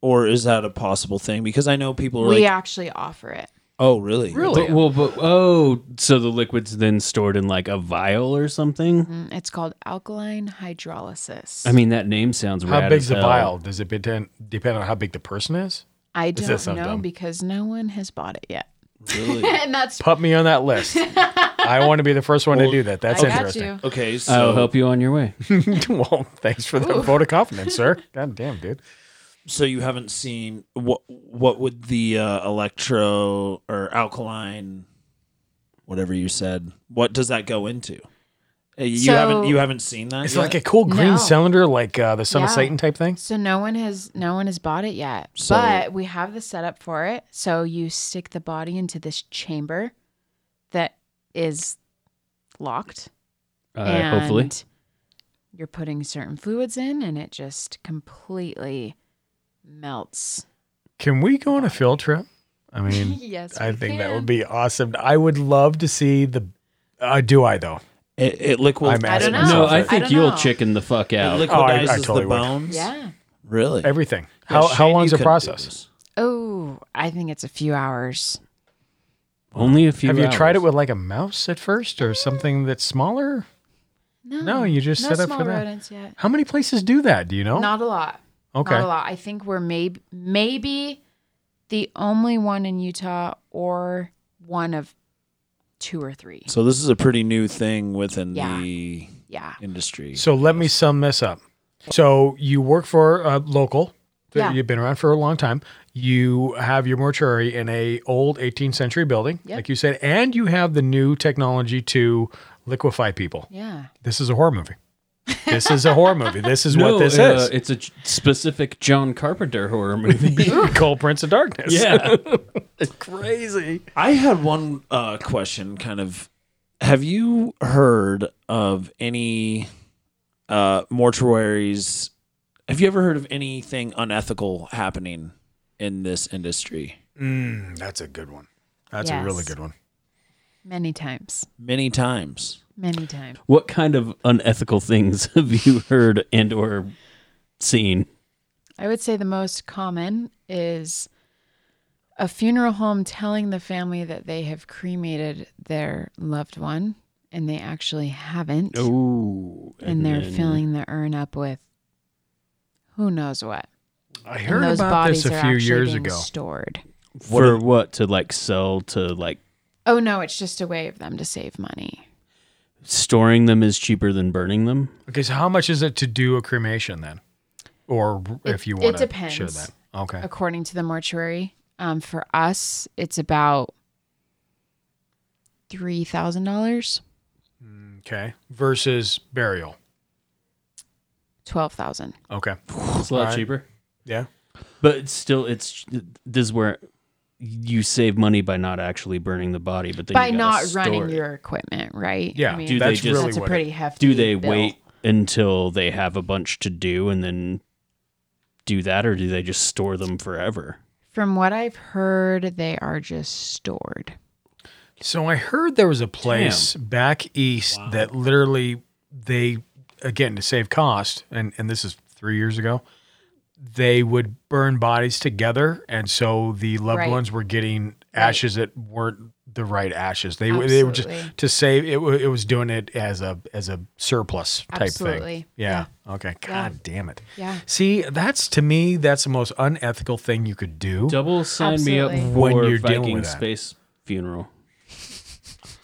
[SPEAKER 4] or is that a possible thing? Because I know people are
[SPEAKER 2] we
[SPEAKER 4] like,
[SPEAKER 2] actually offer it.
[SPEAKER 4] oh, really?
[SPEAKER 3] But, well, but oh, so the liquid's then stored in like a vial or something.
[SPEAKER 2] Mm, It's called alkaline hydrolysis.
[SPEAKER 3] I mean, that name sounds
[SPEAKER 1] How
[SPEAKER 3] rad
[SPEAKER 1] big's
[SPEAKER 3] as
[SPEAKER 1] the
[SPEAKER 3] hell.
[SPEAKER 1] vial? Does it depend depend on how big the person is?
[SPEAKER 2] I
[SPEAKER 1] This
[SPEAKER 2] don't know
[SPEAKER 1] sounds dumb.
[SPEAKER 2] because no one has bought it yet,
[SPEAKER 4] Really?
[SPEAKER 2] and that's
[SPEAKER 1] Put me on that list. I want to be the first one to do that. That's
[SPEAKER 2] I got
[SPEAKER 1] interesting.
[SPEAKER 2] you.
[SPEAKER 4] Okay, so
[SPEAKER 3] I'll help you on your way.
[SPEAKER 1] well, thanks for the vote of confidence, sir. God damn, dude.
[SPEAKER 4] so you haven't seen what what would the uh, electro or alkaline whatever you said what does that go into Uh, you
[SPEAKER 2] So-
[SPEAKER 4] haven't you haven't seen that
[SPEAKER 1] It's
[SPEAKER 4] yet?
[SPEAKER 1] like a cool green
[SPEAKER 2] No.
[SPEAKER 1] cylinder, like uh, the Son of
[SPEAKER 2] Yeah.
[SPEAKER 1] Satan type thing.
[SPEAKER 2] So no one has no one has bought it yet.
[SPEAKER 4] So-
[SPEAKER 2] but we have the setup for it. So you stick the body into this chamber that is locked.
[SPEAKER 3] Uh, hopefully,
[SPEAKER 2] and You're putting certain fluids in and it just completely melts.
[SPEAKER 1] Can we go on a field trip? I mean,
[SPEAKER 2] Yes.
[SPEAKER 1] I think that would be awesome. I would love to see the. Uh, do I though?
[SPEAKER 4] it, it liquid,
[SPEAKER 1] I'm asking
[SPEAKER 2] don't know.
[SPEAKER 3] no,
[SPEAKER 1] myself
[SPEAKER 3] I
[SPEAKER 1] that.
[SPEAKER 2] I
[SPEAKER 3] think
[SPEAKER 2] don't
[SPEAKER 3] you'll
[SPEAKER 2] know.
[SPEAKER 3] chicken the fuck
[SPEAKER 4] it
[SPEAKER 3] out.
[SPEAKER 4] liquidizes
[SPEAKER 1] I- Oh, I totally
[SPEAKER 4] the
[SPEAKER 1] would.
[SPEAKER 4] bones
[SPEAKER 2] Yeah.
[SPEAKER 4] really
[SPEAKER 1] everything.
[SPEAKER 4] Yeah,
[SPEAKER 1] How how
[SPEAKER 4] Shane,
[SPEAKER 1] long's
[SPEAKER 4] you
[SPEAKER 1] the
[SPEAKER 4] couldn't do
[SPEAKER 1] process?
[SPEAKER 4] this.
[SPEAKER 2] Oh, I think it's a few hours.
[SPEAKER 3] Only a few.
[SPEAKER 1] Have you
[SPEAKER 3] hours.
[SPEAKER 1] tried it with like a mouse at first or something that's smaller?
[SPEAKER 2] No.
[SPEAKER 1] No, you just
[SPEAKER 2] no
[SPEAKER 1] set up
[SPEAKER 2] small
[SPEAKER 1] for that.
[SPEAKER 2] rodents yet.
[SPEAKER 1] How many places do that? Do you know?
[SPEAKER 2] Not a lot.
[SPEAKER 1] okay.
[SPEAKER 2] Not a lot. I think we're maybe maybe the only one in Utah or one of two or three.
[SPEAKER 4] so this is a pretty new thing within
[SPEAKER 2] Yeah.
[SPEAKER 4] the
[SPEAKER 2] Yeah.
[SPEAKER 4] industry
[SPEAKER 1] So let me sum this up. So you work for a local. that
[SPEAKER 2] Yeah.
[SPEAKER 1] You've been around for a long time. You have your mortuary in a old 18th century building,
[SPEAKER 2] Yep.
[SPEAKER 1] like you said, and you have the new technology to liquefy people.
[SPEAKER 2] Yeah.
[SPEAKER 1] This is a horror movie. This is a horror movie. This is
[SPEAKER 3] No,
[SPEAKER 1] what this
[SPEAKER 3] uh,
[SPEAKER 1] is.
[SPEAKER 3] It's a j- specific John Carpenter horror movie.
[SPEAKER 1] Cold Prince of Darkness.
[SPEAKER 3] yeah.
[SPEAKER 1] crazy.
[SPEAKER 4] I had one uh, question. Kind of, have you heard of any uh, mortuaries? Have you ever heard of anything unethical happening in this industry?
[SPEAKER 1] That's a good one. That's a
[SPEAKER 2] Yes.
[SPEAKER 1] really good one.
[SPEAKER 2] Many times.
[SPEAKER 4] Many times.
[SPEAKER 2] Many times.
[SPEAKER 3] What kind of unethical things have you heard and or seen?
[SPEAKER 2] I would say the most common is a funeral home telling the family that they have cremated their loved one and they actually haven't.
[SPEAKER 3] Oh,
[SPEAKER 2] and they're filling the urn up with who knows what.
[SPEAKER 1] I
[SPEAKER 2] And
[SPEAKER 1] heard
[SPEAKER 2] those
[SPEAKER 1] about
[SPEAKER 2] bodies
[SPEAKER 1] this a
[SPEAKER 2] are
[SPEAKER 1] few
[SPEAKER 2] actually
[SPEAKER 1] years
[SPEAKER 2] being
[SPEAKER 1] ago.
[SPEAKER 2] Stored.
[SPEAKER 3] for what to like sell to like
[SPEAKER 2] Oh no, it's just a way of them to save money.
[SPEAKER 3] storing them is cheaper than burning them.
[SPEAKER 1] Okay, so how much is it to do a cremation then? Or if you
[SPEAKER 2] it
[SPEAKER 1] want to
[SPEAKER 2] depends.
[SPEAKER 1] share that. Okay.
[SPEAKER 2] According to the mortuary, um, for us, it's about three thousand dollars,
[SPEAKER 1] Okay. Versus burial.
[SPEAKER 2] twelve thousand.
[SPEAKER 1] Okay.
[SPEAKER 3] It's a lot
[SPEAKER 1] Alright.
[SPEAKER 3] cheaper,
[SPEAKER 1] Yeah.
[SPEAKER 3] but it's still, it's this is where you save money by not actually burning the body, but then
[SPEAKER 2] By
[SPEAKER 3] you gotta
[SPEAKER 2] not
[SPEAKER 3] store
[SPEAKER 2] running
[SPEAKER 3] it.
[SPEAKER 2] your equipment, right?
[SPEAKER 1] Yeah.
[SPEAKER 2] I mean,
[SPEAKER 3] Do they
[SPEAKER 1] that's
[SPEAKER 3] just-
[SPEAKER 1] really
[SPEAKER 2] that's a
[SPEAKER 1] what
[SPEAKER 2] pretty hefty.
[SPEAKER 3] do they
[SPEAKER 2] bill.
[SPEAKER 3] wait until they have a bunch to do and then do that or do they just store them forever
[SPEAKER 2] From what I've heard, they are just stored.
[SPEAKER 1] it. So I heard there was a place back east that literally they again to save cost, and and this is three years ago, they would burn bodies together, and so the loved
[SPEAKER 2] Right.
[SPEAKER 1] ones were getting ashes that weren't the right ashes. They were- they were
[SPEAKER 2] Absolutely.
[SPEAKER 1] just to save it. wa- It was doing it as a as a surplus type thing.
[SPEAKER 2] Absolutely.
[SPEAKER 1] Yeah. Okay. God damn it.
[SPEAKER 2] Yeah.
[SPEAKER 1] See, that's to me, that's the most unethical thing you could do.
[SPEAKER 3] Double sign me up
[SPEAKER 2] Absolutely.
[SPEAKER 3] for
[SPEAKER 1] When you're dealing
[SPEAKER 3] Viking
[SPEAKER 1] with that.
[SPEAKER 3] space funeral.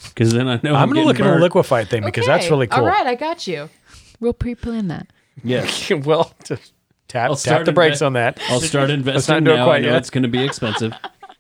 [SPEAKER 3] Because then I know
[SPEAKER 1] I'm
[SPEAKER 3] I'm,
[SPEAKER 1] gonna
[SPEAKER 3] going to
[SPEAKER 1] look at a liquefied thing because that's
[SPEAKER 2] Okay.
[SPEAKER 1] really cool.
[SPEAKER 2] All right, I got you. We'll pre-plan that.
[SPEAKER 3] Yes.
[SPEAKER 1] well, just tap
[SPEAKER 3] I'll
[SPEAKER 1] tap
[SPEAKER 3] start
[SPEAKER 1] the brakes
[SPEAKER 3] invest-
[SPEAKER 1] on that
[SPEAKER 3] I'll start investing
[SPEAKER 1] do it
[SPEAKER 3] now.
[SPEAKER 1] quite
[SPEAKER 3] I know
[SPEAKER 1] yet.
[SPEAKER 3] it's going to be expensive.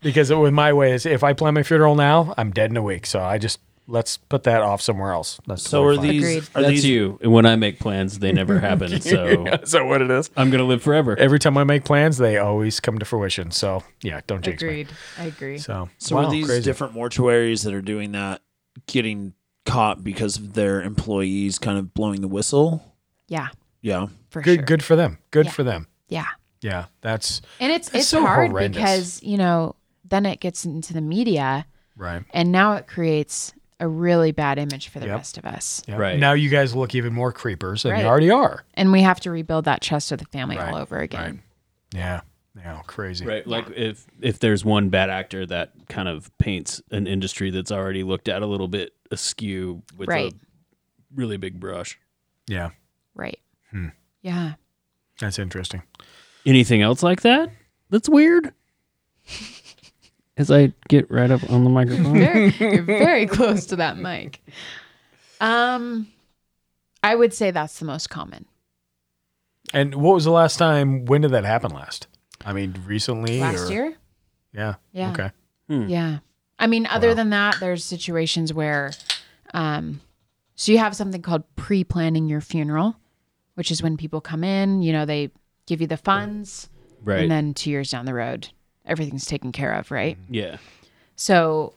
[SPEAKER 1] because it, with my way is if I plan my funeral now, I'm dead in a week. So I just let's put that off somewhere else. That's
[SPEAKER 4] So are
[SPEAKER 1] totally
[SPEAKER 4] these?
[SPEAKER 2] Agreed.
[SPEAKER 4] Are
[SPEAKER 3] That's
[SPEAKER 4] these
[SPEAKER 3] you. And when I make plans, they never happen. So
[SPEAKER 1] fine. Is that what it is?
[SPEAKER 3] I'm going to live forever.
[SPEAKER 1] Every time I make plans, they always come to fruition. So yeah, don't jinx me.
[SPEAKER 2] Agreed. I agree.
[SPEAKER 1] So
[SPEAKER 4] So
[SPEAKER 1] wow,
[SPEAKER 4] are these
[SPEAKER 1] crazy.
[SPEAKER 4] different mortuaries that are doing that getting caught because of their employees kind of blowing the whistle?
[SPEAKER 2] yeah,
[SPEAKER 4] Yeah.
[SPEAKER 2] for
[SPEAKER 1] Good,
[SPEAKER 2] sure.
[SPEAKER 1] good for them. Good
[SPEAKER 2] Yeah.
[SPEAKER 1] for them.
[SPEAKER 2] Yeah.
[SPEAKER 1] Yeah, that's
[SPEAKER 2] And it's it's,
[SPEAKER 1] That's so
[SPEAKER 2] hard
[SPEAKER 1] horrendous.
[SPEAKER 2] because, you know, then it gets into the media
[SPEAKER 1] right.
[SPEAKER 2] and now it creates a really bad image for the
[SPEAKER 1] Yep.
[SPEAKER 2] rest of us.
[SPEAKER 1] Yeah.
[SPEAKER 3] Right.
[SPEAKER 1] now, you guys look even more creepers than
[SPEAKER 2] Right.
[SPEAKER 1] you already are.
[SPEAKER 2] And we have to rebuild that trust of the family
[SPEAKER 1] Right,
[SPEAKER 2] all over again.
[SPEAKER 1] Yeah, yeah, crazy.
[SPEAKER 3] Right. Like if if there's one bad actor that kind of paints an industry that's already looked at a little bit askew with
[SPEAKER 2] Right.
[SPEAKER 3] a really big brush.
[SPEAKER 1] Yeah,
[SPEAKER 2] Right.
[SPEAKER 1] Hmm.
[SPEAKER 2] Yeah.
[SPEAKER 1] that's interesting.
[SPEAKER 3] Anything else like that? That's weird. As I get right up on the microphone.
[SPEAKER 2] Very, you're very close to that mic. Um I would say that's the most common.
[SPEAKER 1] And what was the last time? When did that happen last? I mean, recently?
[SPEAKER 2] Last
[SPEAKER 1] or-
[SPEAKER 2] year?
[SPEAKER 1] Yeah.
[SPEAKER 2] Yeah.
[SPEAKER 1] Okay. Hmm.
[SPEAKER 2] Yeah. I mean, other
[SPEAKER 1] Wow.
[SPEAKER 2] than that, there's situations where, um, so you have something called pre planning your funeral, which is when people come in, you know, they give you the funds,
[SPEAKER 3] right.
[SPEAKER 2] and then two years down the road, everything's taken care of, right?
[SPEAKER 3] yeah.
[SPEAKER 2] So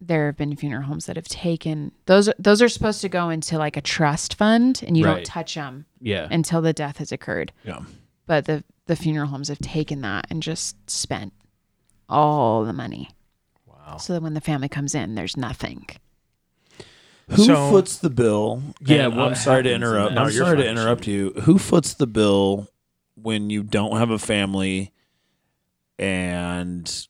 [SPEAKER 2] there have been funeral homes that have taken those, those are supposed to go into like a trust fund and you don't
[SPEAKER 3] Right.
[SPEAKER 2] touch them
[SPEAKER 3] Yeah.
[SPEAKER 2] until the death has occurred.
[SPEAKER 4] Yeah.
[SPEAKER 2] But the, the funeral homes have taken that and just spent all the money. Wow. So that when the family comes in, there's nothing.
[SPEAKER 4] Who
[SPEAKER 1] So-
[SPEAKER 4] foots the bill?
[SPEAKER 3] Yeah,
[SPEAKER 4] And
[SPEAKER 3] what
[SPEAKER 4] I'm sorry to
[SPEAKER 3] happens in
[SPEAKER 4] interrupt.
[SPEAKER 3] that?
[SPEAKER 4] I'm
[SPEAKER 3] No, you're
[SPEAKER 4] sorry to
[SPEAKER 3] fine.
[SPEAKER 4] interrupt you. Who foots the bill when you don't have a family and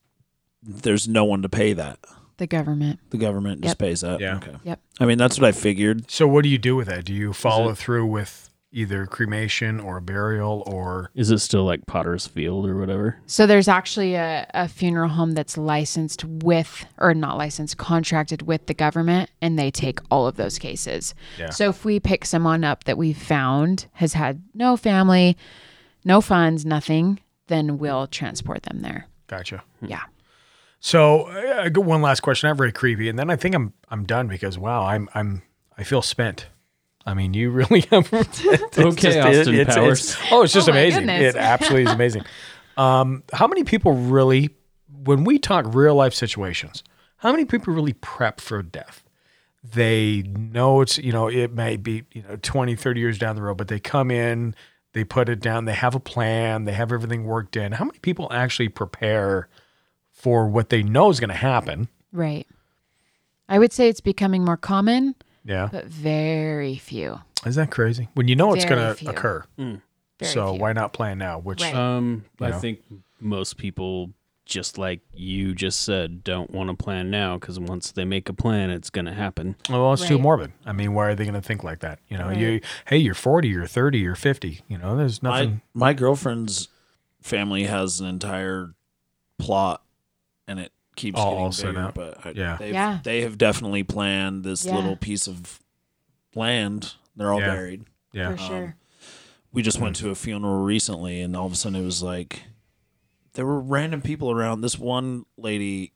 [SPEAKER 4] there's no one to pay that?
[SPEAKER 2] The government.
[SPEAKER 4] The government just
[SPEAKER 2] Yep.
[SPEAKER 4] pays that.
[SPEAKER 1] Yeah.
[SPEAKER 4] Okay.
[SPEAKER 2] Yep.
[SPEAKER 4] I mean, that's what I figured.
[SPEAKER 1] So what do you do with that? Do you follow through with either cremation or burial or
[SPEAKER 3] Is it still like Potter's Field or whatever?
[SPEAKER 2] So there's actually a, a funeral home that's licensed with, or not licensed, contracted with the government, and they take all of those cases.
[SPEAKER 1] Yeah.
[SPEAKER 2] So if we pick someone up that we've found has had no family, no funds, nothing, then we'll transport them there.
[SPEAKER 1] gotcha?
[SPEAKER 2] Yeah.
[SPEAKER 1] So uh, I got one last question. I'm very creepy, and then I think I'm I'm done because wow, I'm I'm I feel spent. I mean, you really have. it's
[SPEAKER 3] Okay, Austin Powers.
[SPEAKER 1] oh, it's just
[SPEAKER 2] Oh my
[SPEAKER 1] amazing.
[SPEAKER 2] goodness.
[SPEAKER 1] It absolutely is amazing. Um, how many people really, when we talk real life situations, how many people really prep for death? They know it's, you know, it may be, you know, 20, 30 years down the road, but they come in, they put it down, they have a plan, they have everything worked in. How many people actually prepare for what they know is going to happen?
[SPEAKER 2] Right. I would say it's becoming more common,
[SPEAKER 1] Yeah.
[SPEAKER 2] but very few.
[SPEAKER 1] Is that crazy? When you know it's
[SPEAKER 2] Very
[SPEAKER 1] going to
[SPEAKER 2] few.
[SPEAKER 1] occur.
[SPEAKER 2] Very
[SPEAKER 1] so
[SPEAKER 2] few.
[SPEAKER 1] why not plan now? Which, uh,
[SPEAKER 2] Right.
[SPEAKER 3] Um, I
[SPEAKER 1] know?
[SPEAKER 3] think most people, just like you just said, don't want to plan now because once they make a plan, it's going to happen.
[SPEAKER 1] well, it's too
[SPEAKER 2] Right.
[SPEAKER 1] morbid. I mean, why are they going to think like that? You know, you, hey, you're 40, you're 30, you're 50. You know, there's nothing.
[SPEAKER 4] My, my girlfriend's family has an entire plot, and it keeps
[SPEAKER 1] All-
[SPEAKER 4] getting
[SPEAKER 1] all set
[SPEAKER 4] bigger,
[SPEAKER 1] out.
[SPEAKER 4] But I,
[SPEAKER 1] Yeah.
[SPEAKER 4] They've,
[SPEAKER 2] Yeah.
[SPEAKER 4] they have definitely planned this
[SPEAKER 2] Yeah.
[SPEAKER 4] little piece of land. They're all
[SPEAKER 1] Yeah.
[SPEAKER 4] buried.
[SPEAKER 1] yeah.
[SPEAKER 2] For sure.
[SPEAKER 4] We just
[SPEAKER 1] Hmm.
[SPEAKER 4] went to a funeral recently, and all of a sudden it was like there were random people around. This one lady,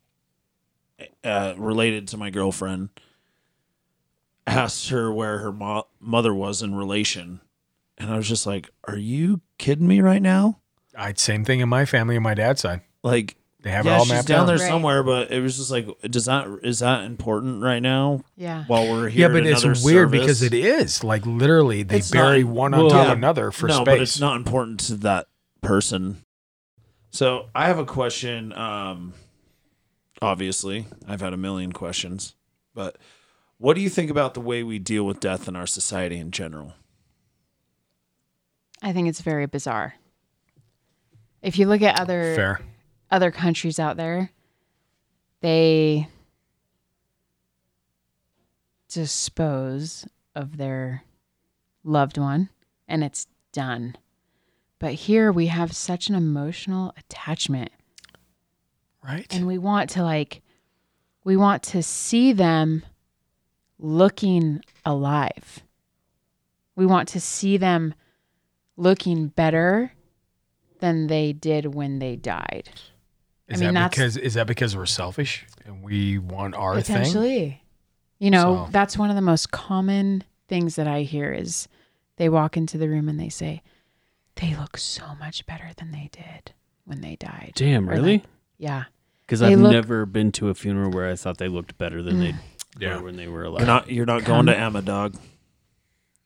[SPEAKER 4] uh, related to my girlfriend, asked her where her mo- mother was in relation, and I was just like, "Are you kidding me right now?"
[SPEAKER 1] I same thing in my family on my dad's side.
[SPEAKER 4] Like,
[SPEAKER 1] They have it
[SPEAKER 4] yeah,
[SPEAKER 1] all
[SPEAKER 4] she's
[SPEAKER 1] mapped
[SPEAKER 4] down
[SPEAKER 1] out.
[SPEAKER 4] there
[SPEAKER 2] Right.
[SPEAKER 4] somewhere, but it was just like, does that is that important right now?
[SPEAKER 2] Yeah.
[SPEAKER 4] While we're here,
[SPEAKER 1] yeah, but
[SPEAKER 4] at
[SPEAKER 1] it's
[SPEAKER 4] another
[SPEAKER 1] weird
[SPEAKER 4] service?
[SPEAKER 1] because it is like literally they
[SPEAKER 4] It's
[SPEAKER 1] bury
[SPEAKER 4] not-
[SPEAKER 1] one on
[SPEAKER 3] well,
[SPEAKER 1] top
[SPEAKER 3] yeah.
[SPEAKER 1] of another for
[SPEAKER 4] no,
[SPEAKER 1] space.
[SPEAKER 4] but it's not important to that person. So I have a question. Um, obviously, I've had a million questions, but What do you think about the way we deal with death in our society in general?
[SPEAKER 2] I think it's very bizarre. If you look at other
[SPEAKER 1] Fair.
[SPEAKER 2] other countries out there, they dispose of their loved one and it's done. But here we have such an emotional attachment
[SPEAKER 1] Right.
[SPEAKER 2] and we want to like we want to see them looking alive we want to see them looking better than they did when they died
[SPEAKER 1] Is
[SPEAKER 2] I mean,
[SPEAKER 1] that
[SPEAKER 2] that's-
[SPEAKER 1] because is that because we're selfish and we want our thing?
[SPEAKER 2] potentially you know
[SPEAKER 1] So-
[SPEAKER 2] that's one of the most common things that i hear is they walk into the room and they say they look so much better than they did when they died
[SPEAKER 3] Damn,
[SPEAKER 2] Or like-
[SPEAKER 3] really?
[SPEAKER 2] yeah
[SPEAKER 3] Because
[SPEAKER 2] They
[SPEAKER 3] I've
[SPEAKER 2] look-
[SPEAKER 3] never been to a funeral where I thought they looked better than they
[SPEAKER 1] Yeah.
[SPEAKER 3] were when they were alive.
[SPEAKER 4] You're not you're not going to Emma, dog.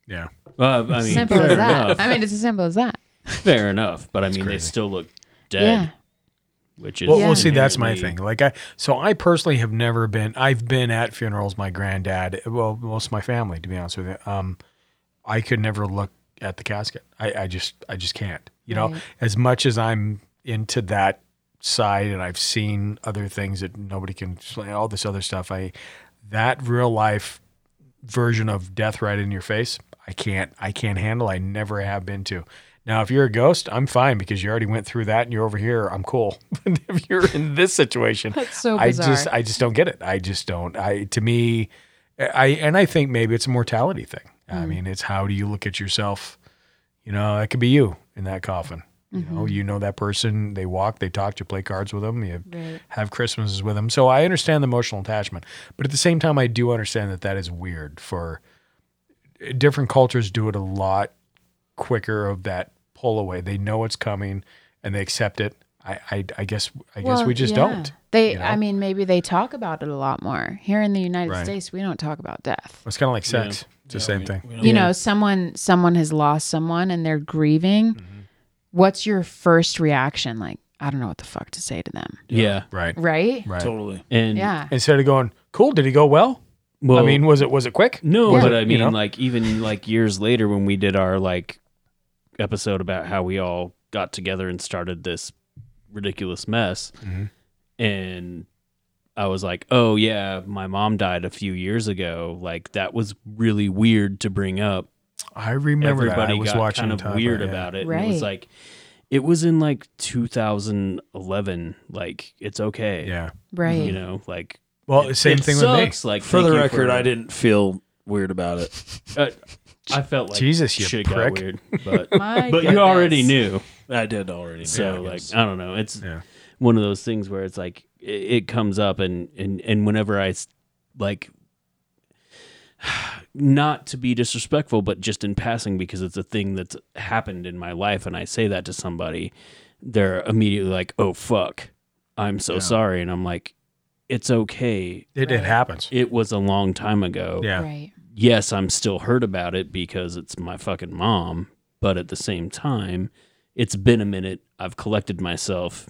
[SPEAKER 1] Yeah.
[SPEAKER 3] Well, I mean,
[SPEAKER 2] simple as
[SPEAKER 3] fair
[SPEAKER 2] that
[SPEAKER 3] enough.
[SPEAKER 2] i mean it's as simple as that
[SPEAKER 3] fair enough. But I mean, they
[SPEAKER 1] crazy.
[SPEAKER 3] still look dead,
[SPEAKER 2] yeah
[SPEAKER 3] which is
[SPEAKER 1] Well,
[SPEAKER 2] Yeah.
[SPEAKER 1] well, see, that's my
[SPEAKER 3] inherently-
[SPEAKER 1] thing. Like, I so I personally have never been. I've been at funerals. My granddad, well, most of my family, to be honest with you. Um, I could never look at the casket. I, I just, I just can't. You know,
[SPEAKER 2] Right.
[SPEAKER 1] as much as I'm into that side, and I've seen other things that nobody can, all this other stuff. I that real life version of death right in your face. I can't I can't handle. I never have been to. Now, if you're a ghost, I'm fine because you already went through that and you're over here. I'm cool. But if you're in this situation,
[SPEAKER 2] That's so
[SPEAKER 1] I
[SPEAKER 2] bizarre.
[SPEAKER 1] just I just don't get it. I just don't. I to me, I and I think maybe it's a mortality thing. I
[SPEAKER 2] Mm.
[SPEAKER 1] mean, it's how do you look at yourself? You know, that could be you in that coffin. You
[SPEAKER 2] Mm-hmm.
[SPEAKER 1] know, you know that person. They walk, they talk, you play cards with them, you
[SPEAKER 2] Right.
[SPEAKER 1] have Christmases with them. So I understand the emotional attachment, but at the same time, I do understand that that is weird. For eh, different cultures, do it a lot quicker of that pull away. They know it's coming and they accept it. I, I, I guess I guess
[SPEAKER 2] Well,
[SPEAKER 1] we just
[SPEAKER 2] yeah.
[SPEAKER 1] don't.
[SPEAKER 2] They,
[SPEAKER 1] you know?
[SPEAKER 2] I mean, maybe they talk about it a lot more. Here in the United
[SPEAKER 1] Right.
[SPEAKER 2] States, we don't talk about death.
[SPEAKER 1] It's kind of like sex. It's the same thing.
[SPEAKER 2] You know, someone someone has lost someone and they're grieving.
[SPEAKER 1] Mm-hmm.
[SPEAKER 2] What's your first reaction? Like, I don't know what the fuck to say to them,
[SPEAKER 3] Yeah,
[SPEAKER 1] Right.
[SPEAKER 2] right?
[SPEAKER 1] Right.
[SPEAKER 4] Totally.
[SPEAKER 3] and
[SPEAKER 2] Yeah,
[SPEAKER 1] Instead of going, cool. Did he go well?
[SPEAKER 3] well,
[SPEAKER 1] I mean, was it was it quick?
[SPEAKER 3] No,
[SPEAKER 1] Was
[SPEAKER 3] but
[SPEAKER 1] it,
[SPEAKER 3] I
[SPEAKER 1] you
[SPEAKER 3] mean,
[SPEAKER 1] know?
[SPEAKER 3] like even like years later when we did our like episode about how we all got together and started this ridiculous mess,
[SPEAKER 1] Mhm.
[SPEAKER 3] and I was like, oh yeah, my mom died a few years ago. Like that was really weird to bring up.
[SPEAKER 1] I remember
[SPEAKER 3] Everybody
[SPEAKER 1] that. I was
[SPEAKER 3] got
[SPEAKER 1] watching
[SPEAKER 3] kind of
[SPEAKER 1] Top
[SPEAKER 3] weird
[SPEAKER 1] yeah.
[SPEAKER 3] about it. And it was
[SPEAKER 2] Right.
[SPEAKER 3] like. It was in like 2011. Like it's okay,
[SPEAKER 1] Yeah.
[SPEAKER 2] right.
[SPEAKER 3] You know, like
[SPEAKER 1] Well, same
[SPEAKER 3] it
[SPEAKER 1] thing
[SPEAKER 3] sucks.
[SPEAKER 1] with
[SPEAKER 3] Like
[SPEAKER 4] For
[SPEAKER 3] thank
[SPEAKER 4] the
[SPEAKER 3] you
[SPEAKER 4] record,
[SPEAKER 3] for-
[SPEAKER 4] I didn't feel weird about it.
[SPEAKER 3] Uh, I felt like
[SPEAKER 1] Jesus, you
[SPEAKER 3] shit
[SPEAKER 1] prick.
[SPEAKER 3] got weird, but
[SPEAKER 2] My
[SPEAKER 3] but you
[SPEAKER 2] goodness.
[SPEAKER 3] already knew.
[SPEAKER 4] I did already.
[SPEAKER 3] So
[SPEAKER 4] know, I
[SPEAKER 3] like
[SPEAKER 4] guess.
[SPEAKER 3] I don't know. It's
[SPEAKER 1] Yeah.
[SPEAKER 3] one of those things where it's like it, it comes up and and and whenever I s- like not to be disrespectful, but just in passing because it's a thing that's happened in my life, and I say that to somebody, they're immediately like, "Oh fuck, I'm so sorry," and I'm like, "It's okay.
[SPEAKER 1] me. It, it happens.
[SPEAKER 3] It was a long time ago."
[SPEAKER 1] Yeah.
[SPEAKER 2] Right.
[SPEAKER 3] yes, I'm still hurt about it because it's my fucking mom, but at the same time, it's been a minute. I've collected myself.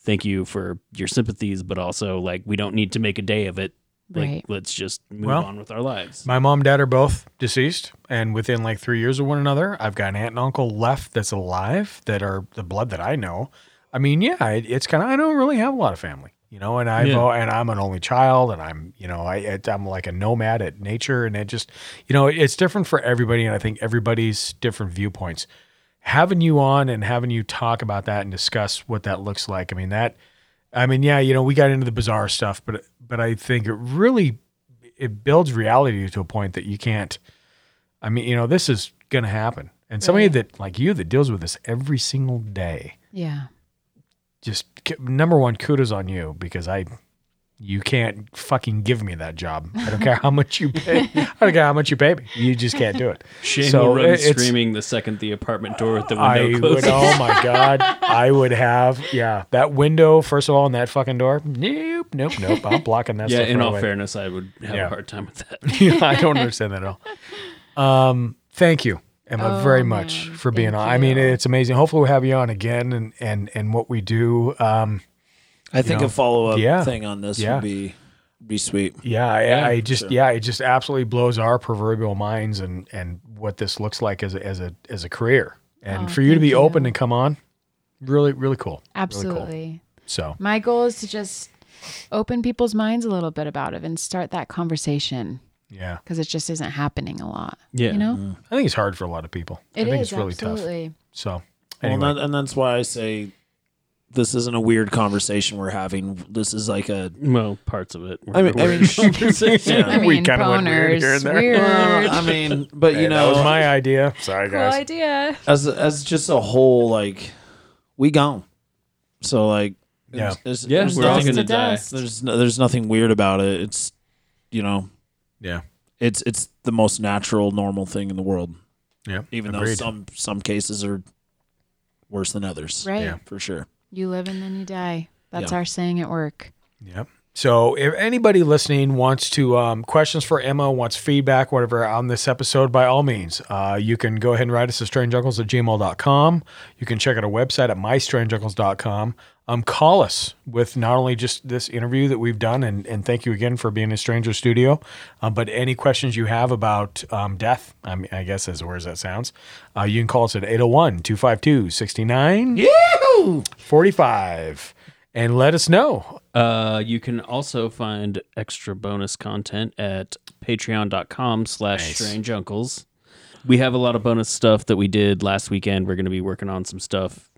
[SPEAKER 3] Thank you for your sympathies, but also like we don't need to make a day of it. Like
[SPEAKER 2] Right.
[SPEAKER 3] let's just move
[SPEAKER 1] Well,
[SPEAKER 3] on with our lives.
[SPEAKER 1] My mom and dad are both deceased, and within like three years of one another, I've got an aunt and uncle left that's alive that are the blood that I know. I mean, yeah, it, it's kind of I don't really have a lot of family, you know, and I've
[SPEAKER 3] Yeah.
[SPEAKER 1] al- and I'm an only child, and I'm you know I it, I'm like a nomad at nature, and it just you know it's different for everybody, and I think everybody's different viewpoints. Having you on and having you talk about that and discuss what that looks like, I mean that, I mean yeah, you know we got into the bizarre stuff, but but I think it really it builds reality to a point that you can't i mean you know this is going to happen and somebody
[SPEAKER 2] Right.
[SPEAKER 1] that like you that deals with this every single day
[SPEAKER 2] Yeah.
[SPEAKER 1] just k- number one kudos on you because i you can't fucking give me that job i don't care how much you pay i don't care how much you pay me you just can't do it
[SPEAKER 3] Shane
[SPEAKER 1] So
[SPEAKER 3] will run
[SPEAKER 1] it- it's-
[SPEAKER 3] screaming the second the apartment door with the
[SPEAKER 1] I
[SPEAKER 3] window
[SPEAKER 1] would,
[SPEAKER 3] closes.
[SPEAKER 1] oh my God. I would have, yeah. That window, first of all, and that fucking door. Nope, nope, nope. I'm blocking that
[SPEAKER 3] yeah,
[SPEAKER 1] stuff.
[SPEAKER 3] in
[SPEAKER 1] right
[SPEAKER 3] all
[SPEAKER 1] away.
[SPEAKER 3] fairness, I would have
[SPEAKER 1] Yeah.
[SPEAKER 3] a hard time with that.
[SPEAKER 1] yeah, I don't understand that at all. Um, thank you, Emma,
[SPEAKER 2] Oh,
[SPEAKER 1] very much
[SPEAKER 2] man,
[SPEAKER 1] for being
[SPEAKER 2] thank
[SPEAKER 1] on. I mean,
[SPEAKER 2] you.
[SPEAKER 1] it's amazing. Hopefully, we'll have you on again, and and and what we do. Um,
[SPEAKER 4] I think
[SPEAKER 1] know,
[SPEAKER 4] a follow up
[SPEAKER 1] yeah,
[SPEAKER 4] thing on this
[SPEAKER 1] yeah.
[SPEAKER 4] would be be sweet.
[SPEAKER 1] Yeah, I, I just yeah, it just absolutely blows our proverbial minds and and what this looks like as a, as a as a career. And
[SPEAKER 2] Oh,
[SPEAKER 1] for you to
[SPEAKER 2] thank
[SPEAKER 1] be
[SPEAKER 2] you.
[SPEAKER 1] open and come on, really really cool.
[SPEAKER 2] Absolutely.
[SPEAKER 1] So
[SPEAKER 2] My goal is to just open people's minds a little bit about it and start that conversation
[SPEAKER 1] yeah,
[SPEAKER 2] because it just isn't happening a lot.
[SPEAKER 3] Yeah.
[SPEAKER 2] You know,
[SPEAKER 1] I think it's hard for a lot of people. Uh,
[SPEAKER 2] It
[SPEAKER 1] I think
[SPEAKER 2] is,
[SPEAKER 1] it's really tough.
[SPEAKER 2] absolutely.
[SPEAKER 1] So anyway,
[SPEAKER 4] Well, and, that, and that's why I say this isn't a weird conversation we're having. This is like a.
[SPEAKER 3] Well, parts of it. were
[SPEAKER 4] I mean, I mean,
[SPEAKER 3] conversation.
[SPEAKER 2] I
[SPEAKER 4] yeah.
[SPEAKER 2] mean,
[SPEAKER 1] We kinda
[SPEAKER 2] boners,
[SPEAKER 1] went weird
[SPEAKER 2] weird.
[SPEAKER 1] here and there.
[SPEAKER 4] Well, I mean, but you
[SPEAKER 1] Hey,
[SPEAKER 4] know,
[SPEAKER 1] that was my idea. Sorry
[SPEAKER 2] cool
[SPEAKER 1] guys.
[SPEAKER 2] idea.
[SPEAKER 4] as as just a whole, like we gone. So like,
[SPEAKER 1] Yeah.
[SPEAKER 4] there's,
[SPEAKER 3] Yeah,
[SPEAKER 4] there's
[SPEAKER 3] we're all
[SPEAKER 4] nothing,
[SPEAKER 3] gonna
[SPEAKER 2] to
[SPEAKER 3] die.
[SPEAKER 2] dust.
[SPEAKER 4] there's no, there's nothing weird about it. It's you know,
[SPEAKER 1] Yeah.
[SPEAKER 4] it's it's the most natural, normal thing in the world.
[SPEAKER 1] Yeah,
[SPEAKER 4] Even though
[SPEAKER 1] agreed.
[SPEAKER 4] some some cases are worse than others,
[SPEAKER 2] Right.
[SPEAKER 1] Yeah.
[SPEAKER 4] For sure.
[SPEAKER 2] You live and then you die. That's
[SPEAKER 4] Yeah.
[SPEAKER 2] our saying at work.
[SPEAKER 1] Yep. So if anybody listening wants to um, questions for Emma, wants feedback, whatever on this episode, by all means, uh, you can go ahead and write us at strangeuncles at gmail.com. You can check out our website at mystrangeuncles.com. Um, call us with not only just this interview that we've done, and, and thank you again for being in Stranger Studio, um, but any questions you have about um, death, I, mean, I guess as weird as that sounds, uh, you can call us at 801 252 45 and let us know.
[SPEAKER 3] Uh, you can also find extra bonus content at patreon.com slash strange uncles. We have a lot of bonus stuff that we did last weekend. We're going to be working on some stuff,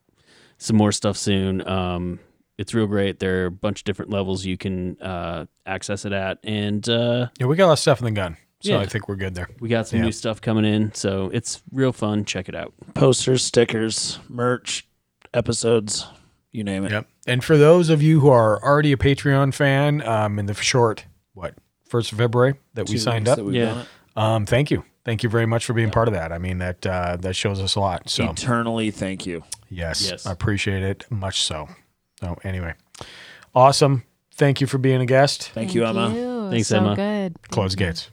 [SPEAKER 3] some more stuff soon. Um, it's real great. There are a bunch of different levels you can uh, access it at. And uh,
[SPEAKER 1] Yeah, we got a lot of stuff in the gun. So
[SPEAKER 3] Yeah.
[SPEAKER 1] I think we're good there.
[SPEAKER 3] we got some
[SPEAKER 1] Yeah.
[SPEAKER 3] new stuff coming in. So it's real fun. Check it out.
[SPEAKER 4] Posters, stickers, merch, episodes, you name it.
[SPEAKER 1] Yep. And for those of you who are already a Patreon fan, um, in the short, what, first of February that we
[SPEAKER 4] Two
[SPEAKER 1] signed
[SPEAKER 4] weeks
[SPEAKER 1] up,
[SPEAKER 4] that we've
[SPEAKER 3] Yeah.
[SPEAKER 4] done it.
[SPEAKER 1] um, thank you. Thank you very much for being part of that. I mean, that uh, that shows us a lot. So,
[SPEAKER 4] Eternally, thank you.
[SPEAKER 1] yes,
[SPEAKER 3] Yes.
[SPEAKER 1] I appreciate it much so. So, anyway, awesome. Thank you for being a guest.
[SPEAKER 4] Thank, you, Emma.
[SPEAKER 3] Thanks,
[SPEAKER 2] so
[SPEAKER 3] Emma.
[SPEAKER 2] good.
[SPEAKER 1] Close gates.